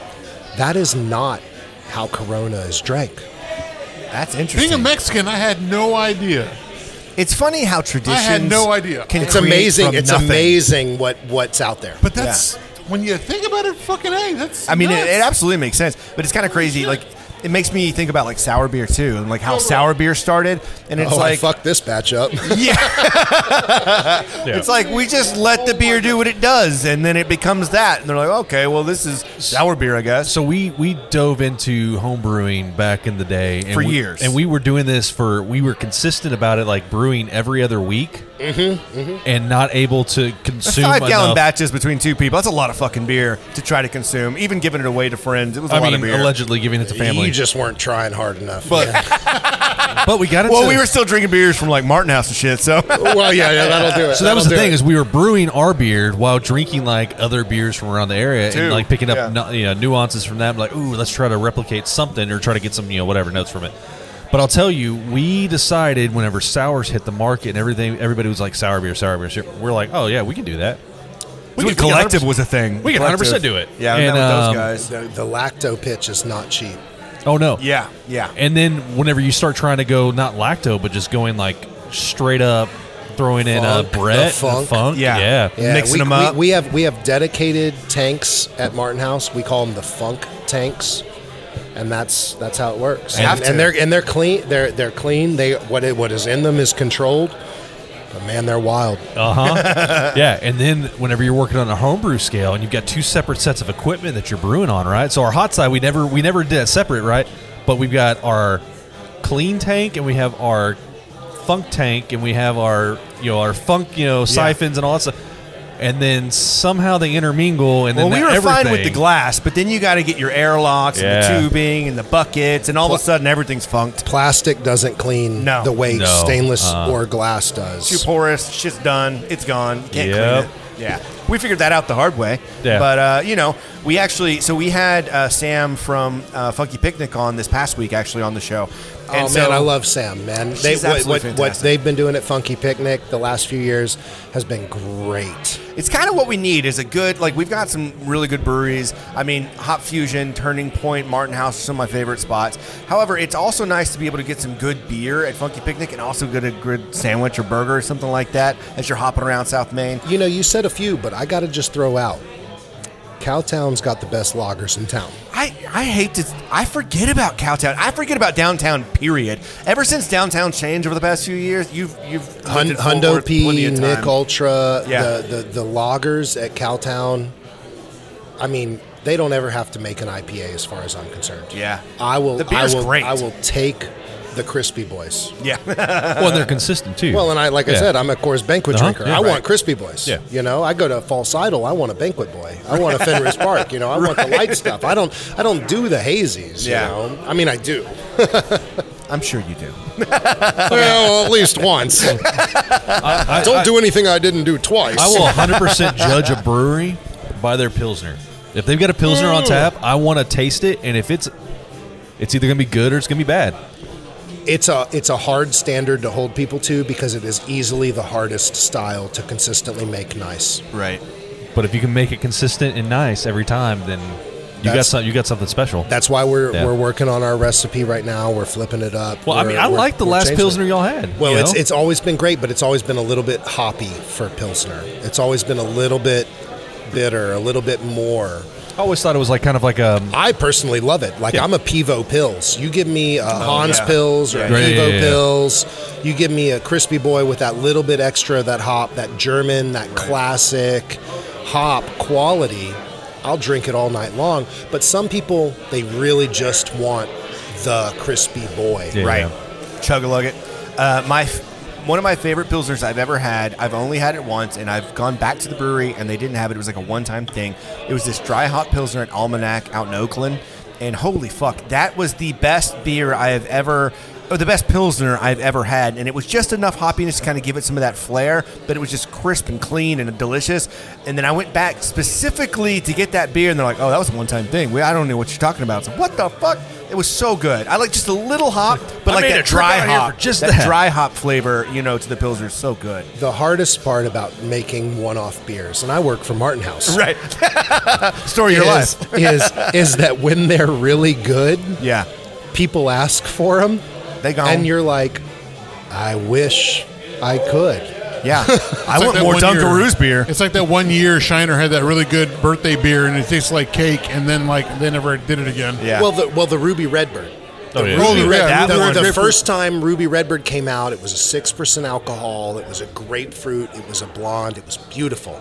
Speaker 8: That is not how Corona is drank.
Speaker 6: That's interesting.
Speaker 4: Being a Mexican, I had no idea.
Speaker 6: it's funny how traditions.
Speaker 4: I had no idea.
Speaker 6: Can
Speaker 8: It's
Speaker 6: create
Speaker 8: amazing.
Speaker 6: from
Speaker 8: It's
Speaker 6: nothing.
Speaker 8: amazing what, what's out there.
Speaker 4: But that's when you think about it, fucking hey, that's.
Speaker 6: I mean, it,
Speaker 4: nuts.
Speaker 6: it absolutely makes sense, but it's kind of crazy. Like it makes me think about like sour beer too, and like how sour beer started, and it's
Speaker 8: oh, I
Speaker 6: like
Speaker 8: fucked this batch up.
Speaker 6: it's like we just let the beer do what it does, and then it becomes that, and they're like, okay, well this is sour beer, I guess.
Speaker 2: So we we dove into home brewing back in the day and
Speaker 6: For
Speaker 2: we-
Speaker 6: years.
Speaker 2: and we were doing this for we were consistent about it, like brewing every other week, and not able to consume
Speaker 6: Mm-hmm, Five
Speaker 2: enough-
Speaker 6: gallon batches between two people. That's a lot of fucking beer to try to consume. Even giving it away to friends, it was a
Speaker 2: I
Speaker 6: lot
Speaker 2: mean,
Speaker 6: of beer.
Speaker 2: allegedly giving it to family,
Speaker 8: You just weren't trying hard enough.
Speaker 6: But-
Speaker 2: but we got it.
Speaker 6: well, we were still drinking beers from like Martin House and shit. So
Speaker 8: well, yeah, yeah, that'll do it.
Speaker 2: So that was the
Speaker 8: That'll do
Speaker 2: thing
Speaker 8: it.
Speaker 2: is we were brewing our beer while drinking like other beers from around the area
Speaker 6: Too,
Speaker 2: and like picking up
Speaker 6: yeah.
Speaker 2: no- you know, nuances from that. Like, ooh, let's try to replicate something or try to get some you know whatever notes from it. But I'll tell you, we decided whenever sours hit the market and everything, everybody was like sour beer, sour beer. sour beer." We're like, oh yeah, we can do that.
Speaker 6: we
Speaker 2: can-
Speaker 6: collective was a thing.
Speaker 2: We can 100%
Speaker 6: Collective.
Speaker 2: do it.
Speaker 6: Yeah,
Speaker 2: And,
Speaker 6: and, that
Speaker 2: um,
Speaker 6: was those guys.
Speaker 8: The, the lacto pitch is not cheap.
Speaker 2: Oh no,
Speaker 6: Yeah, yeah.
Speaker 2: And then whenever you start trying to go not lacto, but just going like straight up, throwing in a
Speaker 8: Funk, the
Speaker 2: Brett,
Speaker 8: funk.
Speaker 6: Yeah.
Speaker 2: yeah,
Speaker 8: Yeah,
Speaker 6: Mixing
Speaker 8: we,
Speaker 6: them
Speaker 8: we-
Speaker 6: up.
Speaker 8: We, have we have dedicated tanks at Martin House. We call them the Funk tanks, and that's that's how it works. And,
Speaker 6: Have to.
Speaker 8: and they're and they're clean. They're they're clean. They what it, what is in them is controlled. But man, they're wild.
Speaker 2: Uh huh. yeah, and then whenever you're working on a homebrew scale, and you've got two separate sets of equipment that you're brewing on, right? So our hot side, we never we never did it separate, right? But we've got our clean tank, and we have our funk tank, and we have our you know our funk you know siphons and all that stuff. And then somehow they intermingle, and
Speaker 6: Well,
Speaker 2: then
Speaker 6: we
Speaker 2: that
Speaker 6: were fine with the
Speaker 2: everything-
Speaker 6: glass, but then you got to get your airlocks
Speaker 2: Yeah.
Speaker 6: and the tubing and the buckets, and all of a sudden everything's funked.
Speaker 8: Plastic doesn't clean
Speaker 6: No.
Speaker 8: the way
Speaker 2: No.
Speaker 8: stainless
Speaker 2: Uh-uh.
Speaker 8: or glass
Speaker 6: Too
Speaker 8: does.
Speaker 6: porous, shit's done, it's gone. You can't
Speaker 2: Yep.
Speaker 6: clean it. Yeah, we figured that out the hard way.
Speaker 2: Yeah.
Speaker 6: But uh, you know, we actually so we had uh, Sam from uh, Funky Picnic on this past week actually on the show.
Speaker 8: Oh man, I love Sam, man. They,
Speaker 6: She's
Speaker 8: what,
Speaker 6: absolutely
Speaker 8: what, what
Speaker 6: fantastic.
Speaker 8: they've been doing at Funky Picnic the last few years has been great.
Speaker 6: It's kind of what we need is a good like we've got some really good breweries. I mean, Hop Fusion, Turning Point, Martin House are some of my favorite spots. However, it's also nice to be able to get some good beer at Funky Picnic and also get a good sandwich or burger or something like that as you're hopping around South Main.
Speaker 8: You know, you said a few, but I got to just throw out. Cowtown's got the best loggers in town.
Speaker 6: I, I hate to I forget about Cowtown. I forget about downtown. Period. Ever since downtown changed over the past few years, you've you've
Speaker 8: Hun-
Speaker 6: lived in Fort
Speaker 8: Hundo
Speaker 6: Worth plenty
Speaker 8: P,
Speaker 6: of
Speaker 8: Nick
Speaker 6: time.
Speaker 8: Ultra,
Speaker 6: Yeah.
Speaker 8: the, the the loggers at Cowtown. I mean, they don't ever have to make an IPA, as far as I'm concerned.
Speaker 6: Yeah.
Speaker 8: I will.
Speaker 6: The beer's
Speaker 8: I will,
Speaker 6: great.
Speaker 8: I will take the crispy boys.
Speaker 6: Yeah,
Speaker 2: Well, and they're consistent too.
Speaker 8: Well, and I like I
Speaker 2: Yeah.
Speaker 8: said, I'm a Coors banquet
Speaker 2: Uh-huh.
Speaker 8: drinker.
Speaker 2: Yeah,
Speaker 8: I
Speaker 2: right.
Speaker 8: want crispy boys.
Speaker 2: Yeah.
Speaker 8: You know, I go to False Idol. I want a banquet boy. I want a Fenris Park. You know, I want the light stuff. I don't. I don't do the hazies.
Speaker 6: Yeah.
Speaker 8: You know, I mean, I do.
Speaker 6: I'm sure you do.
Speaker 8: well, at least once.
Speaker 2: I, I-
Speaker 8: Don't do anything I didn't do twice.
Speaker 2: I will 100% judge a brewery by their pilsner. If they've got a pilsner on tap, I want to taste it, and if it's, it's either gonna be good or it's gonna be bad.
Speaker 8: It's a it's a hard standard to hold people to because it is easily the hardest style to consistently make nice.
Speaker 6: Right.
Speaker 2: But if you can make it consistent and nice every time, then you got
Speaker 8: That's-
Speaker 2: some, you got something special.
Speaker 8: That's why we're
Speaker 2: Yeah.
Speaker 8: we're working on our recipe right now. We're flipping it up.
Speaker 2: well, I mean,
Speaker 8: We're-
Speaker 2: I
Speaker 8: we're-
Speaker 2: like the
Speaker 8: we're
Speaker 2: last
Speaker 8: changing
Speaker 2: pilsner
Speaker 8: it.
Speaker 2: y'all had.
Speaker 8: Well,
Speaker 2: you
Speaker 8: it's
Speaker 2: know?
Speaker 8: it's always been great, but it's always been a little bit hoppy for pilsner. It's always been a little bit bitter, a little bit more.
Speaker 2: I always thought it was like kind of like um,
Speaker 8: I personally love it. Like
Speaker 2: Yeah.
Speaker 8: I'm a Pivo Pills. You give me a Hans
Speaker 6: yeah.
Speaker 8: Pills or a
Speaker 2: Yeah, yeah,
Speaker 8: Pivo
Speaker 2: yeah, yeah.
Speaker 8: Pills. You give me a Crispy Boy with that little bit extra of that hop, that German, that classic hop quality. I'll drink it all night long. But some people they really just want the Crispy Boy.
Speaker 2: Yeah.
Speaker 6: Right. Chug a lug it. Uh, my f- one of my favorite pilsners I've ever had. I've only had it once, and I've gone back to the brewery, and they didn't have it. It was like a one-time thing. It was this dry hop pilsner at Almanac out in Oakland, and holy fuck, that was the best beer I have ever. Or the best pilsner I've ever had, and it was just enough hoppiness to kind of give it some of that flair, but it was just crisp and clean and delicious. And then I went back specifically to get that beer, and they're like, "Oh, that was a one-time thing. We, I don't know what you're talking about." So what the fuck? It was so good. I like just a little hop, but
Speaker 2: I
Speaker 6: like
Speaker 2: made
Speaker 6: that
Speaker 2: a trip
Speaker 6: dry
Speaker 2: out here
Speaker 6: hop,
Speaker 2: for just
Speaker 6: that,
Speaker 2: that.
Speaker 6: dry hop flavor, you know, to the pilsner is so good.
Speaker 8: The hardest part about making one-off beers, and I work for Martin House.
Speaker 6: Right, story of your
Speaker 8: is,
Speaker 6: life.
Speaker 8: is is that when they're really good,
Speaker 6: Yeah,
Speaker 8: people ask for them,
Speaker 6: Oh. they gone.
Speaker 8: and you're like, I wish I could.
Speaker 6: Yeah, I
Speaker 4: It's like
Speaker 6: want
Speaker 4: that
Speaker 6: more
Speaker 4: one year-
Speaker 6: Dunkaroos beer.
Speaker 4: It's like that one year Shiner had that really good birthday beer, and it tastes like cake, and then like they never did it again.
Speaker 6: Yeah.
Speaker 8: Well, the well the Ruby Redbird.
Speaker 2: Oh, yeah.
Speaker 4: Roll the
Speaker 6: Ruby
Speaker 4: red.
Speaker 6: Red, that
Speaker 4: Ruby
Speaker 6: one.
Speaker 4: Red
Speaker 8: The
Speaker 4: Grapefruit.
Speaker 8: first time Ruby Redbird came out, it was a six percent alcohol. It was a grapefruit. It was a blonde. It was beautiful.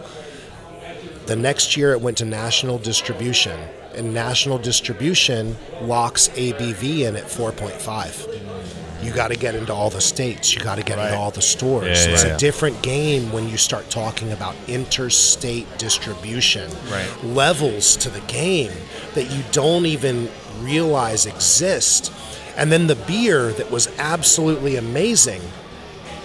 Speaker 8: The next year, it went to national distribution, and national distribution locks ABV in at four point five. You got to get into all the states. You got to get into all the stores.
Speaker 2: Yeah,
Speaker 8: it's
Speaker 2: yeah,
Speaker 8: a different game when you start talking about interstate distribution. Right. Levels to the game that you don't even realize exist. And then the beer that was absolutely amazing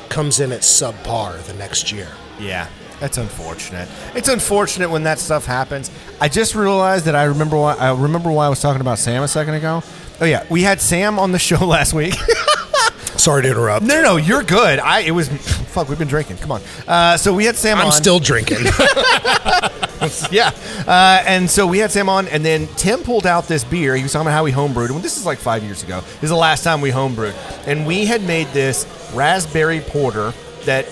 Speaker 8: comes in at subpar the next year.
Speaker 6: Yeah, that's unfortunate. It's unfortunate when that stuff happens. I just realized that I remember why I remember why I was talking about Sam a second ago. Oh yeah, we had Sam on the show last week.
Speaker 8: Sorry to interrupt.
Speaker 6: no, no, no, you're good. I it was fuck. We've been drinking. Come on. Uh, so we had Sam.
Speaker 8: I'm
Speaker 6: on.
Speaker 8: still drinking.
Speaker 6: yeah. Uh, and so we had Sam on, and then Tim pulled out this beer. He was talking about how we homebrewed. And this is like five years ago. This is the last time we homebrewed. And we had made this raspberry porter that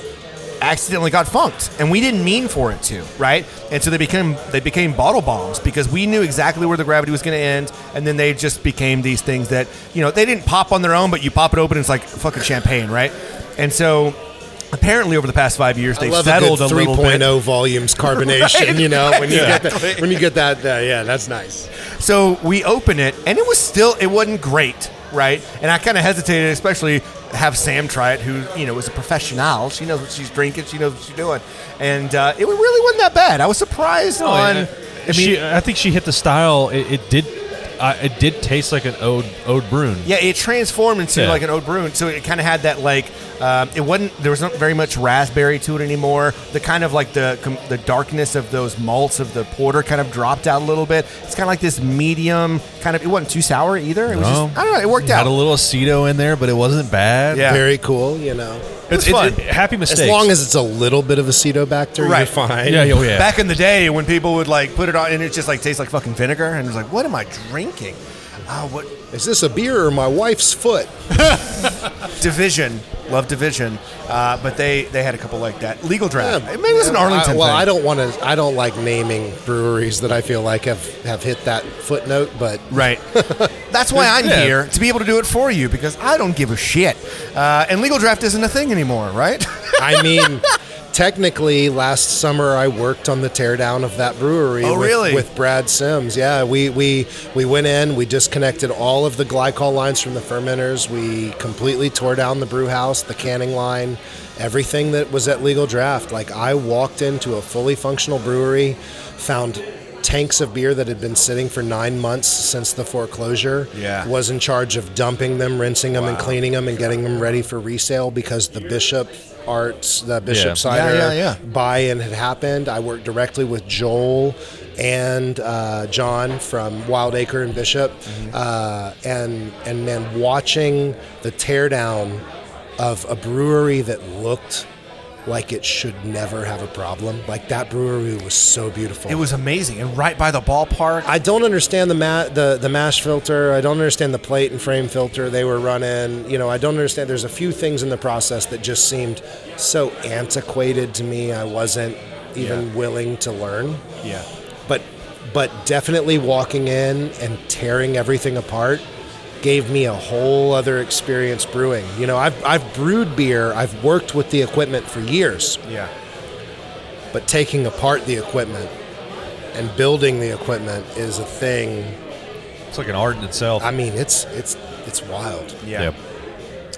Speaker 6: accidentally got funked, and we didn't mean for it to, right? And so they became they became bottle bombs because we knew exactly where the gravity was going to end, and then they just became these things that you know they didn't pop on their own, but you pop it open, it's like fucking champagne, right? And so. Apparently, over the past five years,
Speaker 8: I
Speaker 6: they've
Speaker 8: love
Speaker 6: settled
Speaker 8: a,
Speaker 6: a,
Speaker 8: good
Speaker 6: little bit.
Speaker 8: 3.0 volumes carbonation. you know, when you get that, when you get that, uh, yeah, that's nice.
Speaker 6: So we open it, and it was still it wasn't great, right? And I kind of hesitated, especially have Sam try it, who you know is a professional. She knows what she's drinking, she knows what she's doing, and uh, it really wasn't that bad. I was surprised
Speaker 2: Oh,
Speaker 6: on.
Speaker 2: yeah.
Speaker 6: I mean,
Speaker 2: she, I think she hit the style. It, it did. I it did taste like an ode ode brune.
Speaker 6: yeah, it transformed into
Speaker 2: Yeah.
Speaker 6: like an oat brune, so it kind of had that like um, it wasn't there was not very much raspberry to it anymore. The kind of like the com- the darkness of those malts of the porter kind of dropped out a little bit. It's kind of like this medium kind of. It wasn't too sour either. It was
Speaker 2: No.
Speaker 6: just I don't know. It worked out.
Speaker 2: Had a little aceto in there, but it wasn't bad.
Speaker 6: Yeah.
Speaker 8: Very cool. You know,
Speaker 2: it's
Speaker 6: fun.
Speaker 2: happy mistakes.
Speaker 8: as long as it's a little bit of acetobacter,
Speaker 6: Right.
Speaker 8: you're fine.
Speaker 2: yeah, yeah, oh, yeah.
Speaker 6: Back in the day, when people would like put it on, and it just like tastes like fucking vinegar, and it was like, what am I drinking? Oh, what
Speaker 8: Is this a beer or my wife's foot?
Speaker 6: division? Love division, uh, but they they had a couple like that. Legal draft. Maybe it was an
Speaker 8: Um, Yeah,
Speaker 6: Arlington.
Speaker 8: I, well,
Speaker 6: thing.
Speaker 8: I don't want to. I don't like naming breweries that I feel like have have hit that footnote. But
Speaker 6: Right. That's why I'm
Speaker 2: Yeah.
Speaker 6: here to be able to do it for you because I don't give a shit. Uh, and legal draft isn't a thing anymore, right?
Speaker 8: I mean, technically, last summer I worked on the teardown of that brewery.
Speaker 6: Oh,
Speaker 8: with,
Speaker 6: really?
Speaker 8: With Brad Sims. Yeah, we we we went in. We disconnected all of the glycol lines from the fermenters. We completely tore down the brew house, the canning line, everything that was at legal draft. Like I walked into a fully functional brewery, found. Tanks of beer that had been sitting for nine months since the foreclosure.
Speaker 6: Yeah.
Speaker 8: was in charge of dumping them, rinsing them, and cleaning them, and getting them ready for resale because the Bishop Arts, the Bishop
Speaker 2: Yeah.
Speaker 8: Cider
Speaker 6: Yeah, yeah, yeah.
Speaker 8: buy-in had happened. I worked directly with Joel and uh, John from Wild Acre and Bishop, uh, and and man, watching the teardown of a brewery that looked like it should never have a problem. Like that brewery was so beautiful.
Speaker 6: it was amazing. And right by the ballpark.
Speaker 8: I don't understand the ma- the the mash filter. I don't understand the plate and frame filter they were running. You know, I don't understand. There's a few things in the process that just seemed so antiquated to me. I wasn't even willing to learn.
Speaker 6: yeah.
Speaker 8: But but definitely walking in and tearing everything apart gave me a whole other experience brewing. You know, I've I've brewed beer. I've worked with the equipment for years
Speaker 6: Yeah.
Speaker 8: but taking apart the equipment and building the equipment is a thing.
Speaker 2: it's like an art in itself.
Speaker 8: I mean, it's it's it's wild.
Speaker 6: Yeah.
Speaker 2: Yep.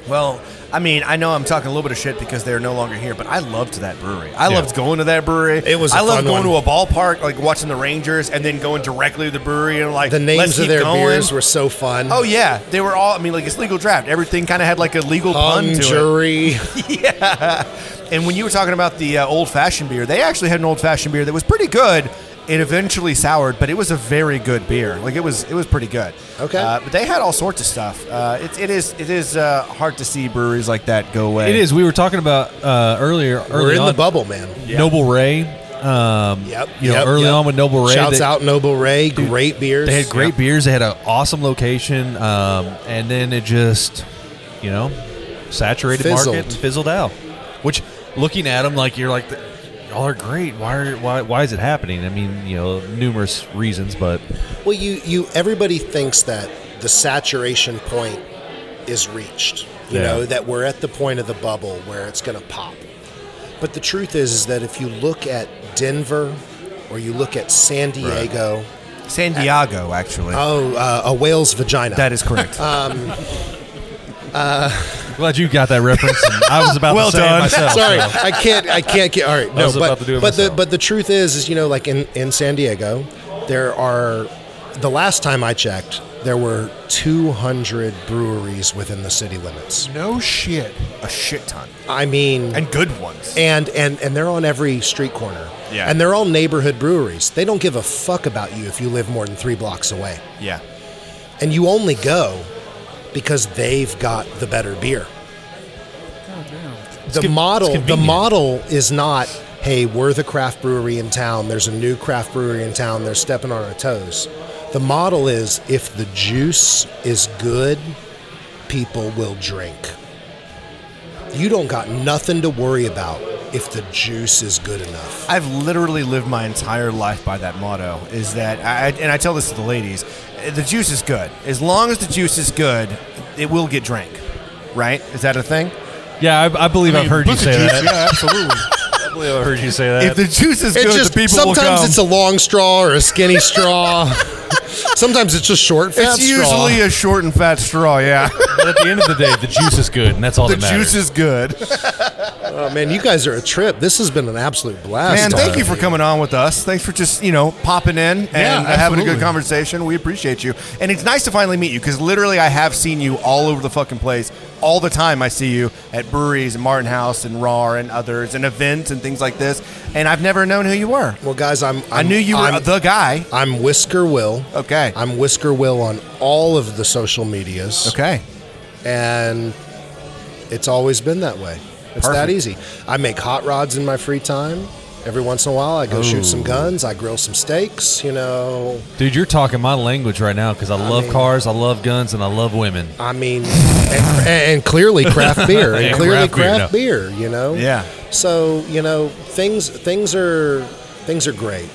Speaker 6: Well, I mean, I know I'm talking a little bit of shit because they're no longer here, but I loved that brewery. I
Speaker 2: Yeah.
Speaker 6: loved going to that brewery.
Speaker 8: It was a
Speaker 6: I
Speaker 8: fun
Speaker 6: loved going
Speaker 8: one.
Speaker 6: to a ballpark, like watching the Rangers, and then going directly to the brewery and like
Speaker 8: The
Speaker 6: let's
Speaker 8: names of
Speaker 6: keep
Speaker 8: their
Speaker 6: going.
Speaker 8: beers were so fun.
Speaker 6: Oh yeah, they were all. I mean, like it's legal draft. Everything kind of had like a legal pun
Speaker 8: Hung
Speaker 6: to
Speaker 8: jury.
Speaker 6: it. Yeah. And when you were talking about the uh, old fashioned beer, they actually had an old fashioned beer that was pretty good. It eventually soured, but it was a very good beer. Like it was, it was pretty good.
Speaker 8: Okay.
Speaker 6: Uh, but they had all sorts of stuff. Uh, it, it is, it is uh, hard to see breweries like that go away.
Speaker 2: it is. We were talking about uh, earlier. early
Speaker 8: We're in the
Speaker 2: on,
Speaker 8: bubble, man.
Speaker 2: Noble Ray. Um,
Speaker 8: Yep,
Speaker 2: You know,
Speaker 8: yep,
Speaker 2: early
Speaker 8: yep.
Speaker 2: on with Noble Ray,
Speaker 8: Shouts
Speaker 2: they-
Speaker 8: out Noble Ray. Great beers.
Speaker 2: They had great beers. They had an awesome location, um, and then it just, you know, saturated
Speaker 8: Fizzled.
Speaker 2: market and fizzled out. Which looking at them like you're like, y'all are great. Why are why why is it happening? I mean, you know, numerous reasons, but
Speaker 8: Well, you, you everybody thinks that the saturation point is reached. You
Speaker 2: Yeah.
Speaker 8: know that we're at the point of the bubble where it's going to pop. But the truth is, is that if you look at Denver, or you look at San Diego,
Speaker 6: San Diego, actually.
Speaker 8: oh, uh, a whale's vagina.
Speaker 6: that is correct.
Speaker 2: glad you got that reference. and I was about
Speaker 6: Well
Speaker 2: to say it
Speaker 6: done.
Speaker 2: myself.
Speaker 8: Sorry, I can't. I can't get. All right, no.
Speaker 2: was
Speaker 8: But
Speaker 2: about to do it
Speaker 8: but the
Speaker 2: myself.
Speaker 8: but the truth is, is you know, like in in San Diego, there are. The last time I checked, there were 200 breweries within the city limits.
Speaker 4: No shit.
Speaker 6: a shit ton.
Speaker 8: I mean,
Speaker 6: And good ones.
Speaker 8: and and and they're on every street corner.
Speaker 3: Yeah.
Speaker 8: And they're all neighborhood breweries. They don't give a fuck about you if you live more than three blocks away.
Speaker 3: Yeah.
Speaker 8: And you only go because they've got the better beer. The model the model is not, hey, we're the craft brewery in town. There's a new craft brewery in town. They're stepping on our toes. The model is if the juice is good, people will drink. You don't got nothing to worry about if the juice is good enough.
Speaker 6: I've literally lived my entire life by that motto. Is that I, and I tell this to the ladies: eh, the juice is good. As long as the juice is good, it will get drank. Right? Is that a thing?
Speaker 2: Yeah, I, I believe I have heard you
Speaker 4: Pussy
Speaker 2: say
Speaker 4: juice,
Speaker 2: that.
Speaker 4: Yeah, absolutely.
Speaker 2: I believe I heard you say that.
Speaker 6: If the juice is
Speaker 8: Uh, It
Speaker 6: good,
Speaker 8: just
Speaker 6: the people will
Speaker 8: sometimes
Speaker 6: come.
Speaker 8: it's a long straw or a skinny straw. sometimes it's just short fat
Speaker 6: it's
Speaker 8: straw.
Speaker 6: usually a short and fat straw. Yeah,
Speaker 2: but at the end of the day, the juice is good, and that's all
Speaker 6: the
Speaker 2: that matters.
Speaker 6: juice is good.
Speaker 8: oh man, you guys are a trip. This has been an absolute blast.
Speaker 6: Man, thank
Speaker 8: Uh,
Speaker 6: you for coming on with us. Thanks for just you know popping in and uh,
Speaker 4: Yeah,
Speaker 6: having a
Speaker 4: absolutely.
Speaker 6: good conversation. We appreciate you, and it's nice to finally meet you because literally I have seen you all over the fucking place all the time. I see you at breweries and Martin House and RAR and others and events and things like this, and I've never known who you were.
Speaker 8: Well, guys, I'm. I'm
Speaker 6: I knew you were
Speaker 8: I'm,
Speaker 6: the guy.
Speaker 8: I'm Whisker Will.
Speaker 6: Okay.
Speaker 8: I'm Whisker Will on all of the social medias.
Speaker 6: Okay.
Speaker 8: and it's always been that way. It's that
Speaker 6: Perfect.
Speaker 8: easy. I make hot rods in my free time. Every once in a while, I go shoot some guns. I grill some steaks. You know,
Speaker 2: Dude, you're talking my language right now because I, love cars, I love guns, and I love women.
Speaker 8: I mean, and, and clearly craft beer, and,
Speaker 2: And
Speaker 8: clearly
Speaker 2: craft beer,
Speaker 8: craft beer, You know,
Speaker 6: Yeah.
Speaker 8: So you know, things things are things are great.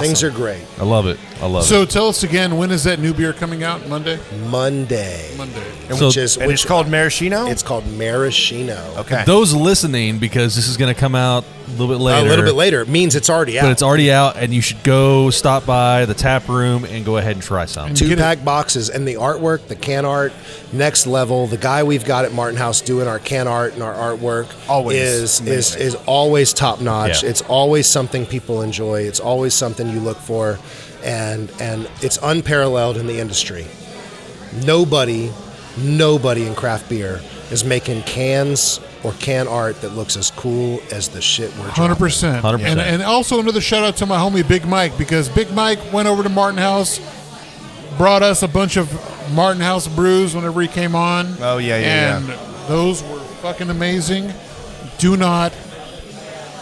Speaker 8: Things are great.
Speaker 2: I love it. I love
Speaker 4: So tell us again, when is that new beer coming out? Monday?
Speaker 8: Monday,
Speaker 4: Monday.
Speaker 2: it.
Speaker 8: which
Speaker 2: So
Speaker 8: is
Speaker 6: And
Speaker 8: which
Speaker 6: it's called maraschino.
Speaker 8: it's called maraschino.
Speaker 6: okay.
Speaker 2: those listening, because this is going to come out a little bit
Speaker 8: A
Speaker 2: later.
Speaker 8: little bit later, it means it's already out.
Speaker 2: But it's already out, and you should go stop by the tap room and go ahead and try some.
Speaker 8: two pack boxes and the artwork the can art next level the guy we've got at martin house doing our can art and our artwork
Speaker 6: Always
Speaker 8: is is,
Speaker 6: amazing.
Speaker 8: is always top notch
Speaker 2: Yeah.
Speaker 8: it's always something people enjoy it's always something you look for and and it's unparalleled in the industry nobody nobody in craft beer is making cans or can art that looks as cool as the shit we're
Speaker 4: Hundred
Speaker 8: dropping.
Speaker 4: percent.
Speaker 2: 100%.
Speaker 4: And, and also another shout out to my homie Big Mike because Big Mike went over to Martin House, brought us a bunch of Martin House brews whenever he came on.
Speaker 6: Oh, yeah, yeah,
Speaker 4: And those were fucking amazing. Do not.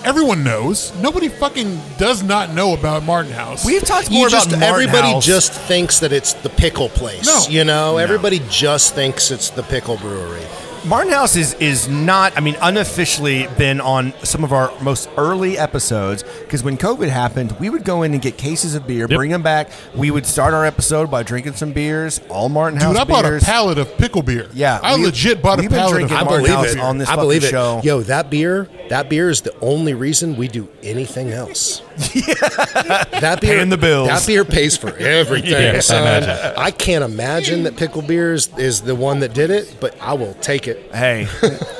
Speaker 4: Everyone knows. Nobody fucking does not know about Martin House.
Speaker 6: We've talked
Speaker 8: you
Speaker 6: more
Speaker 8: just
Speaker 6: about Martin
Speaker 8: everybody
Speaker 6: House.
Speaker 8: just thinks that it's the pickle place.
Speaker 4: No.
Speaker 8: You know, everybody just thinks it's the pickle brewery.
Speaker 6: Martin House is is not. I mean, unofficially been on some of our most early episodes because when COVID happened, we would go in and get cases of beer, bring them back. We would start our episode by drinking some beers, all Martin House
Speaker 4: Dude, I bought
Speaker 6: beers.
Speaker 4: a pallet of pickle beer.
Speaker 6: Yeah,
Speaker 4: I
Speaker 6: we-
Speaker 4: legit bought a
Speaker 6: we've been
Speaker 4: pallet of
Speaker 6: drinking
Speaker 8: I
Speaker 6: Martin
Speaker 8: believe
Speaker 6: House
Speaker 8: it.
Speaker 6: on this
Speaker 8: I believe
Speaker 6: fucking
Speaker 8: it.
Speaker 6: show.
Speaker 8: Yo, that beer, that beer is the only reason we do anything else. that beer
Speaker 6: Paying the bills.
Speaker 8: That beer pays for everything.
Speaker 2: Yes, I
Speaker 8: son.
Speaker 2: imagine.
Speaker 8: I can't imagine that pickle beer is, is the one that did it, but I will take it.
Speaker 6: Hey,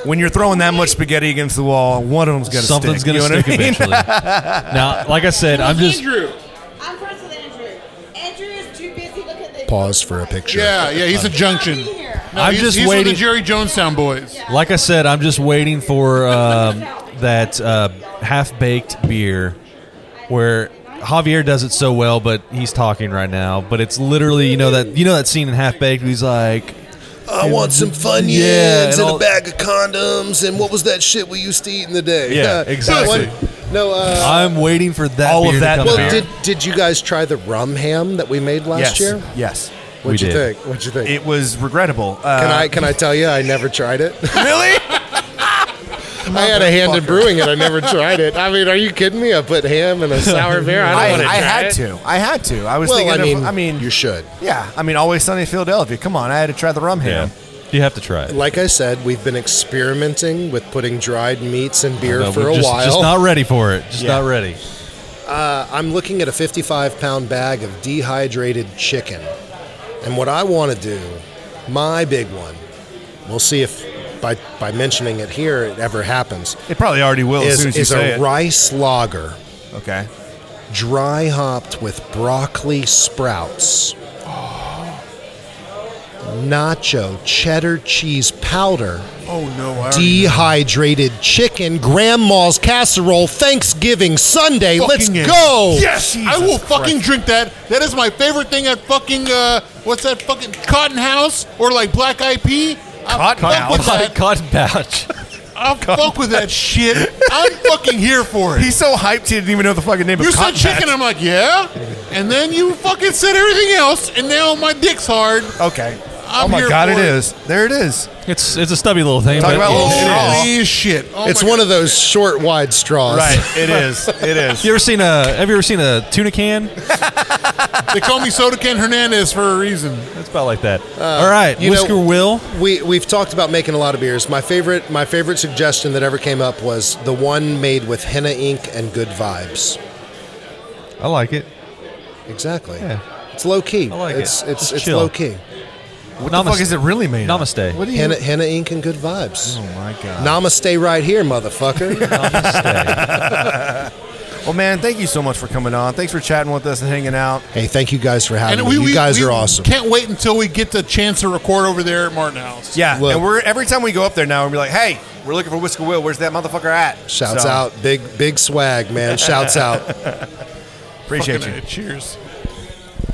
Speaker 6: when you're throwing that much spaghetti against the wall, one of them's gonna
Speaker 2: Something's
Speaker 6: stick.
Speaker 2: going to
Speaker 6: you know what
Speaker 2: stick
Speaker 6: I mean?
Speaker 2: eventually. now, like I said, I'm just.
Speaker 9: I'm friends with Andrew. Andrew is too busy looking at the
Speaker 8: Pause for a picture.
Speaker 4: Yeah, yeah, he's a junction. No,
Speaker 2: I'm
Speaker 4: he's,
Speaker 2: just
Speaker 4: he's with
Speaker 2: waiting-
Speaker 4: the Jerry Jonestown boys.
Speaker 2: Like I said, I'm just waiting for um, that uh, half baked beer where Javier does it so well, but he's talking right now. But it's literally you know that you know that scene in Half Baked. He's like,
Speaker 8: I want some Funyuns
Speaker 2: Yeah, and all-
Speaker 8: bag of condoms and what was that shit we used to eat in the day?
Speaker 2: Yeah, exactly.
Speaker 8: One- no, uh,
Speaker 2: I'm waiting for that.
Speaker 6: All of
Speaker 2: beer
Speaker 6: that
Speaker 2: To come
Speaker 6: beer.
Speaker 2: out.
Speaker 8: well, did did you guys try the rum ham that we made last
Speaker 6: Yes,
Speaker 8: year?
Speaker 6: yes.
Speaker 8: What'd
Speaker 2: We
Speaker 8: you
Speaker 2: did.
Speaker 8: think? What'd you think?
Speaker 6: It was regrettable. Uh,
Speaker 8: Can I can I tell you I never tried it?
Speaker 6: really?
Speaker 8: I had a hand in brewing it. I never tried it. I mean, are you kidding me? I put ham in a sour beer. I don't
Speaker 6: I,
Speaker 8: want to try
Speaker 6: I had
Speaker 8: it.
Speaker 6: to. I had to. I was
Speaker 8: Well, I
Speaker 6: thinking.
Speaker 8: mean,
Speaker 6: of, I mean,
Speaker 8: you should.
Speaker 6: yeah. I mean, always sunny in Philadelphia. Come on, I had to try the rum
Speaker 2: Yeah.
Speaker 6: ham.
Speaker 2: You have to try it.
Speaker 8: Like I said, we've been experimenting with putting dried meats in beer
Speaker 2: No,
Speaker 8: for
Speaker 2: we're
Speaker 8: a
Speaker 2: just,
Speaker 8: while.
Speaker 2: Just not ready for it. Just
Speaker 6: Yeah.
Speaker 2: not ready.
Speaker 8: I'm looking at a 55 pound bag of dehydrated chicken. And what I want to do, my big one, we'll see if by, by mentioning it here it ever happens,
Speaker 3: It probably already
Speaker 4: Oh,
Speaker 3: will as
Speaker 8: is,
Speaker 3: soon as you
Speaker 8: is
Speaker 3: say
Speaker 8: a
Speaker 3: it.
Speaker 8: rice lager
Speaker 6: Okay.
Speaker 8: dry hopped with broccoli sprouts, nacho cheddar cheese powder,
Speaker 4: Oh no! I already-
Speaker 8: dehydrated chicken, grandma's casserole, Thanksgiving Sunday. Let's
Speaker 4: fucking
Speaker 8: go!
Speaker 4: Yes, Oh, I will fucking drink that. That is my favorite thing at fucking uh, what's that fucking Cotton House or like Black IP. I
Speaker 6: Cotton
Speaker 4: fuck
Speaker 6: House.
Speaker 4: with that.
Speaker 2: cotton pouch.
Speaker 4: I fuck with that shit. I'm fucking here for it.
Speaker 6: He's so hyped he didn't even know the fucking name.
Speaker 4: You
Speaker 6: of
Speaker 4: said
Speaker 6: Cotton
Speaker 4: chicken.
Speaker 6: Patch.
Speaker 4: I'm like, yeah. And then you fucking said everything else, and now my dick's hard.
Speaker 6: Okay.
Speaker 4: I'm
Speaker 6: oh my
Speaker 4: here
Speaker 6: god,
Speaker 4: for
Speaker 6: it
Speaker 4: it.
Speaker 6: is. There it is.
Speaker 2: it's it's a stubby little thing.
Speaker 6: Talk
Speaker 2: but
Speaker 6: about little straw.
Speaker 4: Holy shit! Oh
Speaker 8: it's
Speaker 4: my
Speaker 8: one
Speaker 4: God.
Speaker 8: of those short, wide straws.
Speaker 6: It is. It is.
Speaker 2: You ever seen a? Have you ever seen a tuna can?
Speaker 4: they call me Soda Can Hernandez for a reason.
Speaker 2: It's about like that. All right,
Speaker 8: you
Speaker 2: Whisker
Speaker 8: know-
Speaker 2: Will.
Speaker 8: We we've talked about making a lot of beers. My favorite my favorite suggestion that ever came up was the one made with henna ink and good vibes.
Speaker 2: I like it.
Speaker 8: Exactly.
Speaker 2: Yeah.
Speaker 8: It's low key.
Speaker 2: I like it.
Speaker 8: it's it's
Speaker 2: Just
Speaker 8: it's
Speaker 2: chill.
Speaker 8: low key.
Speaker 6: what the fuck is it really made? of?
Speaker 2: Namaste.
Speaker 6: What do you?
Speaker 8: Henna henna ink and good vibes.
Speaker 6: Oh my god.
Speaker 8: Namaste right here, motherfucker.
Speaker 6: Well, man, thank you so much for coming on. Thanks for chatting with us and hanging out.
Speaker 8: hey, thank you guys for having me. you guys
Speaker 4: we
Speaker 8: are awesome.
Speaker 4: Can't wait until we get the chance to record over there at Martin House.
Speaker 6: Yeah,
Speaker 8: Look.
Speaker 6: and we're every time we go up there now, we're like, hey, we're looking for Whisker Will. Where's that motherfucker at?
Speaker 8: Shouts
Speaker 6: So,
Speaker 8: out. Big big swag, man. Shouts out.
Speaker 6: Appreciate
Speaker 4: Fucking,
Speaker 6: you.
Speaker 4: uh, Cheers.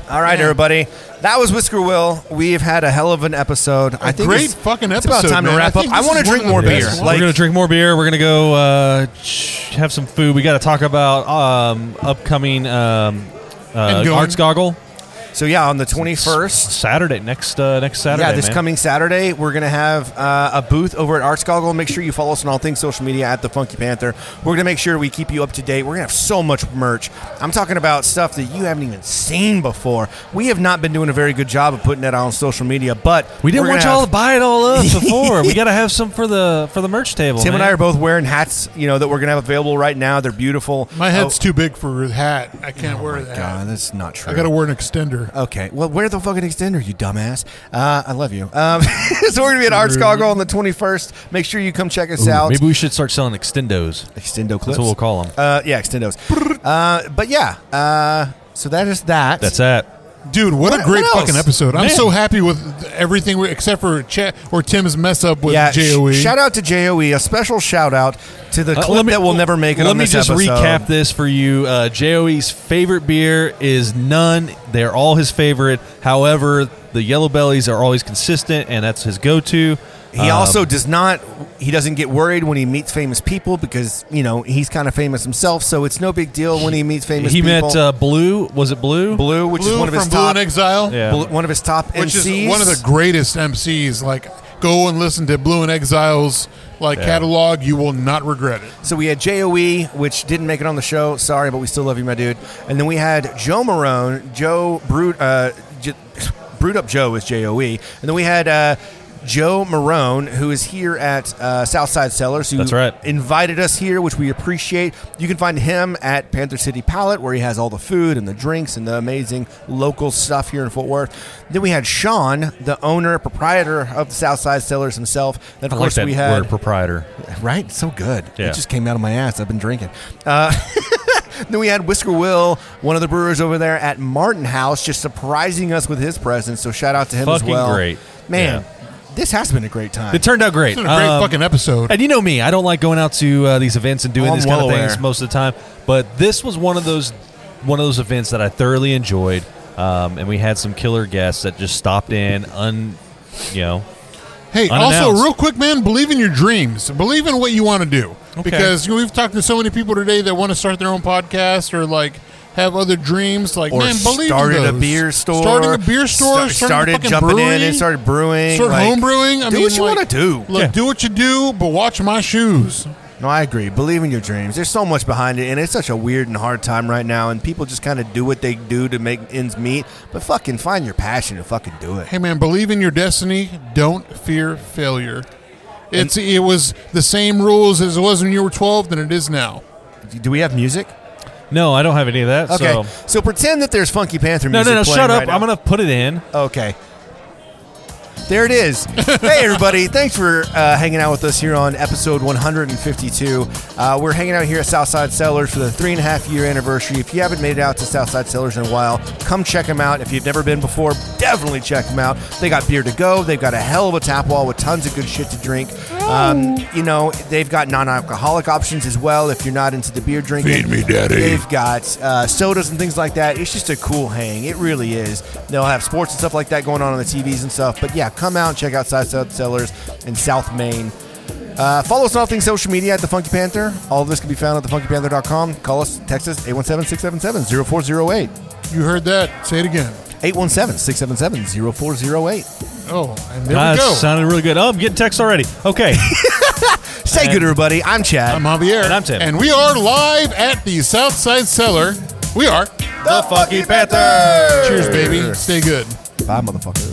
Speaker 6: All right, everybody. That was Whisker Will. We've had a hell of an episode. I think
Speaker 4: great
Speaker 6: it's,
Speaker 4: fucking
Speaker 6: It's about
Speaker 4: episode,
Speaker 6: time to
Speaker 4: man.
Speaker 6: wrap
Speaker 4: I
Speaker 6: up.
Speaker 4: think
Speaker 6: I
Speaker 4: this
Speaker 6: want to
Speaker 4: is one
Speaker 6: drink
Speaker 4: of the
Speaker 6: more
Speaker 4: best
Speaker 6: beer.
Speaker 4: ones.
Speaker 2: We're
Speaker 6: Like,
Speaker 2: gonna drink more beer. We're gonna go uh, sh- have some food. We got to talk about um, upcoming um, uh,
Speaker 4: And going.
Speaker 2: Arts Goggle
Speaker 6: so yeah, on the twenty first.
Speaker 2: Saturday next uh, next Saturday.
Speaker 6: Yeah, this
Speaker 2: man.
Speaker 6: coming Saturday, we're going to have uh, a booth over at Arts Goggle. Make sure you follow us on all things social media at The Funky Panther. We're going to make sure we keep you up to date. We're going to have so much merch. I'm talking about stuff that you haven't even seen before. We have not been doing a very good job of putting that out on social media, but
Speaker 2: We didn't
Speaker 6: we're
Speaker 2: want
Speaker 6: gonna
Speaker 2: y'all
Speaker 6: have-
Speaker 2: to buy it all up before. we got to have some for the for the merch table.
Speaker 6: Tim and I
Speaker 2: man.
Speaker 6: are both wearing hats, you know, that we're gonna have available right now. They're beautiful.
Speaker 4: My head's
Speaker 6: Oh,
Speaker 4: too big for a hat. I can't wear that.
Speaker 6: God, Oh. that's not true.
Speaker 4: I gotta wear an extender.
Speaker 6: Okay. Well, wear the fucking extender, you dumbass. Uh, I love you. Um, so we're gonna be at Arts Goggle on the 21st. Make sure you come check us
Speaker 2: Ooh,
Speaker 6: out.
Speaker 2: maybe we should start selling extendos.
Speaker 6: extendo clips.
Speaker 2: That's what we'll call them.
Speaker 6: Uh, yeah, extendos. uh, but yeah. Uh, so that is that.
Speaker 2: That's that.
Speaker 4: Dude, what, a
Speaker 6: What-
Speaker 4: great
Speaker 6: what else?
Speaker 4: fucking episode! I'm
Speaker 6: Man.
Speaker 4: so happy with everything we, except for Chet or Tim's mess up with E.
Speaker 6: Yeah, sh-
Speaker 4: Joe.
Speaker 6: shout out to JOE. A special shout out to the
Speaker 2: E. Uh,
Speaker 6: clip that will never make it
Speaker 2: Let
Speaker 6: on
Speaker 2: me
Speaker 6: this
Speaker 2: just
Speaker 6: episode.
Speaker 2: recap this for you. Uh, Joe's favorite beer is none. They're all his favorite. However, the yellow bellies are always consistent, and that's his go-to.
Speaker 6: He
Speaker 2: Um,
Speaker 6: also does not. He doesn't get worried when he meets famous people because you know he's kind of famous himself. So it's no big deal when he meets famous.
Speaker 2: he
Speaker 6: people.
Speaker 2: met uh, Blue. Was it Blue?
Speaker 6: Blue, which is
Speaker 4: Blue
Speaker 6: one of his
Speaker 4: from Blue
Speaker 6: top,
Speaker 4: in Exile,
Speaker 2: Yeah.
Speaker 6: Blue- one of his top
Speaker 4: which
Speaker 6: MCs.
Speaker 4: is one of the greatest MCs. Like, go and listen to Blue in Exile's like catalog. You will not regret it.
Speaker 6: so we had Joe, which didn't make it on the show. Sorry, but we still love you, my dude. And then we had Joe Marone, Joe Brewed, uh, J- Brewed Up Joe is Joe, and then we had. Uh, Joe Marone, who is here at uh, Southside Cellars, who
Speaker 2: That's right.
Speaker 6: invited us here, which we appreciate. You can find him at Panther City Palette, where he has all the food and the drinks and the amazing local stuff here in Fort Worth. Then we had Sean, the owner, proprietor of the Southside Cellars himself. Then, of
Speaker 2: I like
Speaker 6: course,
Speaker 2: that
Speaker 6: we had
Speaker 2: word proprietor.
Speaker 6: Right? So good.
Speaker 2: Yeah.
Speaker 6: It just came out of my ass. I've been drinking. Uh, then we had Whisker Will, one of the brewers over there at Martin House, just surprising us with his presence. So shout out to him
Speaker 2: Fucking
Speaker 6: as well.
Speaker 2: great.
Speaker 6: Man, this has been a great time.
Speaker 2: It turned out great.
Speaker 4: It's been a great
Speaker 2: Um,
Speaker 4: fucking episode.
Speaker 2: And you know me, I don't like going out to uh, these events and doing
Speaker 6: Oh, I'm
Speaker 2: these kind
Speaker 6: well
Speaker 2: of things
Speaker 6: aware.
Speaker 2: most of the time. But this was one of those one of those events that I thoroughly enjoyed, um, and we had some killer guests that just stopped in, un, you know,
Speaker 4: Hey,
Speaker 2: Unannounced.
Speaker 4: also, real quick, man, believe in your dreams. Believe in what you want to do. Because we've talked to so many people today that want to start their own podcast or like have other dreams. Like,
Speaker 6: or
Speaker 4: man, believe
Speaker 6: started
Speaker 4: in
Speaker 6: a
Speaker 4: those.
Speaker 6: beer store.
Speaker 4: Starting a beer store.
Speaker 6: sta-
Speaker 4: starting a
Speaker 6: started
Speaker 4: fucking
Speaker 6: jumping in
Speaker 4: brewery,
Speaker 6: and started brewing.
Speaker 4: Start
Speaker 6: like,
Speaker 4: homebrewing. I
Speaker 6: do
Speaker 4: mean,
Speaker 6: what you
Speaker 4: like,
Speaker 6: want to do.
Speaker 4: Look, do what you do, but watch my shoes.
Speaker 6: No, I agree. Believe in your dreams. There's so much behind it, and it's such a weird and hard time right now, and people just kind of do what they do to make ends meet. But fucking find your passion and fucking do it.
Speaker 4: Hey man, believe in your destiny. Don't fear failure. It's it was the same rules as it was when you were twelve than it is now.
Speaker 6: Do we have music?
Speaker 2: No, I don't have any of that.
Speaker 6: Okay,
Speaker 2: So.
Speaker 6: so, pretend that there's Funky Panther
Speaker 2: No,
Speaker 6: music.
Speaker 2: no, no!
Speaker 6: playing
Speaker 2: Shut up!
Speaker 6: right now.
Speaker 2: I'm gonna put it in.
Speaker 6: Okay. There it is. hey, everybody. Thanks for uh, hanging out with us here on episode 152. Uh, we're hanging out here at Southside Cellars for the three and a half year anniversary. If you haven't made it out to Southside Cellars in a while, come check them out. If you've never been before, definitely check them out. They got beer to go, they've got a hell of a tap wall with tons of good shit to drink. Um, you know, they've got non alcoholic options as well if you're not into the beer drinking.
Speaker 4: Feed me, Daddy.
Speaker 6: They've They've got uh, sodas and things like that. It's just a cool hang. It really is. They'll have sports and stuff like that going on on the TVs and stuff. But yeah, come out and check out Side South Cellars in South Maine. Uh, follow us on all things social media at The Funky Panther. All of this can be found at thefunkupanther.com. Call us, text us, 817-677-0408.
Speaker 4: You heard that? Say it again.
Speaker 6: 817-677-0408.
Speaker 4: Oh, and there
Speaker 2: That
Speaker 4: we go.
Speaker 2: sounded really good. Oh, I'm getting texts already. Okay,
Speaker 6: Stay good, everybody. I'm Chad.
Speaker 4: I'm Javier,
Speaker 2: And I'm Tim.
Speaker 4: and we are live at the Southside Cellar. We are.
Speaker 2: the Funky Panther.
Speaker 4: Cheers, baby. Stay good.
Speaker 6: Bye, motherfucker.